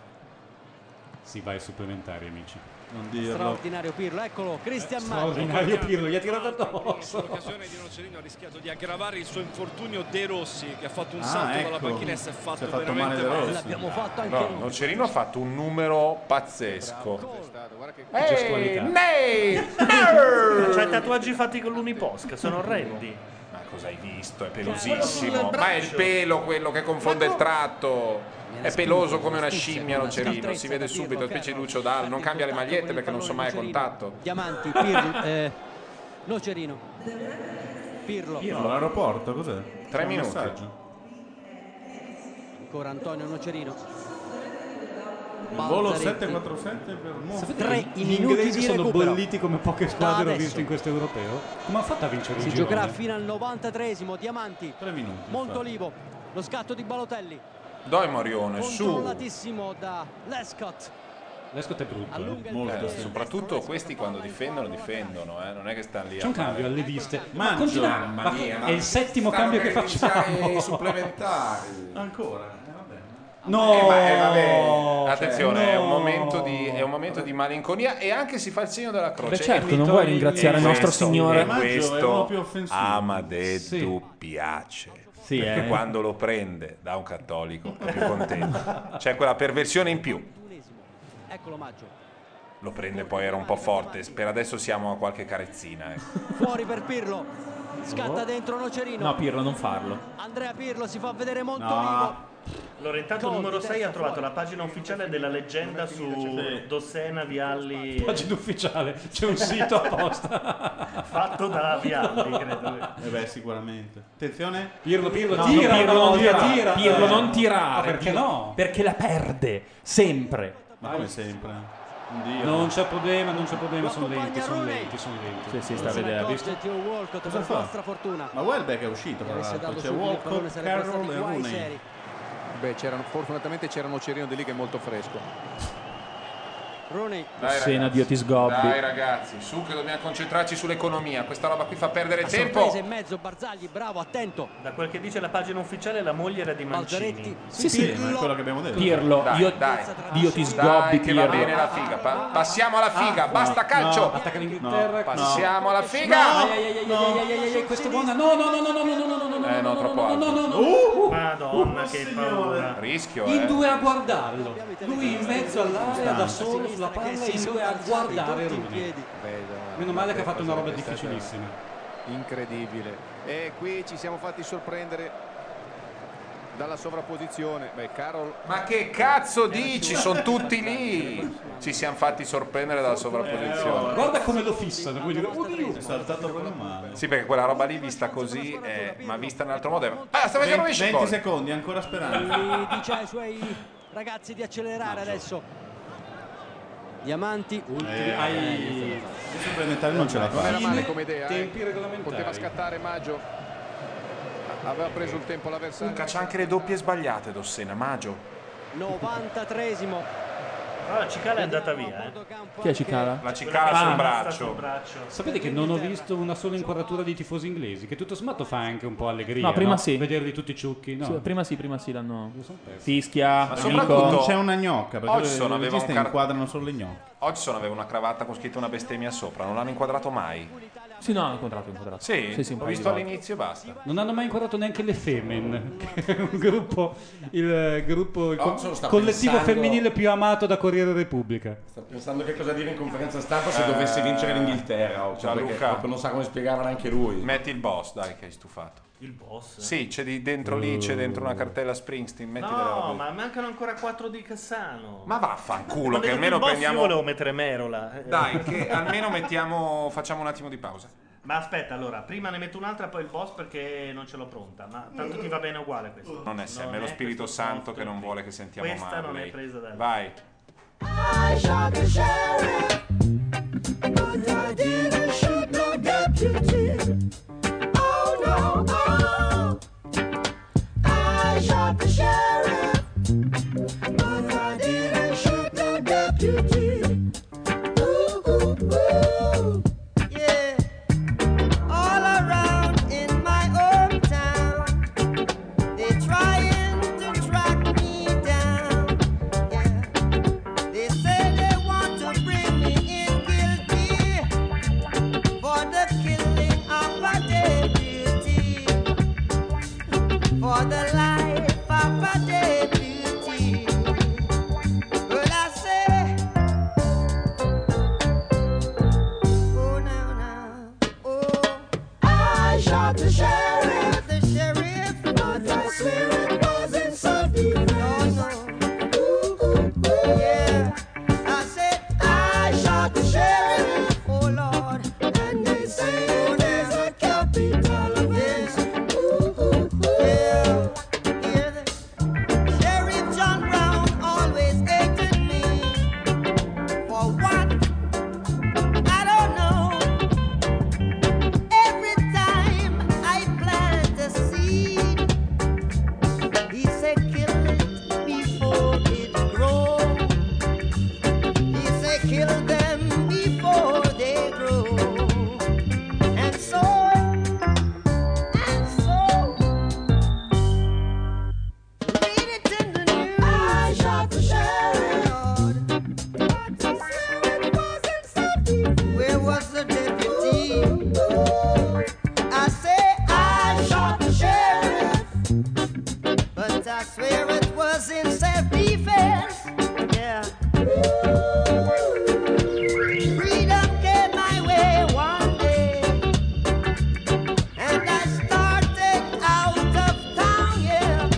Si va ai supplementari, amici. Non dirlo. Straordinario Pirlo, eccolo, Cristian Straordinario Maggio. Pirlo, gli ha tirato addosso. L'occasione di Nocerino ha rischiato di aggravare il suo infortunio De Rossi che ha fatto un Ah, salto dalla ecco. panchina e si è fatto, Si è fatto veramente male De male. Rossi. L'abbiamo fatto anche No, Nocerino ha fatto un numero pazzesco. Gestualità. (laughs) Ney! Cioè, tatuaggi fatti con l'uniposca, sono orrendi. Ma cosa hai visto? È pelosissimo. Ma è il pelo quello che confonde il tratto. È peloso come una scimmia Nocerino, si vede subito, è specie di Lucio Dal, non cambia le magliette perché non so mai a contatto. Diamanti, Pirlo, eh, Nocerino. Pirlo. Pirlo all'aeroporto, cos'è? Tre Un minuti. messaggio. Ancora Antonio Nocerino. Volo Balzaretti. 747 per Monza. Tre i Gli minuti inglesi di sono recupero. bolliti come poche Da squadre ho adesso. visto in questo europeo. Come ha fatto a vincere il Si girone? giocherà fino al 93esimo Diamanti. minuti, Montolivo. Lo scatto di Balotelli. Dai Marione, su! Controllatissimo da Lescott. L'escot è brutto. eh. Eh, soprattutto questi quando difendono, difendono, eh, non è che stanno lì. C'è un cambio alle viste. Ma Mangio. continua- Mamma ma- mia, ma è il settimo stanno cambio che per iniziare facciamo. i supplementari. Ancora? No, Eh, ma- eh, vabbè. Attenzione, Cioè, è, un no. momento di, è un momento di malinconia e anche si fa il segno della croce. Beh, certo, E non vuoi ringraziare e il nostro questo- Signore? e Maggio è uno eh, questo più offensivo. ama detto Sì. piace. Sì, perché eh. quando lo prende da un cattolico è più contento. C'è quella perversione in più. Eccolo Maggio. Lo prende poi era un po' forte. Per adesso siamo a qualche carezzina. ecco. Fuori per Pirlo. Scatta dentro Nocerino. No, Pirlo, non farlo. Andrea Pirlo si fa vedere Montolivo. L'Orentato numero 6 ha trovato la pagina ufficiale della leggenda cioè, su Dossena Vialli. Pagina ufficiale, c'è un sito (laughs) apposta. Fatto da Vialli, credo. Eh beh, sicuramente. Attenzione. Pirlo, Pirlo, No, tira, Pirlo, no, non tira, tirare. tira. Pirlo, non Eh. tirare. Ma perché Pirlo- no? Perché la perde. Sempre. Ma come sempre? Dio. Non c'è problema, non c'è problema, sono lenti, sono lenti, sono lenti. Sì, sì, sta a vedere, ha visto? Cosa fa? Ma Welbeck è uscito, tra l'altro. C'è Walcott, Carroll e Rooney. Beh, c'erano, fortunatamente c'era un Ocerino di lì che è molto fresco. Rooney. Dai, Sena, ragazzi. Dio ti sgobbi. Dai ragazzi, su che dobbiamo concentrarci sull'economia. Questa roba qui fa perdere A tempo. sorpresa in mezzo Barzagli, bravo, attento. Da quel che dice la pagina ufficiale, la moglie era di Mancini. Sì, sì, ma è quello che abbiamo detto. Pirlo, Dai, io, dai. io ti Dai, sgobbi, che Pirlo. Ah, va bene la figa. Pa- passiamo alla figa, basta calcio. Attacca l'Inghilterra. Passiamo alla figa. Ai, ai, ai, ai, ai, ai, ai, ai, questo è buono. No, no, no, no, no, no, no, no, no, no, Eh, no, no, troppo no, no, no, alto. no, no. Madonna, che paura. Rischio, In eh. due a guardarlo. Lui in mezzo all'area da solo sulla palla e in due a guardare Rooney. Meno male che ha fatto una roba difficilissima. Incredibile. E qui ci siamo fatti sorprendere dalla sovrapposizione. Beh, Carol Ma che cazzo dici? Sono tutti lì. Ci siamo fatti sorprendere dalla sovrapposizione. Eh, oh, Guarda come lo fissano. Quindi, oddio. È saltato proprio male. Sì, perché quella roba lì vista così, eh, ma vista in un altro modo. è- Ah, sta vedendo 20, rovesci gol. secondi, ancora speranza. Lui dice ai suoi ragazzi di accelerare adesso. Diamanti, ultimi. Eh, ai- Il supplementare non ce la non era fa. male come idea. eh. Tempi regolamentari. Poteva scattare Maggio. Aveva preso il tempo l'avversario. Luca, c'ha anche le doppie sbagliate, Dossena, Maggio. 93esimo. Ah, Cicala è andata via, eh. Chi è Cicala? La cicala sul braccio. Sapete che non ho visto una sola inquadratura di tifosi inglesi, che tutto sommato fa anche un po' allegria. No, prima sì. Vederli tutti ciucchi, no? Sì, prima sì, prima sì, l'hanno... Fischia, Ma amico. soprattutto- Non c'è una gnocca, perché Hodgson i aveva un registi car- inquadrano solo le gnocche. Hodgson aveva una cravatta con scritto una bestemmia sopra, non l'hanno inquadrato mai. Sì, no, hanno incontrato, hanno incontrato. Sì, sì, un ho paio di visto volte. all'inizio e basta. Non hanno mai inquadrato neanche le Femen, (laughs) che è un gruppo, il eh, gruppo, il No, co- solo sta collettivo pensando- femminile più amato da Corriere Repubblica. Sta pensando che cosa dire in conferenza stampa se Eh, dovesse vincere l'Inghilterra. oggi, Gianluca. perché proprio non sa come spiegava neanche lui. Metti il boss, dai, che hai stufato. Il boss? Sì, c'è di- dentro lì, c'è dentro Uh. una cartella Springsteen. Metti delle No, robe. ma mancano ancora 4 di Cassano. Ma vaffanculo, Quando che dico almeno il boss, prendiamo. Io volevo mettere Merola. Dai, che almeno mettiamo. Facciamo un attimo di pausa. Ma aspetta, allora, prima ne metto un'altra, poi il boss perché non ce l'ho pronta. Ma tanto ti va bene uguale questo. Non è sempre lo Spirito Santo che non vuole che sentiamo Questa male. non è presa da- Vai. I shot the sheriff, but I didn't shoot no deputy. Oh no, oh! I shot the sheriff, but I didn't shoot no deputy. Ooh, ooh, ooh. Yeah, all around in my own town, they're trying to track me down. Yeah, they say they want to bring me in guilty for the killing of a deputy, for the life of a deputy. But I say. I shot the sheriff, the sheriff, but I swear it was in self-defense. Ooh, ooh, ooh, yeah. I said I shot the sheriff, oh Lord, and they say it is a capital offense. Ooh, ooh, ooh, yeah. Sheriff John Brown always hated me. For what? I don't know. Every time I plant a seed, he said, kill it before it grows. He said, kill them before they grow. And so, and so. I shot the sheriff. But I swear it wasn't self-defense. Where was the deputy? I say I shot the sheriff. But I swear it was in self defense. Yeah. Freedom came my way one day. And I started out of town, yeah.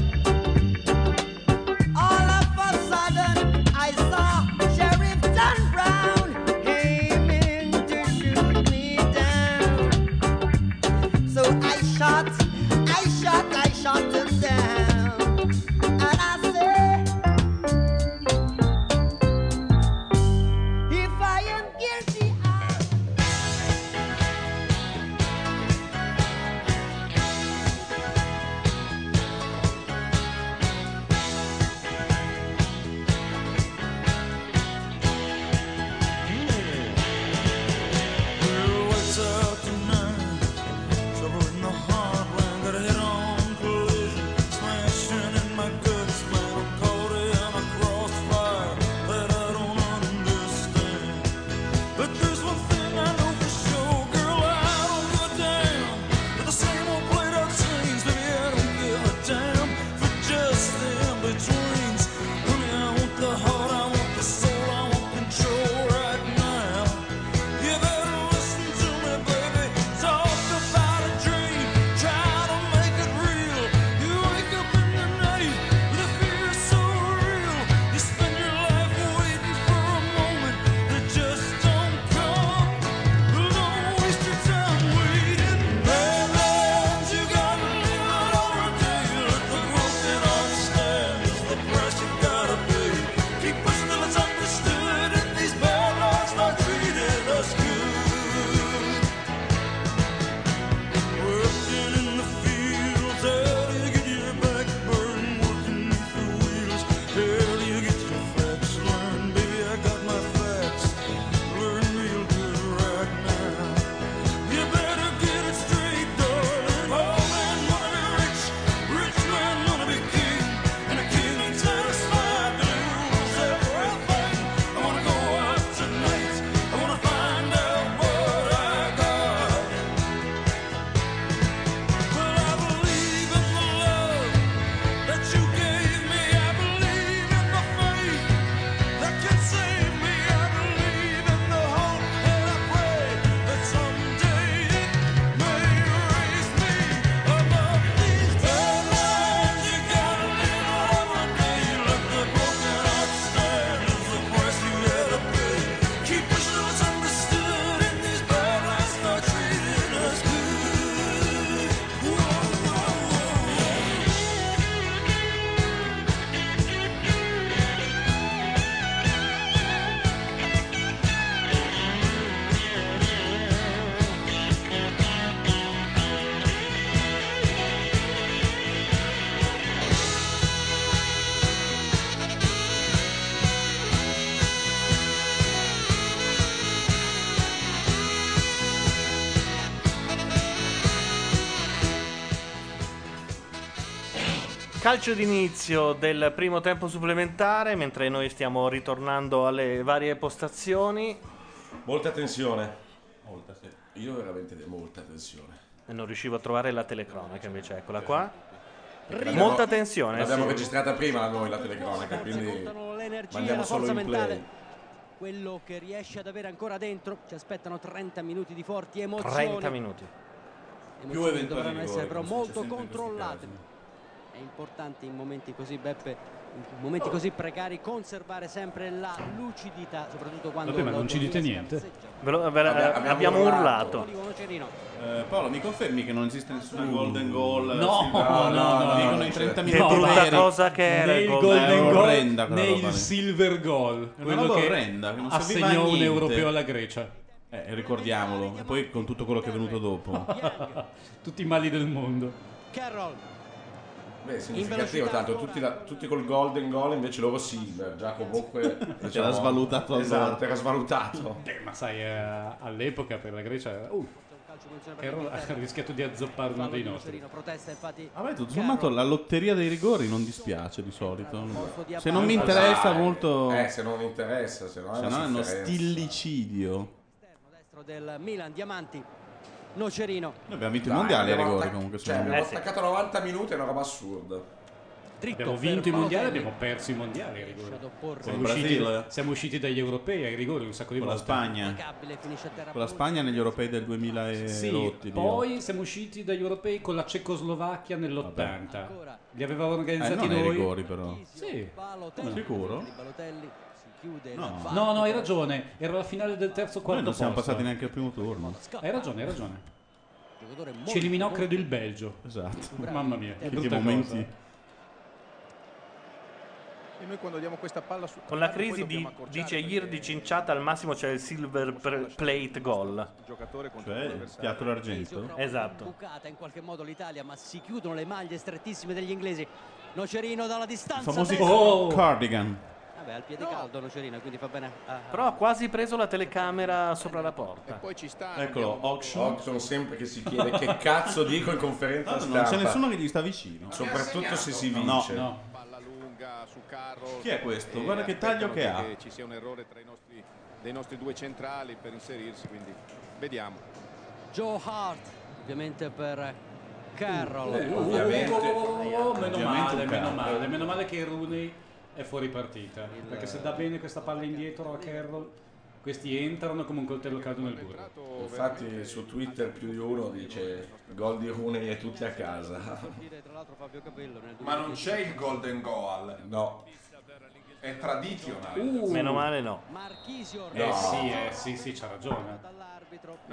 All of a sudden, I saw Sheriff John Brown aiming to shoot Calcio d'inizio del primo tempo supplementare, mentre noi stiamo ritornando alle varie postazioni. Molta tensione. Molta, sì. Io veramente de- molta tensione. E non riuscivo a trovare la telecronaca, invece eccola qua. Perché Molta l'abbiamo- tensione. eh, L'abbiamo sì. registrata prima la noi la telecronaca, quindi mandiamo la solo forza in play. mentale. Quello che riesce ad avere ancora dentro, ci aspettano 30 minuti di forti emozioni. 30 minuti. Emozioni Più eventuali dovranno rigori, essere però come molto succede sempre in questi controllate. È importante in momenti così, Beppe, in momenti così precari, conservare sempre la lucidità, soprattutto quando Vabbè, ma lo non ci dite pronuncia. niente. Ve lo- ve- Abbia- abbiamo, abbiamo urlato. Olivono Cerino. Eh, Paolo, mi confermi che non esiste nessuna Mm. golden goal? eh, (laughs) Silva? dicono in 30 Che minuti. brutta veri. cosa che era Né il il golden golden goal, goal, orrenda quella né roba il lì. silver goal, È una quello roba che orrenda, che non serviva a assegnò un niente. europeo alla Grecia. Eh, ricordiamolo, e poi con tutto quello che è venuto dopo. Tutti i mali del mondo. Carroll Beh, è significativo, tanto tutti, la- tutti col golden goal, invece loro silver, già (laughs) comunque... diciamo- svalutato Esatto, allora. era svalutato. Beh, ma sai, eh, all'epoca per la Grecia... Uh, che ero- ha (laughs) rischiato di azzoppare uno dei nostri. Protesta infatti Vabbè, tutto sommato la lotteria dei rigori non dispiace di solito. Se non mi Dai, interessa molto... Eh, se non interessa, se no è, Se una no è uno sofferenza. stillicidio. destro del Milan, Diamanti, Nocerino. Noi abbiamo vinto i Dai, mondiali ai abbiamo rigori attac- comunque. Cioè, sono- eh abbiamo attaccato 90 minuti, è una roba assurda. Abbiamo vinto i mondiali, abbiamo perso i mondiali ai rigori. Siamo Con il usciti, Brasile. eh. siamo usciti dagli europei ai rigori un sacco di Con la volte. Spagna. Eh, Con la Spagna negli europei del 2000 e Sì, rotti, lì, oh. poi siamo usciti dagli europei con la Cecoslovacchia nell'80. Li avevamo organizzati Eh, non ai noi. rigori, però. Sì. Come? Sicuro? Balotelli si chiude No. la- No, no, hai ragione. Era la finale del terzo Noi quarto. non siamo posto. passati neanche al primo turno. Hai ragione, hai ragione. Giocatore molto- Ci eliminò, credo, il Belgio. Esatto. Mamma mia, che, Che brutta momenti. cosa. E noi quando diamo questa palla su Con la crisi di, dice Yir di cinciata al massimo c'è il silver pr- plate goal. giocatore contro Cioè, il piatto d'argento. Esatto. bucata in qualche modo l'Italia, ma si chiudono le maglie strettissime degli inglesi. Nocerino dalla I distanza. famosi destro. Oh, Oh! cardigan. Vabbè, al piede caldo Nocerino, quindi fa bene. a- Però ha quasi preso la telecamera sopra la porta. poi ci sta. Eccolo, auction. Sono sempre che si chiede che cazzo dico in conferenza Tanto stampa. non c'è nessuno che gli sta vicino. Soprattutto se si No, vince. no. Palla lunga su Carro. Chi è questo? E Guarda che taglio aspettano che ha. Ci sia un errore tra i nostri dei nostri due centrali per inserirsi, quindi vediamo. Joe Hart, ovviamente per Carroll. Eh, oh, Ovviamente. oh, oh, oh, oh, meno Ovviamente male, un meno cazzo. male, meno male che Rooney è fuori partita. Perché se dà bene questa palla indietro a Carroll, questi entrano come un coltello caldo nel burro. Infatti su Twitter più di uno dice gol di Rooney e tutti a casa. Ma non c'è il golden goal. No. È tradizionale. Uh. Meno male no. Marchisio Eh sì, eh sì, sì, c'ha ragione.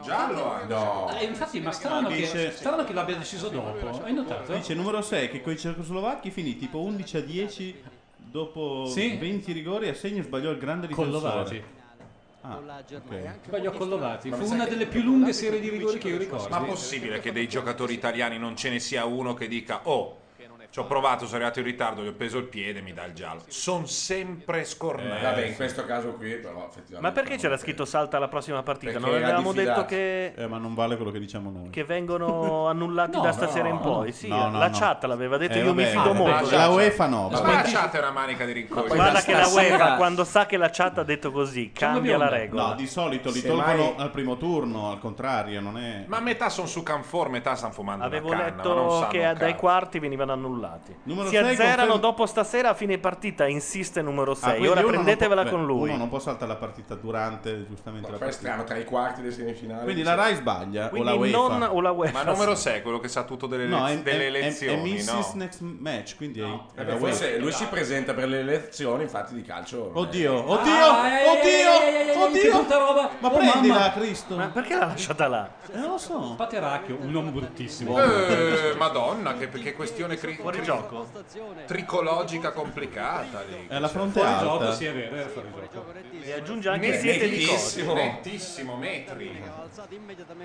Giallo anche. Eh, infatti, ma strano, che, Ma ah, dice- strano che l'abbia deciso dopo. Hai notato? Dice numero 6 che con i cecoslovacchi finì tipo 11 a 10 dopo Sì. 20 rigori a segno sbagliò il grande Collovati. difensore. Ah, Eh, ok. Sbaglio a Collovati. Ma Fu sai una che- delle più lunghe serie di rigori che io ricordo. Ma possibile che dei giocatori italiani non ce ne sia uno che dica oh, ci ho provato, sono arrivato in ritardo, gli ho preso il piede, mi dà il giallo. Sono sempre scornati. Eh, vabbè, in questo caso qui però effettivamente... Ma perché c'era scritto salta alla prossima partita? Perché non era avevamo diffidato. detto che, Eh, ma non vale quello che diciamo noi. che vengono annullati da stasera in poi? Sì, la chat l'aveva detto, Eh, io mi vabbè, fido eh, molto. La UEFA no. Ma la chat è una manica di rincori. Guarda che la UEFA quando sa che la chat ha detto così cambia la regola. No, di solito li Se tolgono mai- al primo turno, al contrario, non è... Ma metà sono su Canfor, metà stanno fumando Avevo una canna, ma non letto sanno che un dai cazzo. quarti venivano annullati. Numero si sei azzerano conferma- dopo stasera a fine partita, insiste numero Ah, 6. quindi Ora uno non prendetevela può- con beh, lui. Uno non può saltare la partita durante, giustamente, la Poi è strano, partita. tra i quarti delle semifinali... Quindi la RAI sbaglia o Quindi la UEFA? non o la UEFA. Ma numero 6 quello che sa tutto delle, No, elez- è, delle è- è- elezioni, è Mrs. no? Next Match, quindi è, è la Vabbè, Eh, forse UEFA. lui si presenta per le elezioni infatti di calcio. Oddio, Eh. oddio, Che oddio, oddio. brutta roba! Ma Oh, prendila, mamma. Cristo. Ma perché l'ha lasciata là? Eh, non lo so. Pateracchio, un uomo bruttissimo. Eh, madonna, che, che questione cri- Fuori tri- gioco? tricologica complicata lì. È la fronte Fuori alta. gioco, sì, è vero, era fuori gioco. E aggiunge anche Nettissimo, siete di cose. nettissimo, metri.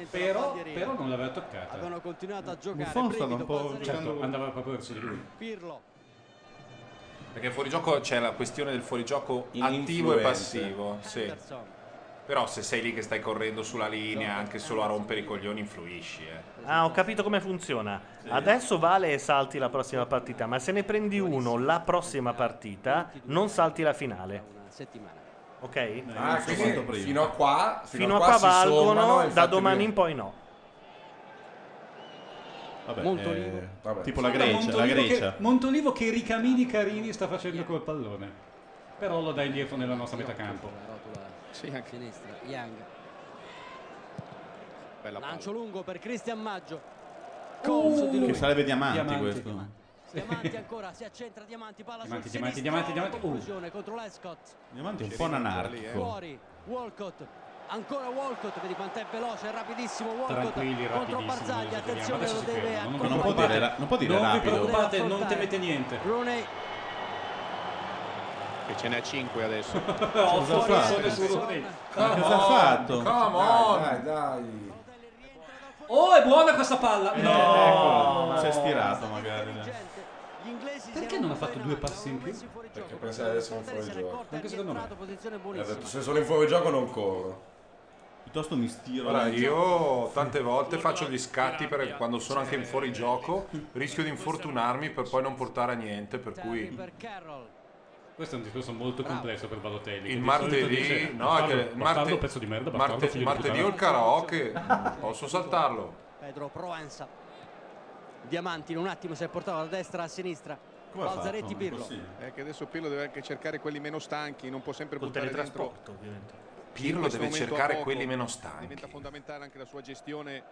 Però, però non l'aveva toccata. Avevano continuato a giocare. Buffon stava un po' Brevido, giocando- Certo, andava proprio verso di lui. Pirlo. Perché fuorigioco c'è la questione del fuorigioco attivo e Influenza. passivo. Sì. Anderson. Però se sei lì che stai correndo sulla linea, anche solo a rompere i coglioni influisci, eh. Ah, ho capito come funziona. Adesso vale e salti la prossima partita, ma se ne prendi uno la prossima partita, non salti la finale. Ok? Ah, quindi fino a qua, fino, Fino a qua si sommano, valgono, da infatti domani mi- in poi no. Vabbè, Molto eh, libero. Tipo la Grecia, la Grecia. Che, Montolivo che ricamini carini sta facendo col pallone. Però lo dai dietro nella nostra metà campo. Sì, anche sinistra, Young. Lancio lungo per Cristian Maggio. Corso di lui. Che sarebbe diamanti, Diamanti. questo. Diamanti ancora, si accentra Diamanti, palla Diamanti, sul diamanti, sinistro, diamanti, diamanti. Uh. conclusione contro Lescott. Diamanti è un po' anarchico. Fuori, Walcott. Ancora Walcott, vedi quant'è veloce, è rapidissimo Walcott. Tranquilli, contro rapidissimi, Barzaglia, adesso vediamo, attenzione, adesso lo si deve fermano, non accompagnare. può dire ra- non può dire non rapido. vi preoccupate, Deve non affrontare. temete niente. Rooney Che ce n'è 5 (laughs) adesso. Cosa fuori fa? sono solo dei- Ma cosa ha fatto? Come on! Dai, dai. Oh, è buona questa palla! Eh, No! ecco, si è stirato magari. eh. Perché non ha fatto due passi in più? Perché pensa che adesso non fuori gioco. Anche secondo me. Ha detto, Certo, se sono in fuori gioco non corro. Piuttosto mi stiro. Guarda, io tante volte faccio gli scatti per quando sono anche in fuorigioco, rischio di infortunarmi per poi non portare a niente, per Cioè, cui Questo è un discorso molto complesso per Balotelli. che il di solito dice, martedì, no, è bastardo, che bastardo, marte- pezzo di merda, marte- bastardo, figlio di martedì puttana. ho il karaoke, mm, posso saltarlo. Pedro Proenza. Diamanti in un attimo si è portato da destra a sinistra. Balzaretti Pirlo. È che adesso Pirlo deve anche cercare quelli meno stanchi, non può sempre buttare dentro. teletrasporto, ovviamente. In Pirlo questo deve momento a cercare poco quelli meno stanchi. Diventa fondamentale anche la sua gestione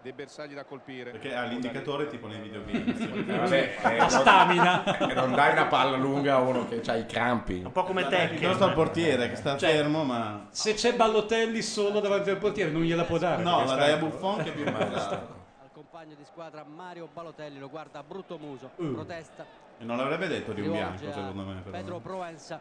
dei bersagli da colpire. Perché ha l'indicatore tipo (laughs) nei videogame. Eh, vabbè, eh, non- eh, non dai una palla lunga a uno che ha i crampi. Un po' come Cioè, Tekken. Piuttosto al portiere che sta fermo, ma. Cioè, Se c'è Ballotelli solo davanti al portiere, non gliela può dare. No, perché la è dai a stanco. Buffon (laughs) che è più male. Al compagno di squadra Mario Balotelli lo guarda a brutto muso. Mm. Protesta. E non l'avrebbe detto di un Rivolge bianco, a secondo me. però. Pedro Proenza.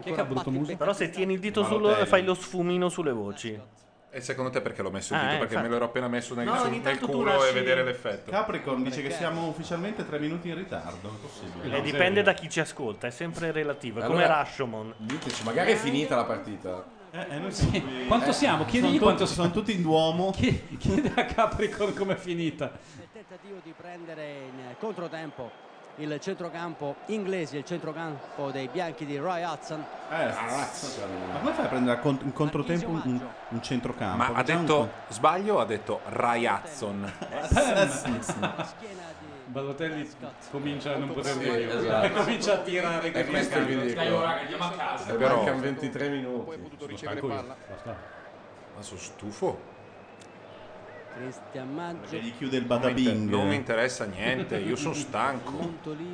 Chi è che ha brutto muso? Però se tieni il dito Ma sullo Lotelli. fai lo sfumino sulle voci. E secondo te perché l'ho messo il Ah, dito? eh, perché infatti. me l'ero appena messo nel, No, sul- ogni nel tanto tu culo e lasci- vedere l'effetto. Capricorn dice che siamo ufficialmente tre minuti in ritardo. È possibile. Eh, dipende da chi ci ascolta, è sempre relativo. È come Allora, Rashomon. Diteci, magari è finita la partita. Eh, (laughs) Sì. Quanto siamo? Chiedigli sono quanto (laughs) tutti- sono tutti in Duomo. Chiedi chiedi a Capricorn com'è finita. Il tentativo di prendere in controtempo il centrocampo inglese, il centrocampo dei bianchi di Roy Hudson. Eh, Ah, Ma come fai a prendere a cont- in controtempo un- un, un centrocampo? Ma ha Già un detto, sbaglio, o ha detto Raiazzon. Balotelli comincia a non poter Sì, dire più. esatto. comincia a tirare È questo il video. È vero. Mancano 23 minuti. ricevere palla. Ma sono stufo. Cristian Maggio. Perché gli chiude il Non mi, badabing. inter- non mi interessa niente, io sono stanco.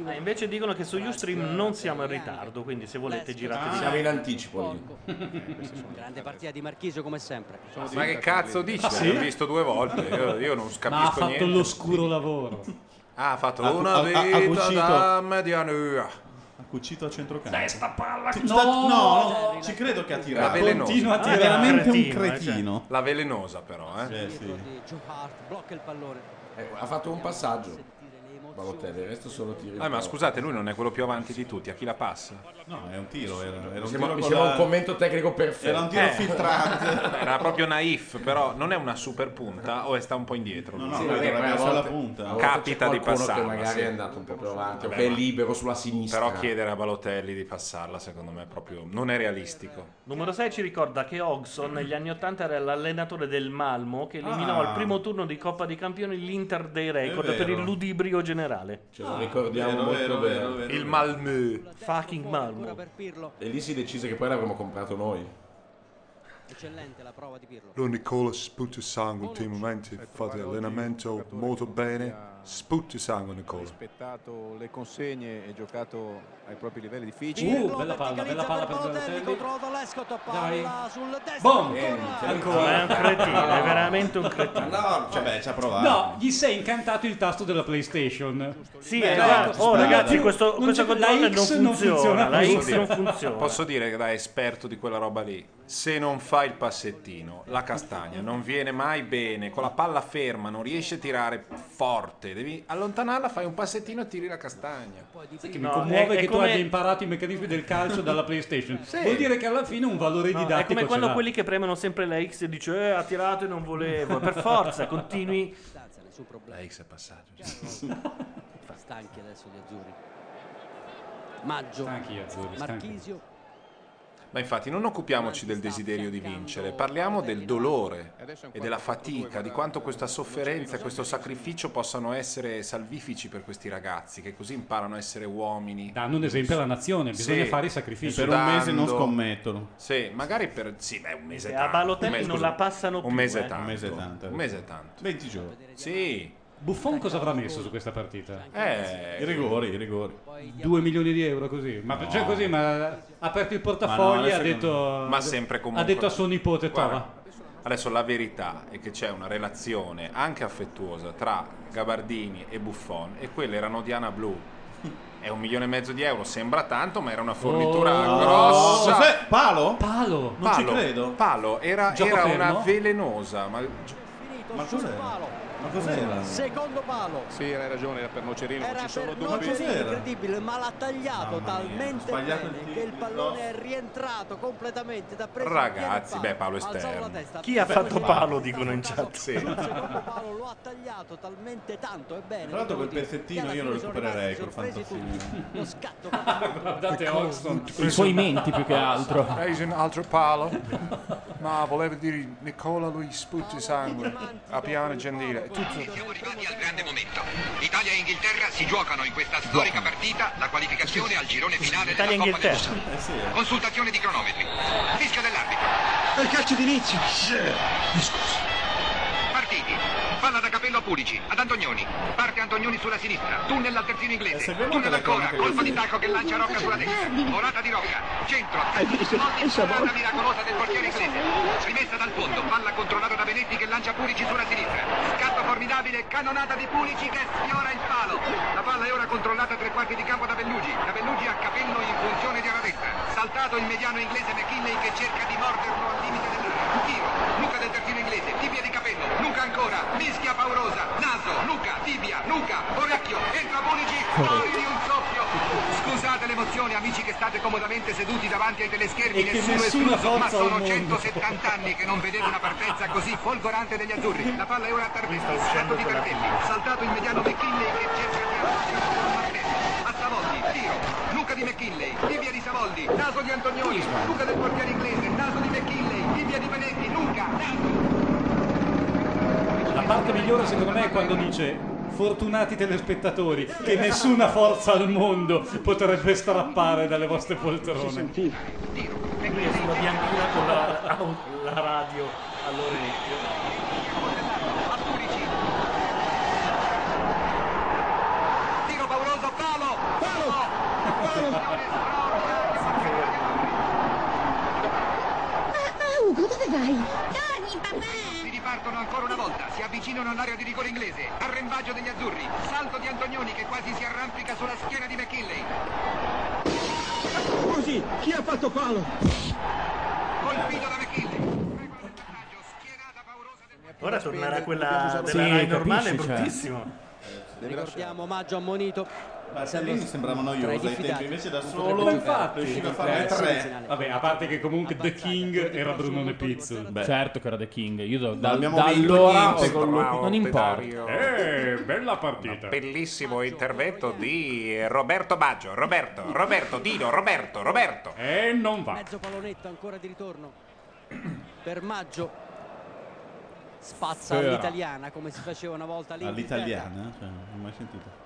Ah, invece dicono che su Ustream non siamo in ritardo, quindi se volete girate Ah, siamo in anticipo lì. Eh, Grande partita di Marchisio come sempre. Sono Ma che cazzo dici? Ah, sì? L'ho visto due volte, io, io non capisco Ma ha fatto niente. l'oscuro lavoro. Ah, ha fatto Ha- una ha- ha- vita ha cucito. da medianura. Ha cucito a centrocampo. Dai, sta palla Ti- che- sta- No! no, no, ci credo che ha La tirato. velenosa. Continua Ah. a Eh. tirare. cioè, È Ah, veramente un cretino. La velenosa però, eh. di Joe Hart, blocca il pallone. Eh, ha fatto un passaggio. Balotelli, il resto solo tiri. Ah, ma scusate, lui non è quello più avanti di tutti, a chi la passa? No, è un tiro, era, era un Mi sembra, tiro mi con sembra la- un commento tecnico perfetto. Era un tiro filtrante. Eh. (laughs) Era proprio naif, però non è una super punta o è sta un po' indietro? lui? Sì, vabbè, ma a volte- a volte Capita c'è di qualcuno passarla. che magari sì. è andato un po' più avanti, o Vabbè, che è ma- libero sulla sinistra. Però chiedere a Balotelli di passarla, secondo me, proprio non è realistico. Numero 6 ci ricorda che Ogson negli anni 80 era l'allenatore del Malmo che eliminò Ah. al primo turno di Coppa dei Campioni l'Inter dei record vero. per il ludibrio generale. Ce lo Ah, ricordiamo vero, molto vero, bene. vero, vero, Il vero. Malmö. Fucking Malmo. E lì si decise che poi l'avremmo comprato noi. Eccellente la prova di Pirlo. Lo Nicola sputa sangue ultimamente, fate allenamento molto bene, sputa sangue Nicola. Rispettato le consegne e giocato ai propri livelli difficili. Uh, bella palla, bella palla per Balotelli Balotelli. controlla Lescott, Dai. palla sul destro. Boom! ancora. Ancora. È un cretino, è veramente un cretino. No, vabbè, ci ha provato. No, gli sei incantato il tasto della PlayStation. Sì, eh, guarda- oh, ragazzi, questo- Non questo c'è- la controller X non funziona, la più. X non funziona. Posso dire che da esperto di quella roba lì, se non fai il passettino, la castagna non viene mai bene, con la palla ferma non riesce a tirare forte, devi allontanarla, fai un passettino e tiri la castagna. Sai che mi commuove che tu abbia imparato i meccanismi del calcio dalla PlayStation. Sì. Vuol dire che alla fine un valore No, didattico è come ce quando l'ha. quelli che premono sempre la X e dice eh, ha tirato e non volevo. Per forza, continui. La X è passata. Stanchi adesso gli azzurri. Maggio. Stanchi gli azzurri, stanchi. Marchisio. Ma infatti non occupiamoci del desiderio di vincere, parliamo del dolore e della fatica, di quanto questa sofferenza, questo sacrificio possano essere salvifici per questi ragazzi, che così imparano a essere uomini. Danno un esempio alla nazione, bisogna Sì. fare i sacrifici. Per un mese non Sudando. scommettono. Sì, magari per... Sì, beh, un mese è E a tanto. Balotelli un mese- non la passano Un più, mese eh. è tanto. Un mese è tanto. Un mese è tanto. 20 giorni. Sì. Buffon cosa avrà messo su questa partita? Eh, I rigori, i rigori. 2 milioni di euro così. Ma No. cioè così, ma ha aperto il Ma no, portafoglio adesso ha detto non- Ma sempre comunque. Ha detto a suo nipote Guarda, trova. Adesso la verità è che c'è una relazione anche affettuosa tra Gabardini e Buffon e quelle erano di Ana (laughs) Blu. È un milione e mezzo di euro, sembra tanto, ma era una fornitura Oh, grossa. cos'è? Palo? Palo? Non ci credo. Palo, era, Gioco era fermo? una velenosa, ma Ma cos'era? Ma cos'era? Secondo palo. Sì, hai ragione, era per Nocerino, ma ci sono dubbi. Ma cos'era? cioè, Incredibile, ma l'ha tagliato talmente sbagliato bene che il pallone è rientrato completamente da preso ragazzi, beh Paolo esterno. Chi ha fatto palo? Dicono in chat. talmente tanto, ebbene. Tra l'altro quel pezzettino io lo recupererei col fantasino. (laughs) Guardate Oxon. Ecco, I suoi menti più che altro. Preso un altro palo. Ma volevo dire Nicola lui sputti sangue a piano e gentile. Tutto. arrivati al grande momento. Italia e Inghilterra si giocano in questa storica partita la qualificazione al girone finale della Italia e Coppa del Inghilterra. Mondo. Eh Consultazione di cronometri. Fischio dell'arbitro. Il calcio d'inizio. Partiti. Palla da capello a Pulici, ad Antonioni. Parte Antonioni sulla sinistra, tunnel al terzino inglese. Tunnel ancora, colpo di tacco che lancia Rocca sulla destra. Volata di Rocca, centro, volata miracolosa del portiere inglese. Rimessa dal fondo, palla controllata da Benetti che lancia Pulici sulla sinistra. Scatto formidabile, cannonata di Pulici che sfiora il palo. La palla è ora controllata a tre quarti di campo da Bellugi. Da Bellugi a capello in funzione di ala destra. Saltato il mediano inglese McKinley che cerca di morderlo al limite dell'area. Tiro, nuca del terzino inglese, tibia di capello, nuca ancora, mischia paurosa, naso, nuca, tibia, nuca, orecchio, entra Bonici, fuori di un soffio. Scusate l'emozione amici che state comodamente seduti davanti ai teleschermi, E che nessuno è nessuna escluso, ma forza al sono mondo. 170 anni che non vedete una partenza così folgorante degli azzurri. La palla è ora a Tardelli, salto di Tardelli, saltato il mediano McKinley che cerca di a Savoldi, tiro, nuca di McKinley, tibia di Savoldi, naso di Antonioni, nuca del portiere inglese, naso di McKinley, tibia di Benetti, nuca, naso. La parte migliore secondo me è quando dice fortunati telespettatori che nessuna forza al mondo potrebbe strappare dalle vostre poltrone. Lui è sulla bianchina con la, la radio all'orecchio. Tiro pauroso, palo! Palo! dove vai? Torni, papà! Si ripartono ancora una volta, si avvicinano all'area di rigore inglese, arrembaggio degli azzurri, salto di Antonioni che quasi si arrampica sulla schiena di McKinley. Così, chi ha fatto palo? Colpito da McKinley. Ora tornerà quella Sì, della Rai capisci, normale, è cioè. bruttissimo. Ricordiamo Maggio ammonito. Salvini sembrava noioso ai tempi, invece da solo Ma infatti, Eh, riusciva a fare tre. Vabbè, a parte che comunque The King era Brunone Pizzo. Certo che era The King. Io da, da, Non abbiamo da vinto allora niente ho- con lui. non importa. Eh, bella partita. Bellissimo intervento di Roberto Baggio. Roberto, Roberto, Dino, Roberto, Roberto. E non va. Mezzo pallonetto ancora di ritorno per Maggio. Spazza Sfera. all'italiana come si faceva una volta all'Inghilterra. All'italiana? Cioè, non ho mai sentito.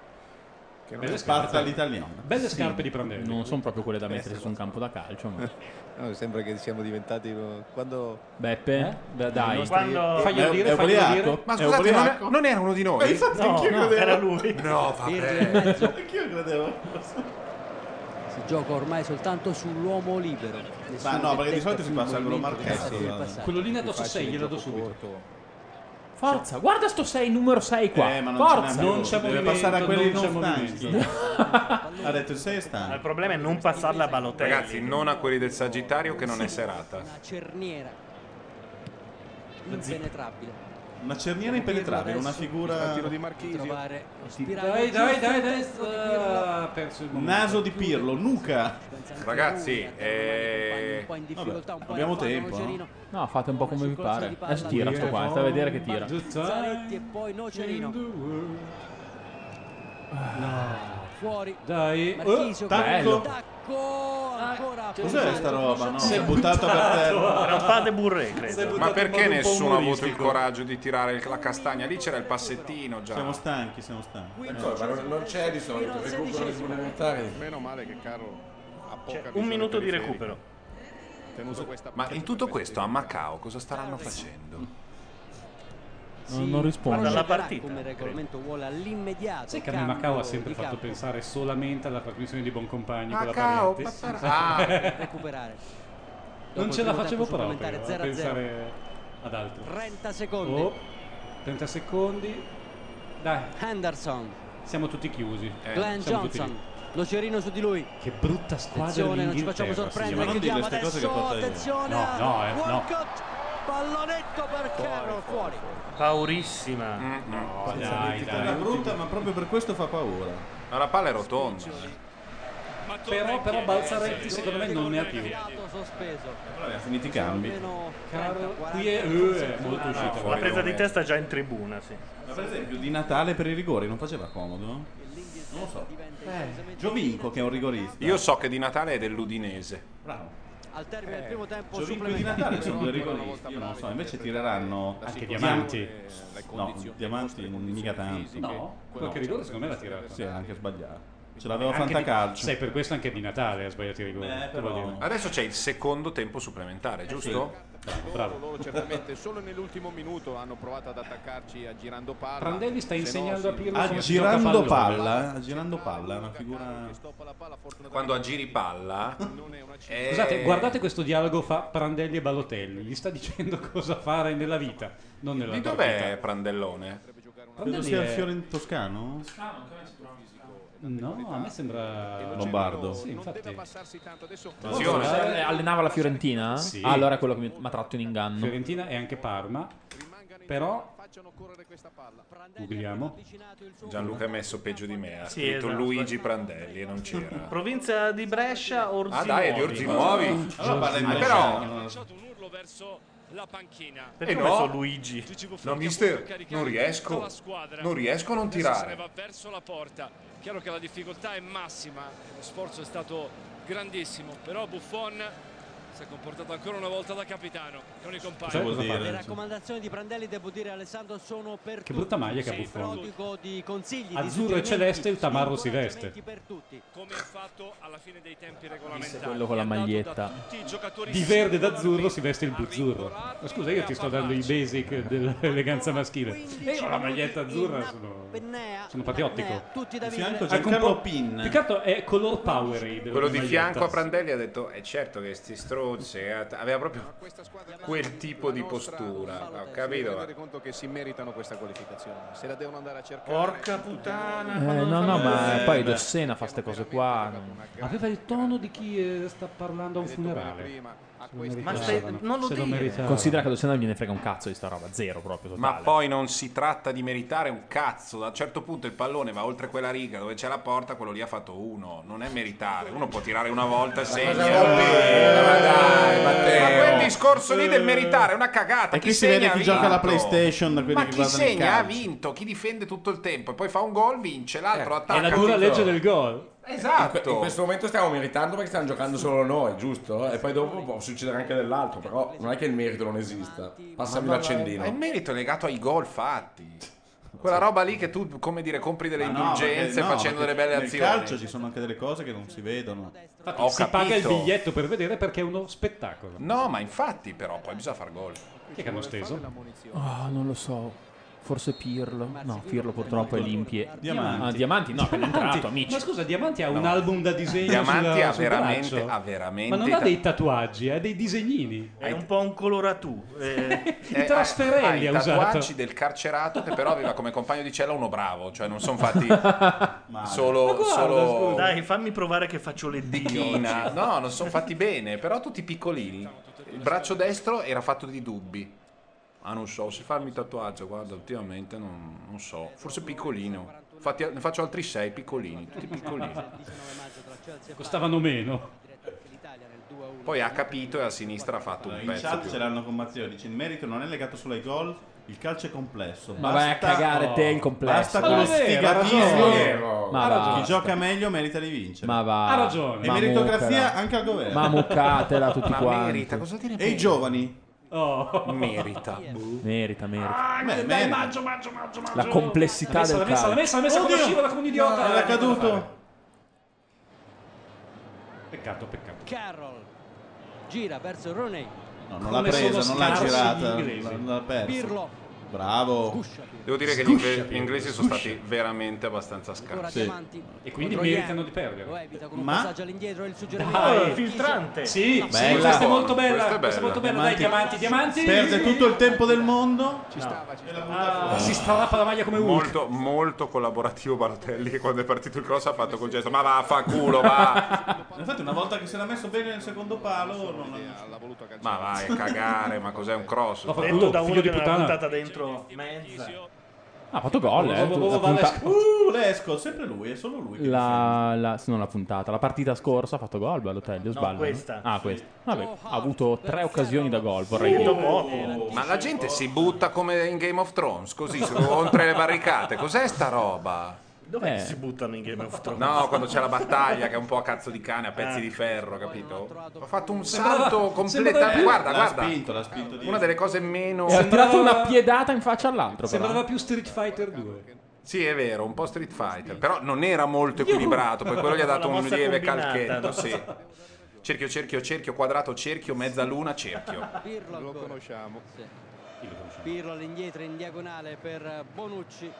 Che belle Spazza scarpe. all'italiana. Belle Sì, scarpe di Prandelli. Non sono proprio quelle da mettere su un campo da calcio. Ma... (laughs) No, sembra che siamo diventati oh, no, quando Beppe, Eh? beh, dai. Quando- Faglielo È- dire, è faglielo ubriaco? dire. Ma È scusate, ubriaco? non era uno di noi? Eh, infatti No, anch'io no, credevo. era lui. No, vabbè. Anch'io credevo. Si gioca ormai soltanto sull'uomo libero. Ma no, perché di solito si passa al al gol marchetto. Quello lì ne addosso 6, glielo do subito. Forza, guarda sto 6, numero 6 qua. Eh, ma non ce Forza. n'è più. Deve passare a quelli non, movimento. stanchi. ha detto il 6 stanchi. Il problema è non passarla a Balotelli. Ragazzi, non a quelli del Sagittario che non è serata. Cerniera. Impenetrabile. Una cerniera impenetrabile, una figura. Tiro di Marchisio. Trovare, Dai, dai, dai, dai. Ah, ha perso il momento. Naso di Pirlo, nuca. Ragazzi, eh, Vabbè, abbiamo tempo. no? No, fate un po' come vi pare. Adesso tira sto qua, sta a vedere che tira. Zanetti e poi Nocerino. Fuori. Dai. Marchisio, Oh, tacco. Tacco. Ancora. Ah, Cos'è sta roba? No, Si si è buttato per terra. Rampate burre, Si è credo. buttato Ma in perché modo un po' nessuno ha avuto il umoristico. coraggio di tirare il- la castagna? Lì c'era il passettino già. Siamo stanchi, siamo stanchi. Ecco, ma non, non c'è di solito recupero dei fondamentali. Meno male che Carlo ha Cioè, poca un visione minuto di periferica. recupero. Tenuto questa Ma in tutto questo a Macao cosa staranno facendo? Non- non risponde. Procederà Dalla partita, Come il regolamento vuole all'immediato. Sai che a me cambio Macao ha sempre di fatto campo. pensare solamente alla trasmissione di Boncompagni con la Macao, parete. (laughs) Pattarà. recuperare. non Dopo ce il la primo facevo tempo proprio supplementare, a 0 a 0. pensare ad altro. 30 secondi. Oh, 30 secondi. Dai. Henderson. Siamo tutti chiusi. Glenn Siamo tutti Johnson. Lo cerino su di lui. Che brutta squadra Attenzione, non ci facciamo dell'Inghilterra, sorprendere. Chiudiamo signora. Non dire adesso. queste cose che porta attenzione. io. No, no, eh, no. Walcott, Pallonetto per Carroll fuori. Paurissima. Mm, Sì, È brutta, ma proprio per questo fa paura. Ma la palla è rotonda. Però, però Balzaretti secondo me non ne ha più. Vabbè, finiti i cambi. Caro, qui è, eh, Ah, è molto Eh. uscita. La fuori presa nome. di testa già in tribuna, sì. Ma per esempio di Natale per i rigori non faceva comodo? Non lo so. Giovinco che è un rigorista. Io so che di Natale è dell'Udinese. Al termine Eh, del primo tempo Giovinco e di Natale sono due supplementare. rigoristi, io non lo so, invece tireranno Anche diamanti. Diamanti. No, diamanti mica tanto. No, qualche No. rigore secondo me l'ha tirato. Sì, eh. ha anche sbagliato. Ce l'aveva Anche di- Fantacalcio. Sai, per questo anche di Natale ha sbagliato i rigori. Eh, Beh, Che Eh, però- Eh, vuol dire? Adesso c'è il secondo tempo supplementare, giusto? Loro, loro certamente solo (laughs) nell'ultimo minuto hanno provato ad attaccarci a girando palla. Prandelli sta insegnando a Ah, Pirlo Ah, come si girando gioca pallone. palla, eh, girando palla, è una figura... Quando aggiri palla. Eh, eh, è- Scusate, guardate questo dialogo fa Prandelli e Balotelli. Gli sta dicendo (laughs) cosa fare nella vita, non nella Di dov'è Prandellone? Credo Prandelli sia il è- fiore in toscano? No, a me sembra Lombardo. Sì, infatti. Attenzione. Eh, Allenava la Fiorentina? Sì. Ah, allora è quello che mi mi ha tratto in inganno. Fiorentina e anche Parma. Però Googliamo. Gianluca ha messo peggio di me, ha Sì, scritto esatto. Luigi Prandelli e non (laughs) c'era. Provincia di Brescia, Orzi Ah dai, è di Orzi Nuovi. Ah, però... Perché Eh ho no. messo Luigi? No, mister, non riesco. Non riesco a non tirare. verso la porta. Chiaro che la difficoltà è massima, lo sforzo è stato grandissimo, però Buffon si è comportato ancora una volta da capitano con i compagni. Sai cosa fa? dire? Le raccomandazioni di Prandelli, devo dire, Alessandro, sono per Che brutta maglia che ha Sei Buffon. prodigo di consigli, di Azzurro e suggerimenti, celeste, il tamarro si veste. per tutti. Come ha fatto alla fine dei tempi regolamentari. Quello con la maglietta. Di verde ed azzurro si veste il bizzurro. Ma scusa, io ti sto dando i basic dell'eleganza maschile. E io ho la maglietta azzurra sono, sono patriottico. Tutti da Di fianco vivere. c'è Anche un Carlo po' Pin. Più che altro è color Powerade. Quello la di maglietta. fianco a Prandelli ha detto, è certo che sti strozzi, eh, aveva proprio quel tipo di postura, ho Devo capito? rendere conto che si meritano questa qualificazione. Se la devono andare a cercare. Porca puttana. Eh, no, no, ma Eh, poi beh. Dossena fa ste cose qua. Aveva il tono di chi eh, sta parlando a un funerale. Se lo Ma meritavano. se- non lo Se dire. meritavano. Considera che Dossena non gliene frega un cazzo di sta roba, zero proprio. Ma Totale. poi non si tratta di meritare un cazzo. A un certo punto il pallone va oltre quella riga dove c'è la porta, quello lì ha fatto uno. Non è meritare. Uno può tirare una volta e segna. eh, cosa vuol dire? Ma dai, Matteo. Ma quel discorso lì del meritare è una Eh. cagata. E Chi qui si vede segna chi ha gioca alla vinto. PlayStation da quelli Ma che chi guardano il segna ha calcio. vinto, chi difende tutto il tempo e poi fa un gol, vince, l'altro attacca. È la dura tutto. legge del gol. In, que- in Esatto. questo momento stiamo meritando perché stiamo giocando solo noi, giusto? E poi dopo può succedere anche dell'altro, però non è che il merito non esista. Passami Ma l'accendino. è il merito legato ai gol fatti. Quella roba lì che tu, come dire, compri delle Ma Ah, no, indulgenze perché- no, facendo delle perché belle nel azioni. calcio ci sono anche delle cose che non si vedono. Ho si paga il capito. biglietto per vedere perché è uno spettacolo. No, ma infatti, però, poi bisogna far gol. Chi è che hanno steso? Ah, non lo so. Forse Pirlo. No, Pirlo purtroppo è limpie. Diamanti. Ah, diamanti, no, appena entrato, amici. Ma scusa, Diamanti ha un album da disegno Diamanti sulla- ha sul veramente- braccio. ha veramente Ma non ha ta- dei tatuaggi, ha dei disegnini. È un po' un coloratù. eh. (laughs) I trasferelli ha ah, i tatuaggi usato. del carcerato che però aveva come compagno di cella uno bravo, cioè non sono (laughs) fatti solo, Ma guarda, solo scusa. Dai, fammi provare che faccio le di china. (laughs) china. No, non sono fatti bene, però tutti piccolini. Il braccio destro era fatto di dubbi. Ah, non so, se farmi tatuaggio, guarda, ultimamente non, non so. Forse piccolino. Infatti, ne faccio altri sei (laughs) piccolini, tutti piccolini. (laughs) Costavano meno. Poi ha capito e a sinistra ha fatto un In pezzo. chat più. ce l'hanno con Mazzio, dice il merito non è legato solo ai gol, il calcio è complesso. Oh. Ma vai a cagare te il complesso. Basta Ma quello non è vero, ha sfigatissimo. ragione. Ma Chi basta. gioca meglio merita di vincere. Ma va. Ha ragione. E Ah, Ma meritocrazia mucala. anche al governo. Ma mucatela (laughs) tutti Ma quanti. merita, cosa te ne E pensi? i giovani? Oh. Merita. (laughs) Merita, merita. Ah, Beh, dai, merita. maggio, maggio, maggio, maggio. La complessità del calcio. Oddio! No, era caduto. Peccato, peccato. Carroll gira verso Rooney. No, non l'ha presa, non l'ha girata, non l'ha persa. Pirlo. Bravo. Devo dire che gli ingle- gli inglesi sono stati veramente abbastanza scarsi. Sì. E quindi meritano di perdere. con un Ma? passaggio all'indietro il suggerimento Oh, Dai, di Chiesa. filtrante. Sì, La- sì, questa è molto bella. Questa è, molto bella. Dai, diamanti, Diamanti. diamanti. Perde tutto il tempo del mondo. Ci stava, ci stava. Ah, si strappa la maglia come Hulk. Molto, molto collaborativo Balotelli che quando è partito il cross ha fatto col gesto ma va, fa culo, (laughs) va. Infatti, una volta che se l'ha messo bene nel secondo palo, non l'ha voluto calciare. Ma vai (laughs) (laughs) a cagare, ma cos'è un cross? Ho Detto fatto da uno figlio che di non l'ha puttana. buttata dentro mezza. Ah, Ha fatto Boh, Boh, gol, eh. La punta- Uh, Lesco, sempre lui, è solo lui. che La, la- sì, non la puntata, la partita scorsa ha fatto gol Balotelli, o sbaglio? questa. Ah, questa. Vabbè, ha avuto tre occasioni da gol, vorrei Detto dire. poco. Ma la gente si butta come in Game of Thrones, così, su- oltre le barricate. Cos'è sta roba? Dov'è Eh. che si buttano in Game of Thrones? Eh. No, quando c'è la battaglia che è un po' a cazzo di cane, a pezzi di ferro, capito? Ha fatto un salto completamente. Guarda, L'ha guarda. spinto, l'ha spinto Una delle cose meno. E ha tirato una piedata in faccia all'altro. Sembrava più Street Fighter 2. Sì, è vero, un po' Street Fighter, però non era molto equilibrato, poi quello gli ha dato La un mossa lieve combinata, no? calchetto, sì. Cerchio, cerchio, cerchio, quadrato, cerchio, mezzaluna, cerchio. Pirlo Lo ancora. conosciamo. Sì. Pirlo all'indietro in diagonale per Bonucci.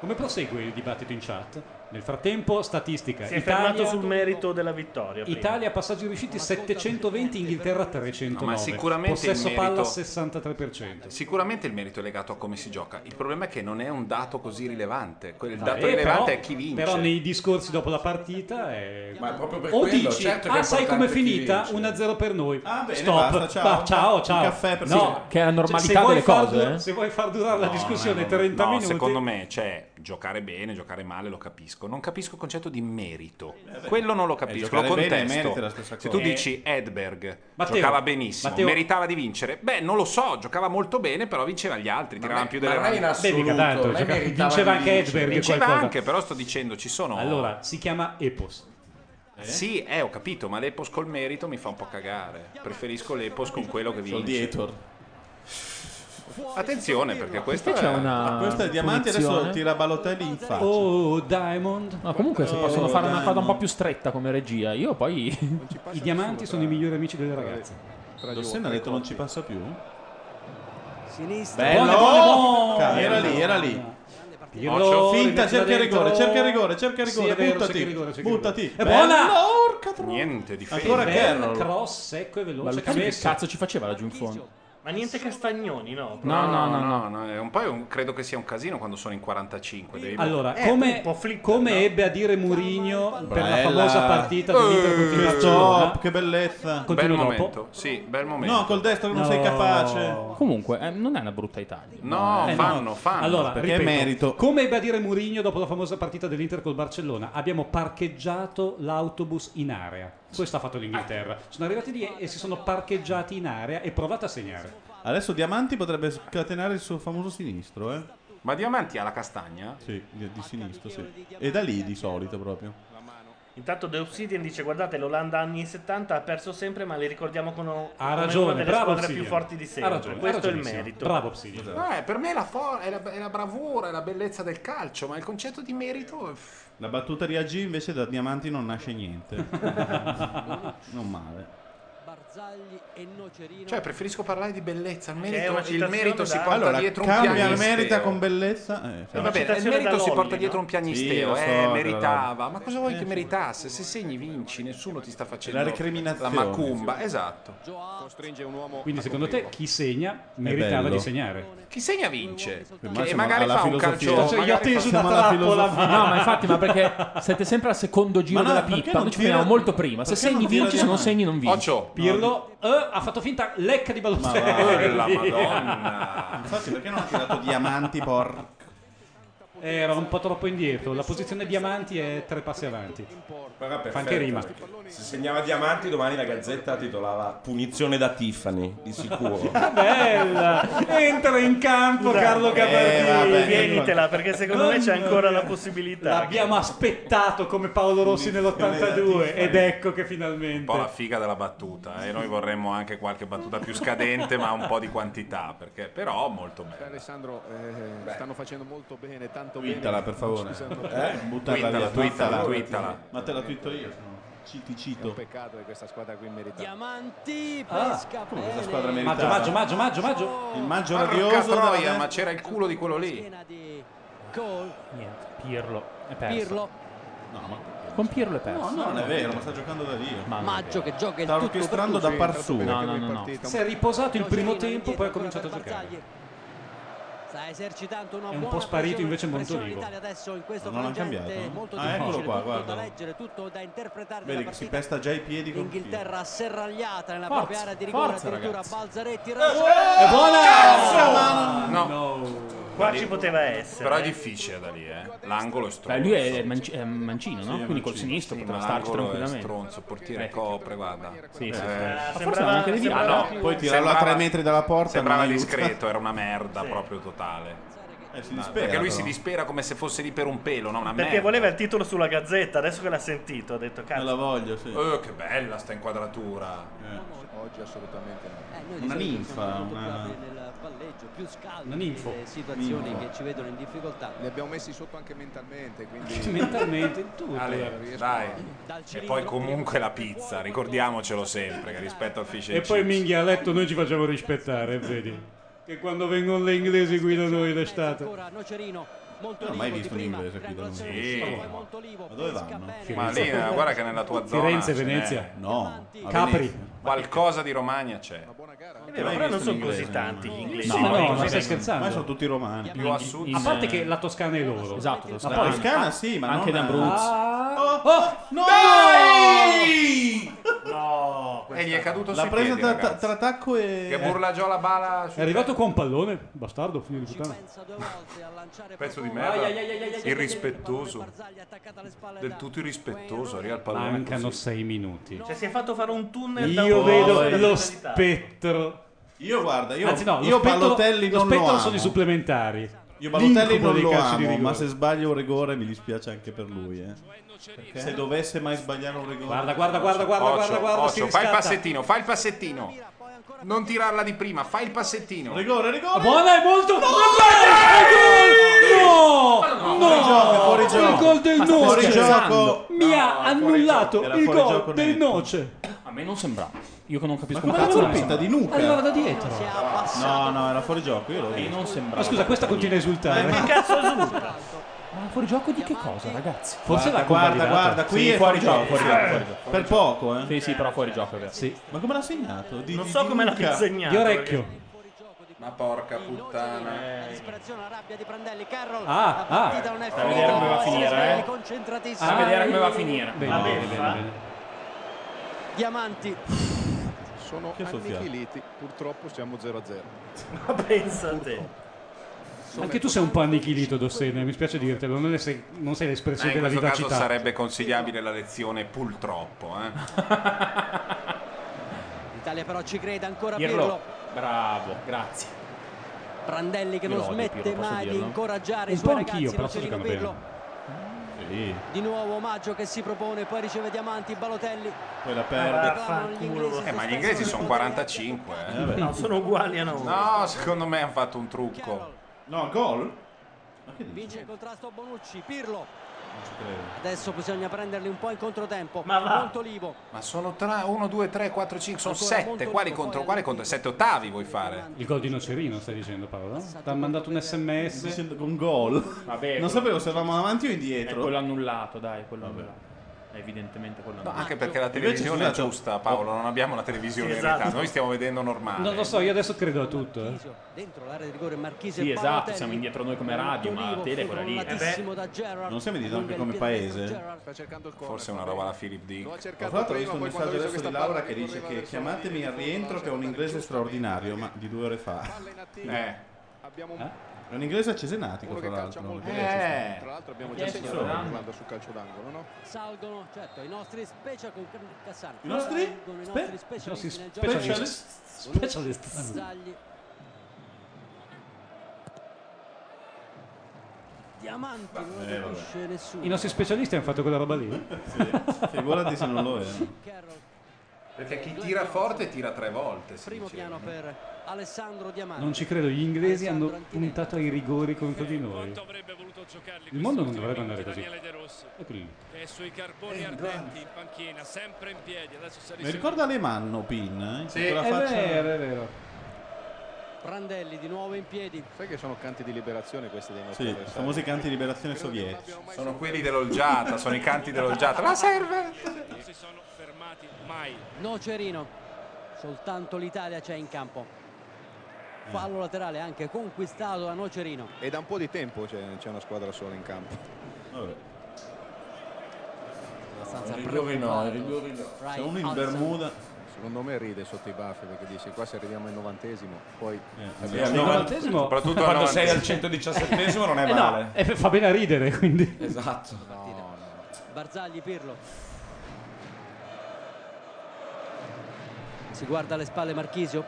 Come prosegue il dibattito in chat? Nel frattempo, statistica. Si è Italia- fermato sul merito della vittoria. prima. Italia passaggi riusciti 720, Inghilterra 309. No, ma sicuramente possesso il merito- palla 63%. Sicuramente il merito è legato a come si gioca, il problema è che non è un dato così rilevante. Quello- Il dato Eh, rilevante però- è chi vince. Però nei discorsi dopo la partita è... Ma proprio per o quello, dici, certo che ah, è sai importante com'è chi finita? vince." 1-0 per noi. Ah, bene, Stop. basta, ciao. Va, ciao, Un ciao. caffè per no, tutti. Che è la Cioè, normalità se vuoi delle far cose, dur- eh. Se vuoi far durare la discussione no, no, 30 no, minuti... Secondo me, cioè, giocare bene, giocare male lo capisco. Non capisco il concetto di merito. Eh, Quello non lo capisco. giocare lo bene e contesto. merito è la stessa cosa. Se tu Eh. dici Edberg Matteo, giocava benissimo, Matteo- meritava di vincere, beh, non lo so. Giocava molto bene, però vinceva gli altri, tiravano più delle ma lei in mani. assoluto, Beh, mica tanto, lei giocava- meritava vinceva di anche vincere. Edberg Vinceva qualcosa. anche, però sto dicendo, ci sono. Allora, si chiama Epos. Sì, eh, ho capito, ma l'Epos col merito mi fa un po' cagare. Preferisco l'Epos con quello che vince. Sono dietro. Attenzione, perché questo Perché è... c'è una. Questa è diamante, adesso tira Balotelli in faccia. Oh, Diamond. Ma comunque se Oh, possono fare una Diamond. cosa un po' più stretta come regia, io poi... I diamanti sono i migliori amici delle ragazze. Dossena ha detto non ci passa più. Sinistra. Bello! Buone, buone, buone! Era lì, era lì. Pirlo, Occhio. Finta, rimessa cerca il dentro. rigore, cerca il rigore, cerca il Sì, è rigore, vero, buttati, cerca il rigore, cerca il buttati. rigore. È Bello, buona! orca tro- Niente difesa. Ancora Bel Carroll. cross secco e veloce. Balotelli che Che cazzo ci faceva laggiù in fondo? Ma niente castagnoni, no? No, no, no, no, no, no, è un po' è un- credo che sia un casino quando sono in 45. Devi... Allora, Eh, come, come ebbe a dire Murigno per la Bella. famosa partita Eh, Che dell'Inter stop, che bellezza. bel momento. Sì, bel momento. No, col destro che non sei capace. Comunque, eh, non è una brutta Italia. No, Eh, fanno, fanno. Allora, perché è ripeto, merito. Come ebbe a dire Murigno dopo la famosa partita dell'Inter col Barcellona, abbiamo parcheggiato l'autobus in area. Questo ha fatto l'Inghilterra. Sono arrivati lì e si sono parcheggiati in area e provate a segnare. Adesso Diamanti potrebbe scatenare il suo famoso sinistro, eh. Ma Diamanti ha la castagna? Sì, di di sinistro, sì. E da lì di solito proprio. Intanto The Obsidian dice guardate l'Olanda anni 70 ha perso sempre ma le ricordiamo con come ragione, una delle bravo squadre Obsidian. più forti di sempre. Ha ragione, Questo ha è il ragionissimo. merito. Bravo Obsidian. No, eh, per me è la, for- è, la, è la bravura, è la bellezza del calcio, ma il concetto di merito... pff, La battuta di AG invece da Diamanti non (laughs) nasce niente. non male. Barzagli e Nocerino. Cioè, preferisco parlare di bellezza. Il Che è merito, una il citazione merito si da- porta allora, dietro un cambia pianisteo. il merita con bellezza. Eh, Eh, va bene, il merito si porta dietro un pianisteo, Sì, lo eh, so, meritava. però- Eh, Ma cosa vuoi che meritasse? Se segni vinci, nessuno ti sta facendo La recriminazione. la macumba, esatto. Costringe un uomo Ah, Quindi a secondo te coprirlo. chi segna meritava bello. di segnare? Chi segna vince. ma e siamo magari alla fa un filosofia. calcio. Cioè, io magari teso fa- una Siamo alla trappola. filosofia. No, ma infatti, ma (laughs) perché siete sempre al secondo giro Ma no, della perché pippa? non Noi ci tira- prendiamo molto prima. Se perché segni non tira vinci, se non diamanti? segni non vinci. Occhio, Pirlo quello eh, ha fatto finta lecca di Balotelli. (laughs) la Madonna. Infatti, perché non ha tirato diamanti, por? Era un po' troppo indietro. La posizione diamanti è tre passi avanti. Fa anche rima. Se segnava diamanti, domani la gazzetta titolava Punizione da Tiffany, (laughs) di sicuro. Ah, Bella! Entra in campo Scusa, Carlo eh, Gabardini. vabbè. Venitela, perché secondo me c'è ancora la possibilità. L'abbiamo aspettato come Paolo Rossi Eh, nell'82 ed ecco che Un po' la finalmente. figa della battuta. eh, E noi vorremmo anche qualche battuta più scadente, ma un po' di quantità. Perché, però, molto bene. Alessandro eh, stanno facendo molto bene, tanto Twittala, bene. per favore. Non ci sono- Eh? Buttarla Twittala, via, twittala, buttarla. twittala. Ma te la twitto io, se no. Ci ti È un cito. peccato che questa squadra qui merita. Diamanti, Ah, pesca come questa bene. squadra Maggio, meritava. maggio, maggio, maggio, maggio. Il maggio Porca radioso. troia, della- ma c'era il culo di quello lì. Gol. Niente, Pirlo è perso. Pirlo. No, ma Con Pirlo è perso. No, no, non è vero, ma sta giocando da Dio. Maggio che gioca il Sta tutto orchestrando per da lui. par su. No, no, no, no. Si è riposato il primo tempo, poi ha cominciato a giocare. Sta esercitando una È un buona po' sparito pressione- invece pressione Montolivo. in Italia adesso in questo Non l'hanno frangente cambiato? molto Ah, difficile, eccolo qua, tutto guarda. da leggere, tutto da interpretare Vedi della che si partita. pesta già i piedi con L'Inghilterra serragliata nella Forza, propria area di rigore, forza, addirittura ragazzi. Balzaretti raggio- eh, è buona! Cazzo! No. Qua ci poteva essere. Però è difficile da lì, eh. L'angolo è stronzo. Beh, Cioè, lui è, manci- è mancino, no? Sì, è Quindi col mancino. sinistro Sì, poteva ma starci l'angolo È tranquillamente. stronzo, il portiere copre, guarda. Sì, sì, sì. Eh. Ma forse Sembrava- anche devi- Ah, no, Poi tirarlo a sembrava- tre metri dalla porta. Sembrava non aiuta. discreto, era una merda proprio totale. si No, dispera, perché lui però. Eh, si dispera come se fosse lì per un pelo, no? Una Perché merda. voleva il titolo sulla gazzetta, adesso che l'ha sentito ha detto cazzo. Non la voglio, sì. Oh, che bella sta inquadratura. Oggi assolutamente no. Una ninfa, una- nel palleggio più scaldo Una ninfo. delle situazioni Ninfo. che ci vedono in difficoltà. Li abbiamo messi sotto anche mentalmente, quindi Mentalmente, tutto. Ale, dai. E poi comunque la pizza, ricordiamocelo sempre, che rispetto al fish and E poi chips- minchia a letto noi ci facciamo rispettare, vedi? Che quando vengono le inglesi guidano noi l'estate. Nocerino, Io Non ho mai visto un inglese qui da noi. Sì. Ma dove vanno? Ma lì, eh, guarda che nella tua zona Firenze, ce n'è. Venezia. No. Capri. Qualcosa di Romagna c'è. però non sono così tanti gli inglesi. No, no, ma stai scherzando? Ma sono tutti romani. Più a sud. A parte che la Toscana è loro. Esatto, Ma Toscana. poi Toscana sì, ma Anche non- da Abruzzo. Oh. Ah, no! No, E gli è caduto La sui presa piedi, tra, ragazzi. tra tacco e... Che burlagiò la bala È sul arrivato qua un pallone, bastardo, figlio di puttana. pezzo di merda. Ai, ai, ai, ai, ai, ai, ai, Irrispettoso. Del tutto irrispettoso, arriva il pallone Mancano così. sei minuti. Cioè si è fatto fare un tunnel da Io un- vedo lo da un'italiana. spettro. Io guarda, io, Anzi, no, lo io spettro, Balotelli lo non spettro lo sono i amo. supplementari. Io Balotelli L'incubo non dei lo calci di amo, rigore. ma se sbaglio un rigore mi dispiace anche per lui. eh. Se dovesse mai sbagliare un rigore... Guarda, guarda, guarda, guarda, guarda, guarda, si Ocio, fai il riscatta. passettino, fai il passettino. Non tirarla di prima, fai il passettino. Rigore, rigore! Buona è molto. Ma guarda, è gol! No! Fuori gioco, fuori Il gioco. gol del Ma state Noce scherzando? mi ha annullato Era il fuori gol gioco del netto. Noce. A me non sembrava. Io che non capisco Ma un come l'ha cazzo non colpita sembrava. di nuca? Eh, Arrivava da dietro. No, no, era fuori gioco, io l'ho visto. Non sembrava. Ma scusa, questa continua a (laughs) esultare. Ma fuori gioco di che cosa, ragazzi? Forse la Guarda, guarda, qui Sì, è fuori fuori gioco, gioco, fuori gioco, fuori gioco. Per poco, eh. Sì, sì, però fuori gioco è vero. Ma come l'ha segnato? Di- Non di- so di come l'ha Luca. disegnato. Di orecchio. Eh, Ma porca puttana. Disperazione, la rabbia di Prandelli, Carroll. Ah, la ah. partita non è A vedere finita. come va può a essere finire, eh. concentratissimo. A vedere come va a finire. Bene, La bene, beffa. bene, bene. Diamanti. sono Che soffiato. annichiliti. Purtroppo siamo 0-0. Ma pensa a te. Anche tu sei un po' annichilito, Dossene. Mi spiace dirtelo. Non, ne sei, non sei Eh, l'espressione in della questo caso vivacità. sarebbe consigliabile la lezione purtroppo. Eh. L'Italia però ci crede ancora Pirlo. Pirlo. Bravo, grazie. Brandelli che Io non lo odio, smette Pirlo, posso mai di dirlo? incoraggiare i Un suoi po' ragazzi. anch'io, però sto Nocerino, giocando Pirlo. Sì, Di nuovo Maggio che si propone, poi riceve Diamanti, Balotelli. poi la Ah, perde. Reclamano gli vaffanculo. inglesi. Eh, ma gli inglesi sono 45. Eh, eh. vabbè. No, sono uguali a noi. No, secondo me hanno fatto un trucco. No, gol? Ma che dici? Vince il contrasto Bonucci, Pirlo. Non ci credo. Eh. Adesso bisogna prenderli un po' in controtempo. Ma va. Montolivo. Ma sono 1, 2, 3, 4, 5, sono Ancora 7. Montolivo, Quali poi contro alla quali fine. contro? 7 ottavi vuoi fare? Il gol di Nocerino, stai dicendo, Paolo? Ti ha mandato un Sto sms. dicendo con gol. Vabbè, Non quello- sapevo se eravamo avanti o è Eh, indietro. quello annullato, dai, quello annullato. evidentemente quella No, non è. anche perché la Invece, televisione scusate, è giusta, Paolo. Non abbiamo la televisione Sì, in realtà. esatto. Noi stiamo vedendo normale. Non lo so, io adesso credo a tutto. eh. Dentro l'area di rigore Marchese Sì, e esatto, Palotelli. siamo indietro noi come radio, ma la tele è quella lì. Controllatissimo da Gerrard. Non siamo indietro anche come paese? Forse è una roba alla Philip Dick. Ho fatto ho visto un messaggio adesso di Laura che dice che chiamatemi al rientro che ho un inglese straordinario, ma di due ore fa. Eh. Abbiamo Eh? È un inglese cesenatico, uno tra che calcia l'altro. molto Eh. bene. Tra l'altro abbiamo già Eh, segnato insomma. una domanda sul calcio d'angolo, no? Salgono, certo, i nostri special con Car- Cassano. I nostri? Salgono i nostri Spe- specialisti nostri nel gioco. specialist- Voluto, specialist. Zagli. Diamanti, non Eh, lo capisce nessuno. I nostri specialisti hanno fatto quella roba (laughs) lì. Figurati se non lo erano. Perché chi tira forte tira tre volte. si Primo diceva. piano per Alessandro Diamanti. Non ci credo, gli inglesi hanno puntato ai rigori contro di noi. Il mondo non dovrebbe andare così. Eccoli lì. È sui Eh, carboni ardenti in panchina, sempre in piedi. Adesso si Mi ricorda Le Manno Pin? Eh? Sì, Quella è vero, è vero. Prandelli di nuovo in piedi. Sai che sono canti di liberazione questi dei nostri Sì, i avversari? famosi canti di liberazione sovietici. Sono quelli dell'Olgiata, sono i canti dell'Olgiata. La serve! Non si sono fermati mai. Nocerino, soltanto l'Italia c'è in campo. Fallo Mm. laterale anche conquistato da Nocerino. E da un po' di tempo c'è, c'è una squadra sola in campo. Abbastanza I rigori no, i rigori no. C'è uno in Bermuda. Secondo me ride sotto i baffi perché dice qua se arriviamo al novantesimo, poi Eh, sì, al novantesimo- Soprattutto quando sei al 117esimo non è (laughs) Eh no, male. e fa bene a ridere, quindi. Esatto. Barzagli, Pirlo. Si guarda alle spalle Marchisio,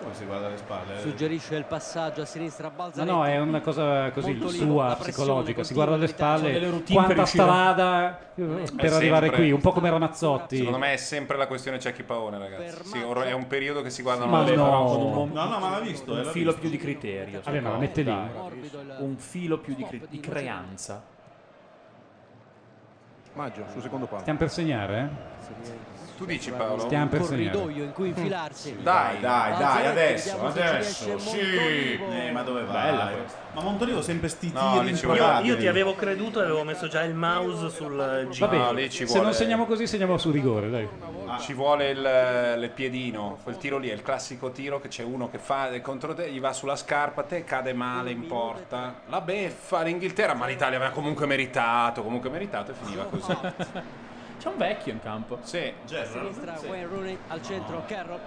Come si guarda alle spalle? suggerisce il passaggio a sinistra a No, Balzaretti. no, è una cosa così Molto libero, la sua, pressione psicologica. Si continua guarda alle dell'Italia. spalle, Sono delle routine quanta per riuscire- strada eh, per È arrivare sempre- qui, un po' come Ramazzotti. Secondo me è sempre la questione Cecchi Paone, ragazzi. Sì, or- è un periodo che si guardano Ma le no. parole. No, no, ma l'ha visto, Un eh, l'ha filo visto. più di criterio. Vabbè, ma la secondo mette lì. me. Un filo più di, cri- di creanza. Maggio sul secondo palo. Stiamo per segnare, eh? Tu dici Paolo? Stiamo per un segnare. corridoio in cui infilarsi. Dai, dai, dai, adesso, vediamo se ci adesso. riesce Sì. Montolivo. Eh, ma dove va? Bella questa. Ma Montolivo sempre sti tiri No, lì ci vuole- improvati. Io ti avevo creduto e avevo messo già il mouse sul G. eh? Va bene, se non segniamo così, segniamo su rigore, dai. Ah, Ci vuole il, il piedino, quel tiro lì è il classico tiro che c'è uno che fa eh, contro te, gli va sulla scarpa, te cade male in porta. La beffa l'Inghilterra, ma l'Italia aveva comunque meritato, comunque meritato e finiva così. C'è un vecchio in campo. Certo. Sì, A sinistra Wayne Rooney, al centro Carroll.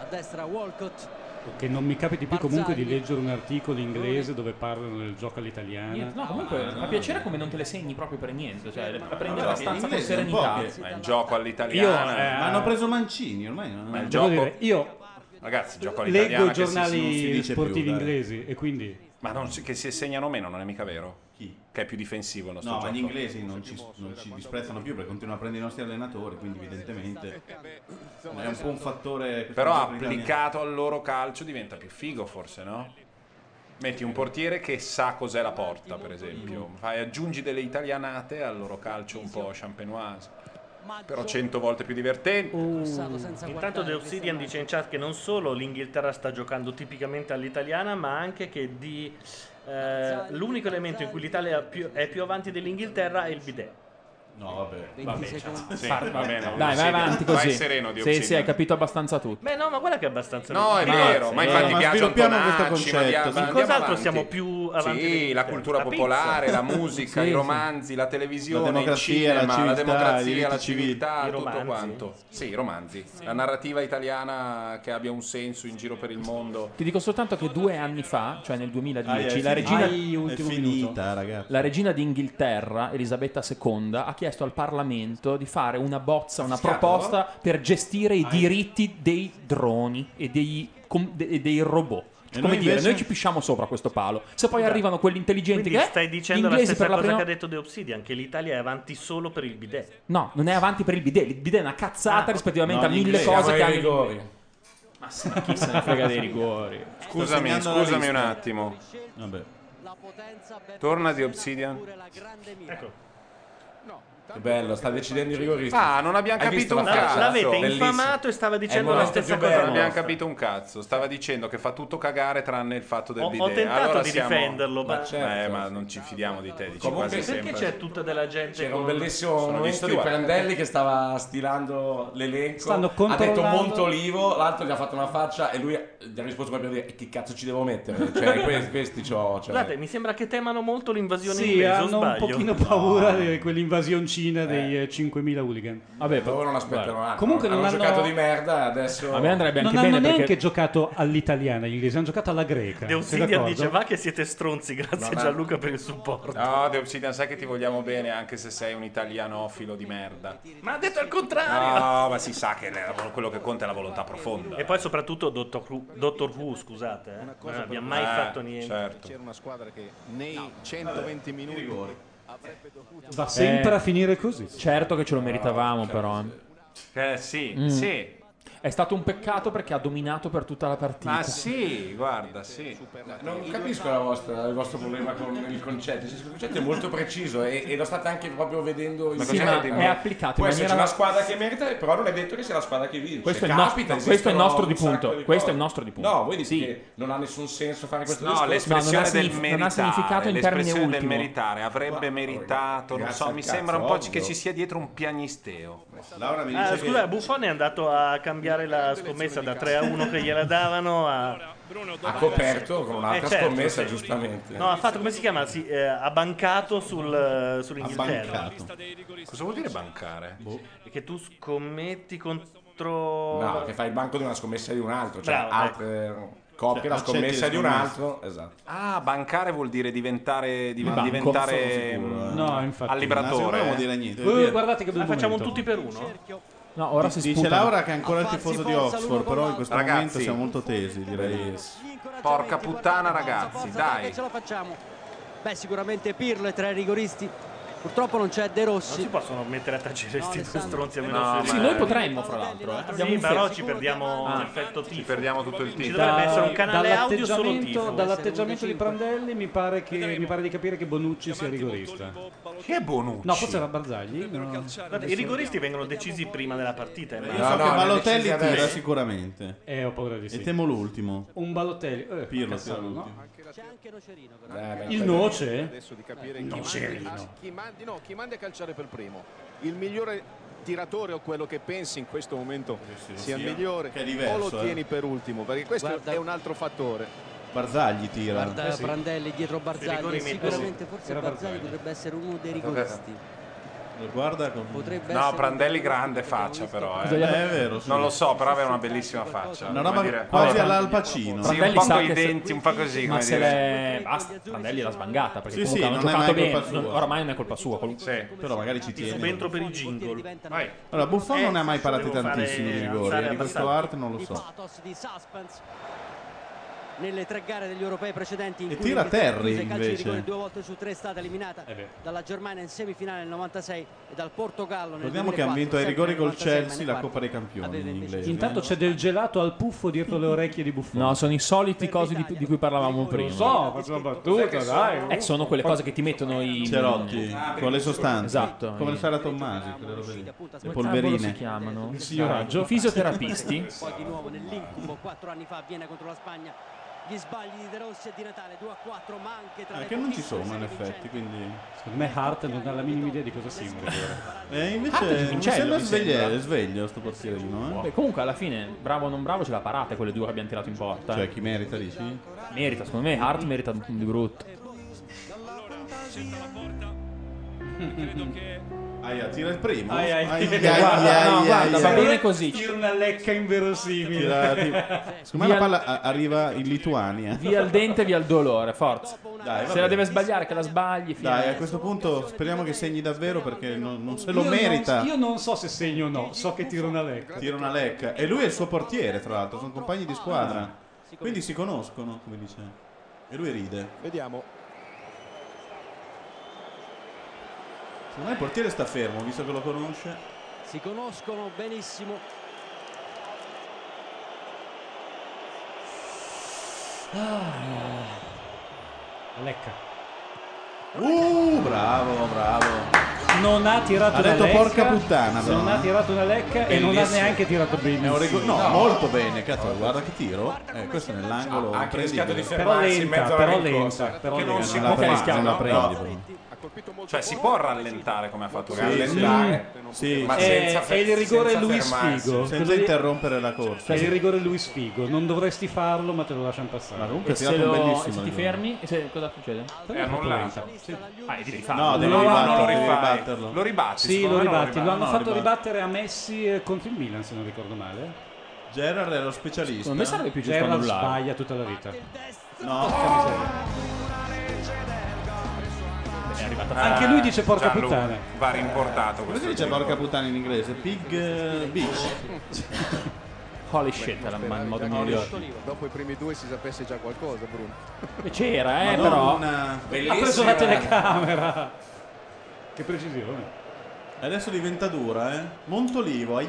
A destra Walcott. Che non mi capiti più comunque di Barzagli. leggere un articolo inglese dove parlano del gioco all'italiana. Niente, no, comunque Ah, fa piacere come non te le segni proprio per niente. Cioè, la prendi Vabbè, abbastanza con inglese, un po' serenità. eh, che- Ma il gioco all'italiana. Ma hanno preso Mancini ormai. non- Ma il Devo gioco. dire, io Ragazzi, il gioco leggo all'italiana. i che si- non si giornali dice più, sportivi dai. inglesi e quindi... Ma non si- che si segnano meno, non è mica vero? Chi? Che è più difensivo il nostro No, ma gioco. gli inglesi non ci, non ci disprezzano più perché continuano a prendere i nostri allenatori, quindi evidentemente è un po' un fattore... Però applicato al loro calcio diventa più figo, forse, no? Metti un portiere che sa cos'è la porta, per esempio. Fai, aggiungi delle italianate al loro calcio un po' champenoise. Però cento volte più divertente. Uh. Mm. Intanto The Obsidian dice in chat che non solo l'Inghilterra sta giocando tipicamente all'italiana, ma anche che di, eh, l'unico elemento in cui l'Italia è più, è più avanti dell'Inghilterra è il bidet. No, vabbè. Vabbè, secondi. cioè, Sì, far- va bene, dai, vai Obsidian. avanti Vai così. sereno, di Sì, sì, Obsidian. hai capito abbastanza tutto. Beh, no, ma guarda che è abbastanza. No, è vero, ma infatti ma piace sviluppiamo questo Antonacci, ma concetto, dia- sì. ma andiamo Cos'altro avanti. siamo più Sì, avanti la dell'Inghilterra? cultura La popolare, pizza. la musica, Sì, i sì. romanzi, la La televisione, il democrazia, la cinema, la, civiltà, i diritti democrazia, la civili. civiltà, I tutto romanzi. quanto. Sì, i romanzi. La narrativa italiana che abbia un senso in giro per il mondo. Ti dico soltanto che due anni fa, cioè nel 2010, Ah, è la regina finita. Ultimo È finita, minuto. ragazzi. La regina d'Inghilterra, Elisabetta II, ha chiesto al Parlamento di fare una bozza, una Scatola. proposta per gestire i diritti dei droni e dei, com- de- e dei robot. E Come noi dire, invece? noi ci pisciamo sopra questo palo. Se poi arrivano quelli intelligenti Quindi che eh, stai dicendo la inglesi stessa per la cosa prima... che ha detto The Obsidian, che l'Italia è avanti solo per il bidet. No, non è avanti per il bidet. Il bidet è una cazzata rispettivamente Ah, No, a gli mille inglesi. cose Siamo che ai hanno. rigori. Ma sì, ma chi se ne frega dei rigori? Scusami, scusami un attimo. Vabbè. Torna di Obsidian. Ecco. Che bello, sta decidendo i rigoristi. Ah, non abbiamo Hai capito visto un la cazzo. faccia? L'avete Bellissimo. infamato e stava È il dicendo la momento più stessa cosa. bello. della Non abbiamo capito nostra. un cazzo. Stava dicendo che fa tutto cagare tranne il fatto del Ho- ho bidet. tentato Allora di siamo- difenderlo, ma- Eh, certo. ma non ci fidiamo di te. Dici Comunque, quasi perché sempre. C'è tutta della gente. C'era un con- bellissimo Sono momento gli di steward. Prandelli che stava stilando l'elenco. Stanno ha controllando- detto Montolivo, l'altro gli ha fatto una faccia e lui gli ha risposto come per dire: "E Che cazzo ci devo mettere? (laughs) Cioè, questi, questi c'ho. Cioè... Guardate, mi sembra che temano molto l'invasione Sì, inglese. o hanno un sbaglio? pochino paura di quell'invasioncina dei eh, 5.000 hooligan. Vabbè, Loro non aspettano guarda. altro. Comunque non hanno hanno- giocato di merda e adesso. A me andrebbe non anche hanno bene neanche perché giocato all'italiana gli inglesi, hanno giocato alla greca. De sei Obsidian d'accordo? dice va che siete stronzi, grazie No, no. Gianluca per il supporto. No, The Obsidian, sai che ti vogliamo bene anche se sei un italianofilo di merda. Ma ha detto al contrario. No, ma si sa che la- quello che conta è la volontà profonda. E poi soprattutto Dottor Who, Doctor Who, scusate, eh. non abbiamo mai Eh, fatto niente. certo. C'era una squadra che nei 120 minuti avrebbe dovuto Va sempre Eh, a finire così. Certo che ce lo Ah, meritavamo, però. eh. Eh sì, Mm. sì. È stato un peccato perché ha dominato per tutta la partita. Ma sì, guarda, sì. Non capisco la vostra- il vostro problema (laughs) con il concetto. Il concetto è molto preciso e, e lo state anche proprio vedendo in Sì, diretta, ma no? è applicato Può in esserci maniera- una squadra che merita, però non è detto che sia la squadra che vince. Questo è il Capita, nostro- questo esistono è il nostro un di punto, sacco di questo cose. è il nostro di punto. No, voi dite che non ha nessun senso fare questo No, discorso. l'espressione No, non ha del signif- non ha meritare, significato in l'espressione termine del ultimo. meritare, avrebbe meritato, non grazie so, al mi cazzo, sembra un po' ovvio. che ci sia dietro un pianisteo. Laura Eh, mi Ah, dice scusa, Buffon è andato a cambiare la scommessa da 3 a 1 che gliela davano a... Ha coperto con un'altra Eh, certo, scommessa, sì. giustamente. No, ha fatto, come si chiama? Si, eh, ha bancato sul, eh, sull'Inghilterra. Cosa vuol dire bancare? Che tu scommetti contro... No, che fa il banco di una scommessa di un altro, cioè Bravo, altre copie Cioè, la accetti scommessa le di un scommesse. altro. Esatto. Ah, bancare vuol dire diventare, div- Banco, diventare sono sicuro, eh. mm, No, infatti. al Nasio libratore. non eh. vuol dire niente, Eh, guardate che bel Ma facciamo un momento. tutti per uno? No, ora si dice sputano. Laura che è ancora il tifoso di forza, Oxford, l'uno però in questo Ragazzi. momento siamo molto tesi, direi. Porca puttana, ragazzi, dai. ce la facciamo. Beh, sicuramente Pirlo è tra i rigoristi. Purtroppo non c'è De Non Rossi. si possono mettere a tacere questi due stronzi a meno No, che- ma- Sì, noi potremmo, fra l'altro. eh. Sì, Abbiamo un però fest- ci perdiamo Ah. l'effetto tifo. Perdiamo tutto il Ci team. dovrebbe essere un Da- canale audio solo dall'atteggiamento- tifo. Dall'atteggiamento di Prandelli mi pare, che, mi pare di capire che Bonucci sia rigorista. Chi è Bonucci? No, forse era Barzagli. no. Guardate, I rigoristi vengono decisi prima della partita. eh, Io immagino. so che no, Balotelli decisi tira adesso. sicuramente. Eh, ho paura di sì. E temo l'ultimo. Un Balotelli. Eh, Pirlo cazzo, tira no? l'ultimo. Eh, Il noce? adesso di capire Eh, chi, No, mandi, Serino. chi mandi- no, chi mandi a calciare per primo. Il migliore tiratore o quello che pensi in questo momento sia il sia. migliore Che è diverso, o lo eh. tieni per ultimo, perché questo Guarda- è un altro fattore. Barzagli tira. Guarda Eh sì. Prandelli dietro I Barzagli. rigori metto- Sicuramente sì, forse era Barzagli Barzagli. dovrebbe essere uno dei rigoristi. Lo guarda con... Potrebbe No, essere- Prandelli grande faccia però, eh. Eh, è vero, sì. Non lo so, però aveva una bellissima faccia. Una come roba dire- quasi Vabbè, all'Al Pacino. Sì, un Prandelli po' sa con i che se- denti, un po' così, Ma come se dire. l'è. Basta, Prandelli l'ha svangata. Perché Sì, comunque sì, hanno non è giocato mai colpa bene. sua. non- Ormai non è colpa sua. quel- Però magari ci tiene. Dentro per i jingle. Vai. Allora, Buffon non ne ha mai parati devo fare- tantissimi di rigori. alzare eh, Di questo abbastanza. arte non lo Di so. pathos, di suspense. Nelle tre gare degli europei precedenti in E cui tira l'Inghilterra Terry, chiuse i calci di invece. rigore due volte su tre è stata eliminata Eh È vero. dalla Germania in semifinale nel 96 e dal Portogallo nel Ricordiamo che hanno 2004, vinto ai sempre rigori col nel 96, Chelsea ma la nei Coppa dei Campioni in inglese. Intanto c'è del gelato al puffo dietro le orecchie di Buffon. No, sono i soliti cosi di, di cui parlavamo prima. Lo so, faccio una battuta, dai. Eh, sono quelle cose che ti mettono i. Ah, Cerotti, con le sostanze. Esatto. Come i- il Sara Tommasi, credo per dire. Le Ah, come si polverine. chiamano? Il signoraggio. I fisioterapisti. (laughs) Poi di nuovo nell'incubo quattro anni fa avviene contro la Spagna. Gli sbagli di De Rossi e di Natale 2 a 4, ma anche tra Eh, le Che non ci pochissime sono in serie effetti, quindi... Secondo me Hart non ha la minima idea di cosa sembra. E Ah, Eh, invece Vincenzo, mi sembra mi svegliare, sembra. sveglio sto portierino, eh. Beh, comunque, alla fine, bravo o non bravo, ce la parate quelle due che abbiamo tirato in porta. Cioè, chi merita, dici? Merita, secondo me, Hart merita di brutto. Aia, tira il primo. Ai, ai. Aia, Guarda, aia, no, aia, guarda, aia. va bene così. Tira una lecca Tira- inverosimile. tira- Secondo me la Via- palla a- arriva in Lituania. Via il dente, via il dolore, forza. Dai, Se vabbè. la deve sbagliare, che la sbagli. fine. Dai, a questo punto speriamo che segni davvero perché non, non se lo Io non- merita. io non so se segno o no, so che tiro una lecca. Tira una lecca. E lui è il suo portiere, tra l'altro, sono compagni di squadra. Quindi si conoscono, come dice. E lui ride. Vediamo. Secondo me il portiere sta fermo, visto che lo conosce. Si conoscono benissimo. Lecca. Ah, Uh, bravo, bravo. non ha tirato Ha una detto lecca. porca puttana, Non però. ha tirato una lecca e non ha Bellissimo. neanche tirato È un rego- benissimo. no, molto bene, cazzo, guarda che tiro. Eh, questo è nell'angolo. Ha anche rischiato di incredibile. fermarsi in Però mezzo alla lenta, però rincorsa, eh, lenta, però Che non lenta. si Non può la prendi, fare, non la no? prendi, No. Cioè, si può rallentare come ha fatto Sì, rallentare, sì. Sì. ma Eh, senza E il rigore Luis Figo. Senza Cosa dire- interrompere la corsa. È il rigore Luis Figo. Non dovresti farlo, ma te lo lasciamo passare. Ma comunque ha tirato un bellissimo se ti rigore. fermi, e se- cosa succede? È annullato. Sì. Ah, devi rifarlo. No, devi lo ribatterlo, hanno- devi lo rifai. ribatterlo. Lo ribatti, Sì, secondo lo me non lo ribatti. Lo ribatti. hanno No, fatto ribatti. ribattere a Messi eh, contro il Milan, se non ricordo male. Gerard era lo specialista. Secondo me sarebbe più giusto Gerrard annullare. sbaglia tutta la vita. No, Eh, Anche lui dice porca puttana. Va rimportato Come si questo. dice tipo. porca puttana in inglese? Pig eh, bitch. (laughs) Holy shit, era il modo migliore. Dopo i primi due si sapesse già qualcosa, Bruno. E c'era, eh, Madonna. però. Bellissima. Ha preso la telecamera. Che precisione. Adesso diventa dura, eh. Montolivo. ai.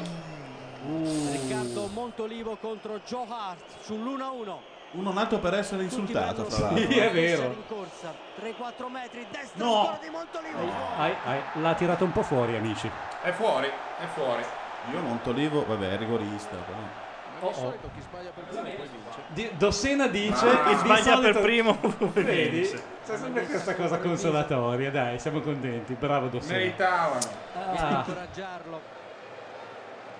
Riccardo Montolivo contro Joe Hart sull'1-1. Uno nato per essere insultato, fra l'altro. Sì, è vero. In corsa, 3-4 metri, destra No. ancora di Montolivo. Ai, ai, l'ha tirato un po' fuori, amici. È fuori, è fuori. Io Montolivo, vabbè, è rigorista. Però. Oh, oh. Di- Dossena dice Ah, che chi sbaglia solito- per (laughs) primo vince. Vedi? C'è sempre questa cosa consolatoria, dai, siamo contenti. Bravo Dossena. Meritavano. Ah. incoraggiarlo.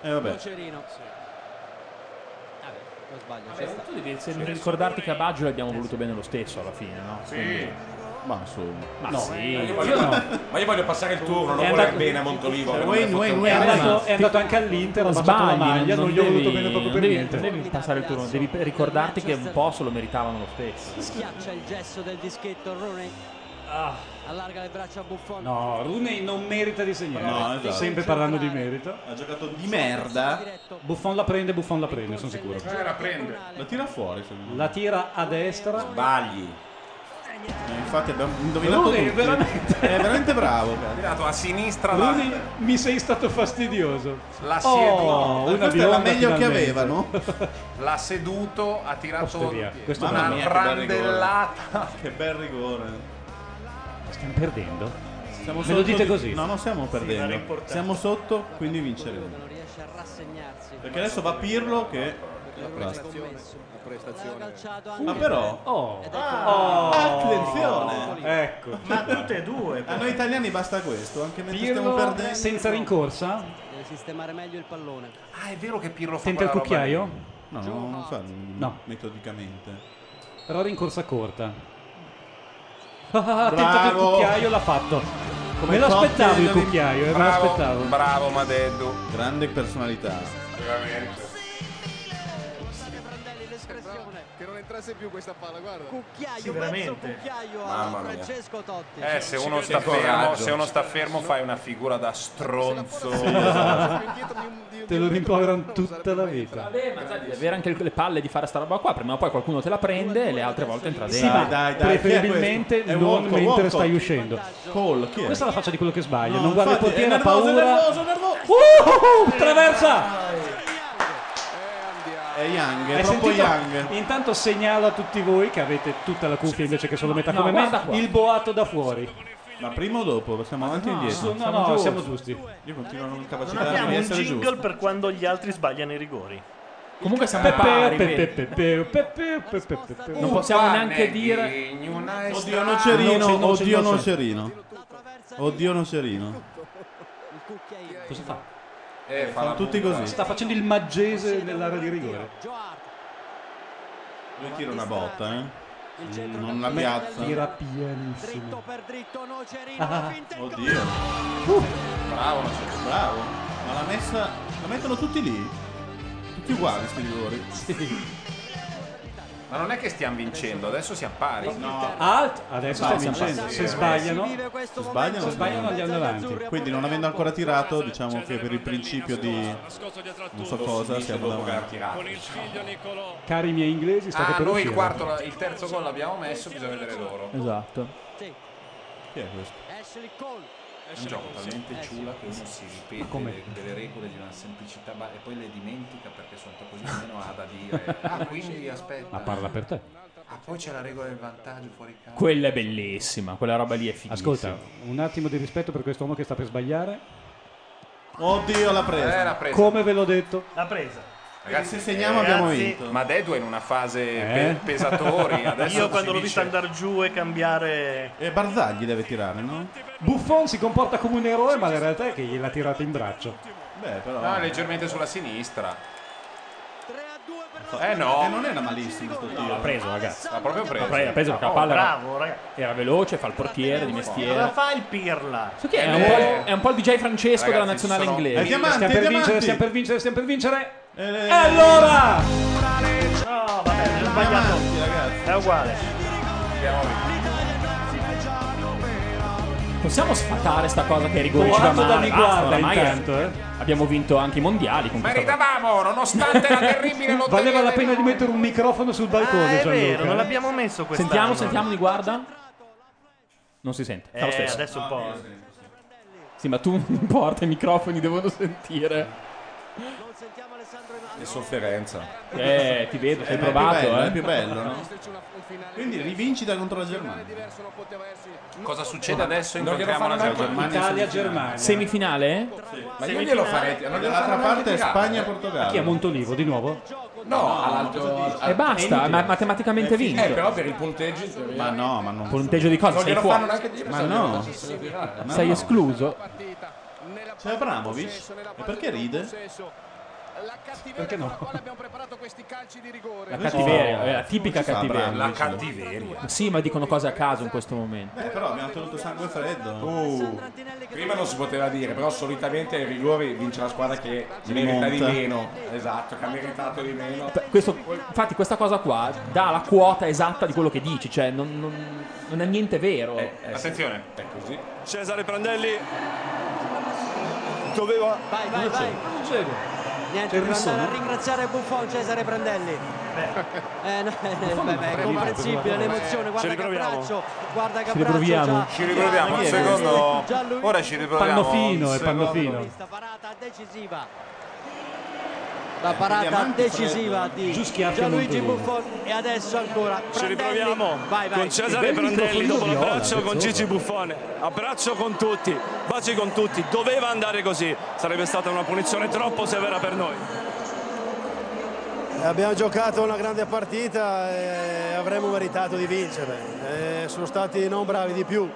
Eh, vabbè. Nocerino. Vabbè, lo sbaglio. Vabbè, ci sta. tu devi sempre ricordarti che a Baggio l'abbiamo voluto bene lo stesso alla fine, no? Sì. Ma insomma. Ma No. sì. Ma io Io eh, voglio, no. ma io voglio passare il turno, non È voler andato- bene a Montolivo. Cioè, che Wayne, non ha fatto Wayne, un Wayne, cazzo. È andato, Ti- è andato anche all'Inter, ha baciato la Sbagli, maglia, non, gli ho devi- voluto bene proprio per devi- niente. Non devi passare il turno, devi ricordarti che un po' se lo meritavano lo stesso. Schiaccia il gesso del dischetto Rooney. Ah. Allarga le braccia a Buffon. No, Rooney non merita di segnare. No, esatto. Sempre parlando di merito. Oh. Ha giocato di merda. Buffon la prende, Buffon la prende, sono sicuro. Eh, la prende. La tira fuori, secondo me. La tira a destra. Sbagli. Eh, infatti abbiamo indovinato Rooney, tutti. veramente. È veramente bravo. cazzo. Tirato a sinistra là. Rooney, mi sei stato fastidioso. La oh, siedo. una Questa è la bionda meglio che finalmente. (laughs) avevano. L'ha seduto, ha tirato Osteria. Questo una mamma mia, che bel rigore. randellata. Che bel rigore. Stiamo perdendo. Siamo Me lo sotto dite di- così? No, non stiamo era perdendo. importante. Siamo sotto, quindi vinceremo. Non riesce a rassegnarsi. Perché adesso va Pirlo che la plasta. La prestazione. calciato anche ecco Ma però Oh, Ah, attenzione! Ecco. Ma tutte e due. A noi italiani basta questo, anche mentre stiamo perdendo. senza rincorsa? Deve sistemare meglio il pallone. Ah, è vero che Pirlo Tenta il cucchiaio? No, non fa No. metodicamente. Però rincorsa corta. Ah, ha tentato il Bravo. cucchiaio, l'ha fatto. Come me l'aspettavo Conte il deve- cucchiaio, eh, me Bravo, l'aspettavo. Bravo Madeddu. Grande personalità. Veramente. Che non entrasse più questa palla, guarda. Cucchiaio, Sì, mezzo veramente. cucchiaio a Mamma mia. Francesco Totti. Eh, se uno, Ci sta vede il fermo, coraggio. se uno sta fermo fai una figura da stronzo. esatto. Ah. Te lo rimproverano tutta la vita. Di avere anche le palle di fare sta roba qua, prima o poi qualcuno te la prende e le altre volte entra Sì, dentro. ma preferibilmente non mentre stai uscendo. Cole, chi è? Questa è la faccia di quello che sbaglia, non guarda il infatti, è portiere, ha nervoso, paura. è nervoso, è nervoso. Uh, uh, uh, traversa! È Young, è Hai troppo sentito? Young. Intanto segnalo a tutti voi che avete tutta la cuffia invece che solo metà No, come me, guarda qua. il boato da fuori. Ma prima o dopo? Siamo avanti o no, indietro? no, no, siamo giusti. Io continuo a non Non capacitarmi di abbiamo un essere jingle giusto. per quando gli altri sbagliano i rigori. Comunque siamo Pepe, pari, pepe, vedi. pepe, pepe, pepe, pepe. Non possiamo neanche dire Oddio Nocerino, Noce, noce, oddio noce. Nocerino. Oddio Nocerino. Cosa fa? Eh, fa la Fanno tutti butta. così. Sta facendo il maggese nell'area di rigore. Lui tira una botta, eh. Mm, Non la Me- piazza. Tira pianissimo. Ah, Oddio. Bravo Nocerino. Bravo. Ma la messa la mettono tutti lì. Tutti uguali sti rigori. Ma non è che stiamo vincendo, adesso siamo pari. No. Alt, adesso sta Sbagliano, vincendo. sì, Se eh. sbagliano, Se sbagliano, se se sbagliano andiamo avanti. Quindi non avendo ancora tirato, diciamo che per il principio di non so cosa siamo dopo che l'ha davanti. tirato. Cari miei inglesi, state Ah, per noi uscire. il quarto, il terzo gol l'abbiamo messo, bisogna vedere loro. Esatto. Chi è questo? Ashley Cole. È un gioco eh, talmente ciula che uno si Ma ripete com'è? delle, delle regole di una semplicità ba- e poi le dimentica perché sono così meno ha da dire. Ah, quindi aspetta. Ma parla per te. Ah, poi c'è la regola del vantaggio fuori campo. Quella è bellissima, quella roba lì è fighissima. Ascolta, un attimo di rispetto per quest'uomo che sta per sbagliare. Oddio, l'ha presa. Eh, l'ha presa. Come ve l'ho detto? L'ha presa. se segniamo abbiamo vinto. eh, Ma Dedo è in una fase Eh? pe- (laughs) pesatori. (laughs) Adesso Io quando si dice- l'ho visto andare giù e cambiare. E Barzagli deve tirare, no? Buffon si comporta come un eroe, ma la realtà è che gliel'ha tirata in braccio. Beh, però. No, è leggermente sulla sinistra. Eh no. non era malissimo sto tiro. L'ha preso, ragazzi. L'ha proprio preso. L'ha pre- l'ha preso perché la Oh, palla era- bravo, ragazzi. Era veloce, fa il portiere di Cosa mestiere. fa il Pirla? Su Eh, chi è? È un po' il- è un po' il DJ Francesco Ragazzi, della nazionale sono- inglese. Eh, diamanti, stiamo per diamanti! vincere, stiamo per vincere, stiamo per vincere. E allora! Eh, No, vabbè, ho sbagliato. È uguale. Possiamo sfatare sta cosa che è rigore Guardo da mai. mi Basta, guarda ormai intanto, è- Abbiamo vinto anche i mondiali con questa roba. Meritavamo, nonostante la terribile lotteria. Valeva la pena di mettere un microfono sul balcone, Ah, è Gianluca. eh, vero, Eh? non l'abbiamo messo quest'anno. Sentiamo, sentiamo di guarda. Non si sente. fa lo Eh, stesso. adesso un po'. Sì, ma tu (laughs) non importa, i microfoni devono sentire. E sofferenza. Eh, ti vedo, sei Eh, ma è provato, più bello, eh. È più bello, no? Quindi rivincita contro la Germania. Cosa succede adesso? Non glielo Incontriamo la fanno mai. Germania. Italia-Germania. Semifinale? Ma io glielo farei- non glielo Dall'altra faranno parte è neanche Spagna- giocare. Portogallo. Chi è Montolivo di nuovo? No, all'altro. E basta, ma- matematicamente vinto. Eh, però per il punteggio. in teoria- Ma no, ma non. Punteggio di cosa? Non Sei glielo fuori. fanno neanche dire. Ma se no. glielo facessero tirare. eh. Ma Sei no. escluso. C'è Abramovic? E perché ride? Perché no? La cattiveria, Oh, eh, la tipica si fa cattiveria. bravo, La invece. cattiveria. Sì, ma dicono cose a caso in questo momento. Eh, però abbiamo tenuto sangue freddo. Uh, prima non si poteva dire, però solitamente ai rigori vince la squadra che merita Monta. di meno. Esatto, che ha meritato di meno. Questo- infatti, questa cosa qua dà la quota esatta di quello che dici, cioè non, non- non è niente vero. Attenzione. È così. Cesare Prandelli doveva Vai, vai, vai. Niente, C'è il per andare a rissone? ringraziare Buffon Cesare Prandelli. Eh, no, eh, Buffon beh, non beh, è prende comprensibile niente, l'emozione. eh. Guarda Ci che riproviamo. abbraccio, guarda che Ci abbraccio. riproviamo. c'ha. Ci riproviamo, Chi è un secondo. Gianluigi Ora ci riproviamo, Pannofino, è Pannofino. Questa parata decisiva. La parata diamanti decisiva freddo. di Giù schiaffi a Gianluigi Montolivo. Buffon e adesso ancora Ci Prandelli. riproviamo Vai, vai. con Cesare Prandelli dopo eh, l'abbraccio con Gigi Buffone. Abbraccio con tutti, baci con tutti. Doveva andare così, sarebbe stata una punizione troppo severa per noi. Abbiamo giocato una grande partita e avremmo meritato di vincere. Eh, sono stati non bravi di più.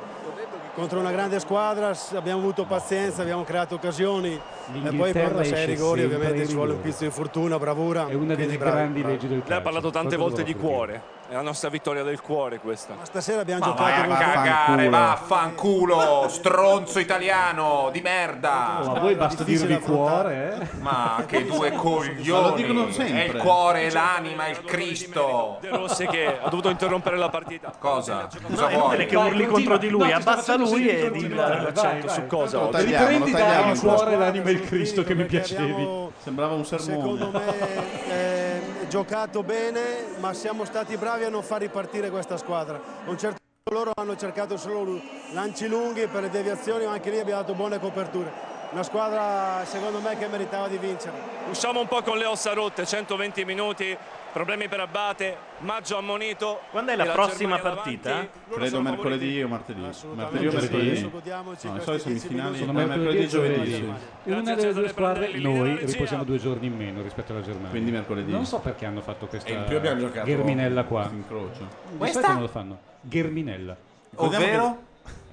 Contro una grande squadra s- abbiamo avuto pazienza, abbiamo creato occasioni. E poi L'Inghilterra quando sei ai esce rigori sempre ovviamente ai ci vuole un rigori. pizzo di fortuna, bravura. È una delle quindi bravi, grandi bravi. leggi del calcio. Lei Ha parlato tante Cosa volte di doveva cuore, è la nostra vittoria del cuore questa. Stasera abbiamo Ma vai giocato a molto- cagare, vaffanculo, stronzo italiano di merda. Ma Oh, a voi basta dirvi cuore, eh? Ma che (laughs) due coglioni! Eh, Ma lo dicono sempre. È il cuore, l'anima, il Cristo. Cioè, De Rossi che ha dovuto interrompere la partita. Cosa? Cosa No, è vuoi? inutile che urli contro di lui, abbassa lui e di- L'accento su cosa? oggi? Riprendi dal cuore l'anima e il Cristo che mi piacevi. Sembrava un Secondo sermone. me eh, giocato bene, ma siamo stati bravi a non far ripartire questa squadra. A un certo punto loro hanno cercato solo lanci lunghi per le deviazioni, ma anche lì abbiamo dato buone coperture. Una squadra secondo me che meritava di vincere. Usciamo un po' con le ossa rotte, 120 minuti, problemi per Abate, Maggio ammonito. Quando è la prossima partita? Credo mercoledì o martedì. Mercoledì o Assolutamente sì. mercoledì. Godiamoci No, i questi soliti dieci semifinali. Sono no, mercoledì e giovedì. Una delle due squadre, noi riposiamo due giorni in meno rispetto alla Germania. Quindi mercoledì. Non so perché hanno fatto questa E in più abbiamo giocato Germinella qua. questo incrocio. Questa? Questa? non lo fanno. Germinella. Ricordiamo Ovvero?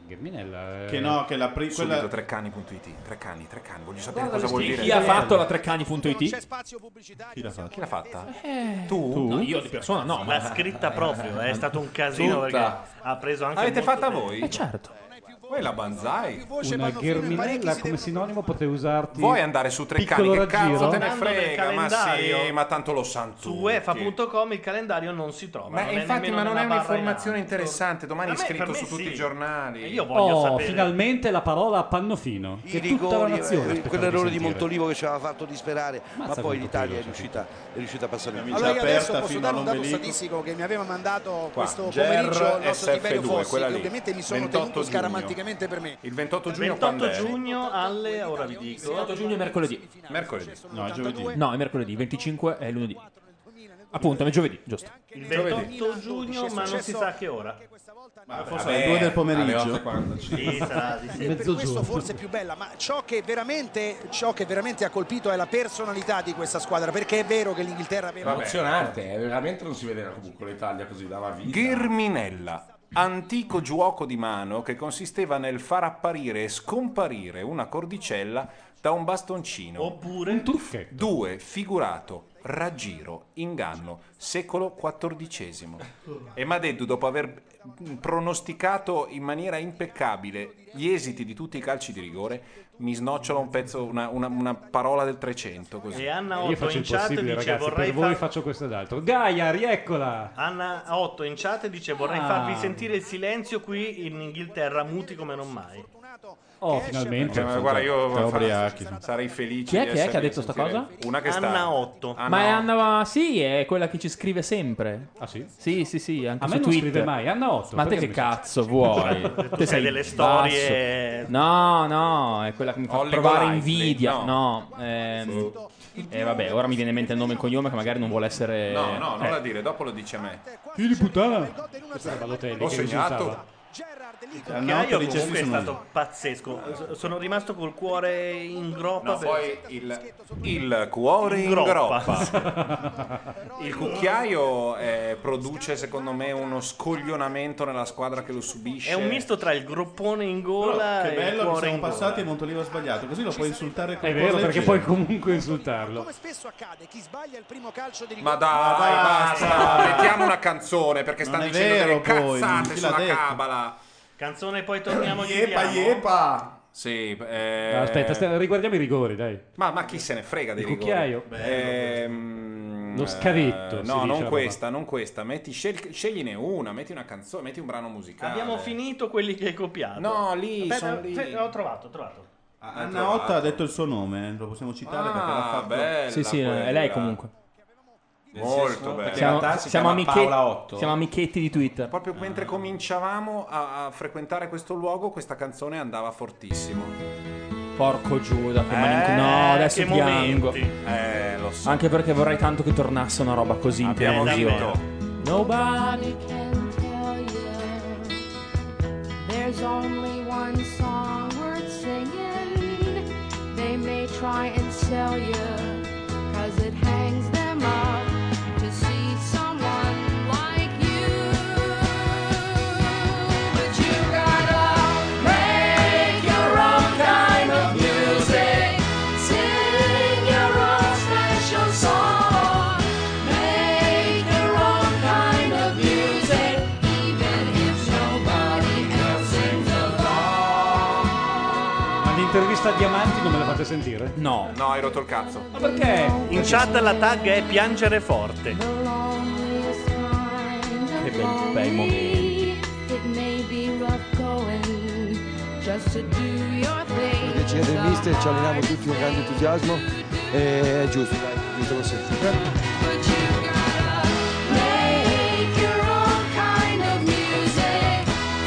Germinella. eh. Che no, che la prima. Subito Quella... treccani.it, treccani, treccani, voglio sapere Guarda cosa le vuol dire. Chi ha fatto la treccani.it? Chi l'ha fatta? Chi l'ha fatta? Eh. Tu? No, io di persona no. ma- L'ha scritta proprio, eh, è stato un Tutta. casino perché ha preso (laughs) anche Avete molto fatta bene. voi? Eh certo. Voi la banzai. Una Germinella come sinonimo potrei usarti. Vuoi andare su Treccani? Piccolo Che cazzo raggiro? te ne Andando nel frega? Ma sì, calendario. ma tanto lo sanno Su tutti. uefa.com il calendario non si trova. Ma non è infatti, nemmeno ma non è nella barra un'informazione in alto. interessante. Domani è Per me- scritto per me su tutti sì. i giornali. E io voglio Oh, sapere. finalmente la parola a Pannofino. Che tutta la eh, nazione. aspettava Eh, quell'errore di sentire. Montolivo che ci aveva fatto disperare, Mazza ma poi quanto l'Italia è peso c'è riuscita, è riuscita a passare in Camicia Allora io adesso fino aperta posso dare un dato all'ombelico. statistico che mi aveva mandato Qua, questo Ger pomeriggio il nostro SF2, Tiberio Fossi, che quella lì. ovviamente mi sono 28 tenuto giugno. scaramanticamente per me. Il 28 giugno 28 quando è? giugno alle ora vi dico. 28 giugno è mercoledì. Mercoledì. No, è mercoledì. 25 è lunedì. Appunto, è giovedì, giusto. Il 28 giugno, ma non si sa a che ora. Ma forse alle 2 del pomeriggio. Sì, sarà di sì. E per questo forse è più bella, ma ciò che, veramente, ciò che veramente ha colpito è la personalità di questa squadra, perché è vero che l'Inghilterra aveva... Emozionante, eh, veramente non si vedeva comunque l'Italia così dava vita. Ghirminella. Antico giuoco di mano che consisteva nel far apparire e scomparire una cordicella da un bastoncino. Oppure un trucchetto. Due, figurato, raggiro, inganno, secolo XIV. E Madeddu, dopo aver pronosticato in maniera impeccabile gli esiti di tutti i calci di rigore, mi snocciola un pezzo, una, una- una parola del 300 così. E Anna Eh, Io 8 faccio in il chat possibile, dice ragazzi. vorrei Per voi far... faccio questo ed altro. Gaia, rieccola. Anna 8 in chat dice vorrei Ah. farvi sentire il silenzio qui in Inghilterra, muti come non mai. Oh, finalmente. Eh, ma guarda, io Cioè, Siamo farò- ubriachi. sarei felice. Chi è di che è che ha essermi detto sta sentire- cosa? Una che sta. Anna 8. Ma è Anna. Sì, è quella che ci scrive sempre. Ah, sì? Sì, sì, sì. Anche A su me non Twitter. scrive mai, Anna Otto, Ma te perché che mi scrive? cazzo vuoi? Tu sei delle basso. storie- No, no, è quella che mi fa Holly provare Golightly, invidia. no. No, ehm, eh, vabbè, ora mi viene in mente il nome e il cognome che magari non vuole essere. No, no, non eh. la dire, dopo lo dice a me. Figli di puttana. Questa era Balotelli. Ho che insultava. segnato. Gaio comunque è stato pazzesco. Sono rimasto col cuore in groppa. No, per- (laughs) poi il, il cuore in, In groppa. (laughs) groppa. il cucchiaio eh, produce, secondo me, uno scoglionamento nella squadra che lo subisce. È un misto tra il groppone in Però, gola che e il bello che cuore in siamo gola. passati e Montolivo ha sbagliato, così lo puoi insultare con È vero, perché puoi comunque insultarlo. Spesso accade, chi sbaglia il primo calcio di rigore... Ma dai, Ah, basta, mettiamo una canzone perché Non stanno è dicendo vero, delle poi, cazzate chi l'ha sulla detto? cabala. Canzone, (laughs) poi torniamo e chiudiamo. Sì, eh, Ah, Aspetta, aspetta, riguardiamo i rigori, dai. Ma, ma chi se ne frega dei Il rigori? cucchiaio. Ehm, Lo scavetto, eh, si no, dice non roba. questa, non questa. Metti, scel- scegliene una, metti una canzone, metti un brano musicale. Abbiamo finito quelli che hai copiato. No, lì, Aspetta, sono lì. fe- Ho trovato, ho trovato. Anna Otta ha detto il suo nome, eh, lo possiamo citare Ah, perché l'ha fatto. bella Sì, sì, è lei comunque. Molto bene. Siamo, siamo, amiche- siamo amici. amichetti di Twitter. Proprio mentre cominciavamo a, a frequentare questo luogo, questa canzone andava fortissimo. Porco Giuda, che Eh, malinco- No, adesso che piango. momenti. Eh, lo so. Anche perché vorrei tanto che tornasse una roba così in Abbiamo televisione. Nobody can tell you. There's only one song worth singing. They may try and sell you, cause it hangs them up to see someone like you. But you gotta make your own kind of music. Sing your own special song. Make your own kind of music, even if nobody else sings along. Ma l'intervista a Diamanti non me la fate sentire? No. No, hai rotto il cazzo. Ma perché? In chat la tag è piangere forte. Che bei, bei momenti. It may be rough going just to do your thing. Perché c'era il mister, ci alleniamo tutti con grande entusiasmo e è giusto, dai, diciamo giusto così. Make your own kind of music.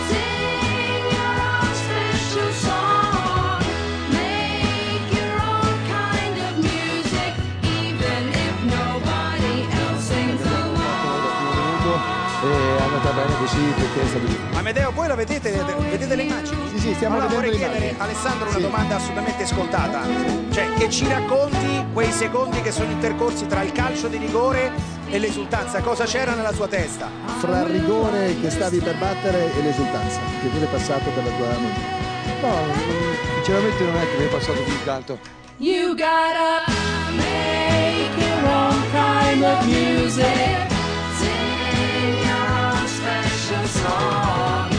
Sing your own special song. Make your own kind of music, even if nobody else sings along. E è andata bene così perché è stato giusto. Amedeo, voi la vedete, vedete le immagini? Sì, sì, stiamo allora vedendo vorrei le chiedere immagini. Alessandro una Sì. domanda assolutamente scontata. Cioè, che ci racconti quei secondi che sono intercorsi tra il calcio di rigore e l'esultanza? Cosa c'era nella sua testa? Fra il rigore che stavi per battere e l'esultanza, che tu l'hai passato per la tua mente. No, non- sinceramente non è che mi è passato così tanto. You gotta make your own kind of music. Sing your own special song.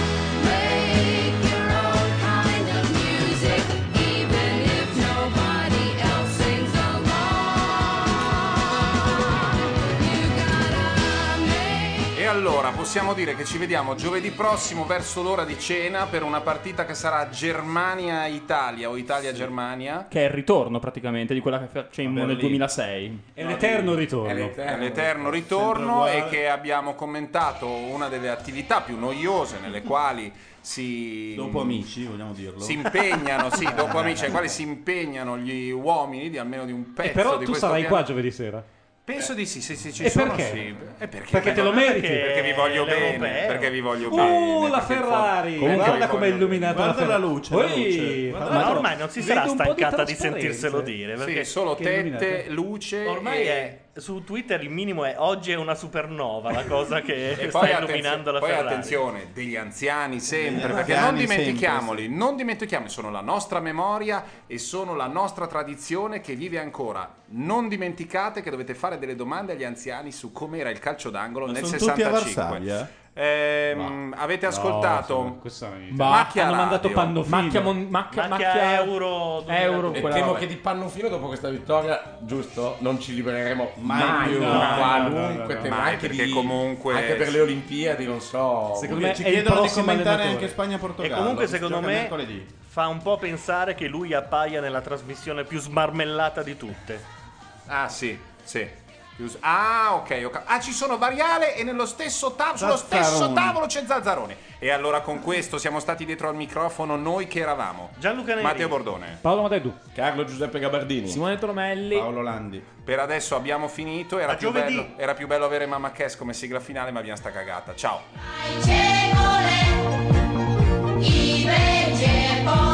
Make your own kind of music, even if nobody else sings along. You gotta make. E allora possiamo dire che ci vediamo giovedì prossimo verso l'ora di cena per una partita che sarà Germania-Italia o Italia-Germania. Che è il ritorno praticamente di quella che facemmo nel Berlino. 2006. È l'eterno ritorno. È l'eterno, ritorno e che abbiamo commentato una delle attività più noiose nelle quali si Dopo amici, vogliamo dirlo. si impegnano, sì, dopo amici, ai quali si impegnano gli uomini di almeno di un pezzo Eh, Però di tu questo sarai qua pianeta. giovedì sera. Penso di sì, se, se ci E sono perché? sì. E Eh. perché? Perché te lo meriti. Perché vi voglio L'europeo. bene, perché vi voglio Uh, bene. la perché Ferrari! vi voglio- Guarda vi com'è voglio illuminata bene. la Guarda Ferrari. la luce, la Ui, luce. guarda Ma ormai non si sarà Vedo un po' di stancata di, trasparenza. sentirselo dire. Sì, Perché solo Che tette, illuminate. luce. Ormai e- è. Su Twitter il minimo è oggi è una supernova la cosa che (laughs) E sta poi, illuminando attenzione, la poi Ferrari. attenzione, degli anziani sempre, Eh, perché anziani non dimentichiamoli, non dimentichiamoli, sono la nostra memoria e sono la nostra tradizione che vive ancora. Non dimenticate che dovete fare delle domande agli anziani su com'era il calcio d'angolo nel sono tutti a 65. Varsavia? Ehm, avete ascoltato Macchia Macchia hanno Radio. mandato pannofino. Macchia, mon- macchia, Macchia macchia euro. Euro. E quella temo roba. che di Pannofino dopo questa vittoria, giusto, non ci libereremo mai, Mai più. più. da No, no, no, no, qualunque no. tema, Mai, anche perché di- comunque- Anche per le Olimpiadi, non so. Secondo me ci è il chiedono di prossimo commentare allenatore. anche Spagna-Portogallo. E comunque, si secondo gioca me, mercoledì. fa un po' pensare che lui appaia nella trasmissione più smarmellata di tutte. Ah, sì, sì. Chiuso. Ah, ok. ho cap- ah, ci sono variale e nello stesso ta- sullo stesso Zazzaroni. tavolo c'è Zazzarone. E allora con questo siamo stati dietro al microfono noi che eravamo. Gianluca Neri. Matteo Bordone. Paolo Madeddu. Carlo Giuseppe Gabardini. Simone Tromelli. Paolo Landi. Per adesso abbiamo finito. Era, A più giovedì. bello, era più bello avere Mamma Cass come sigla finale, ma abbiamo sta cagata. Ciao. I regge poi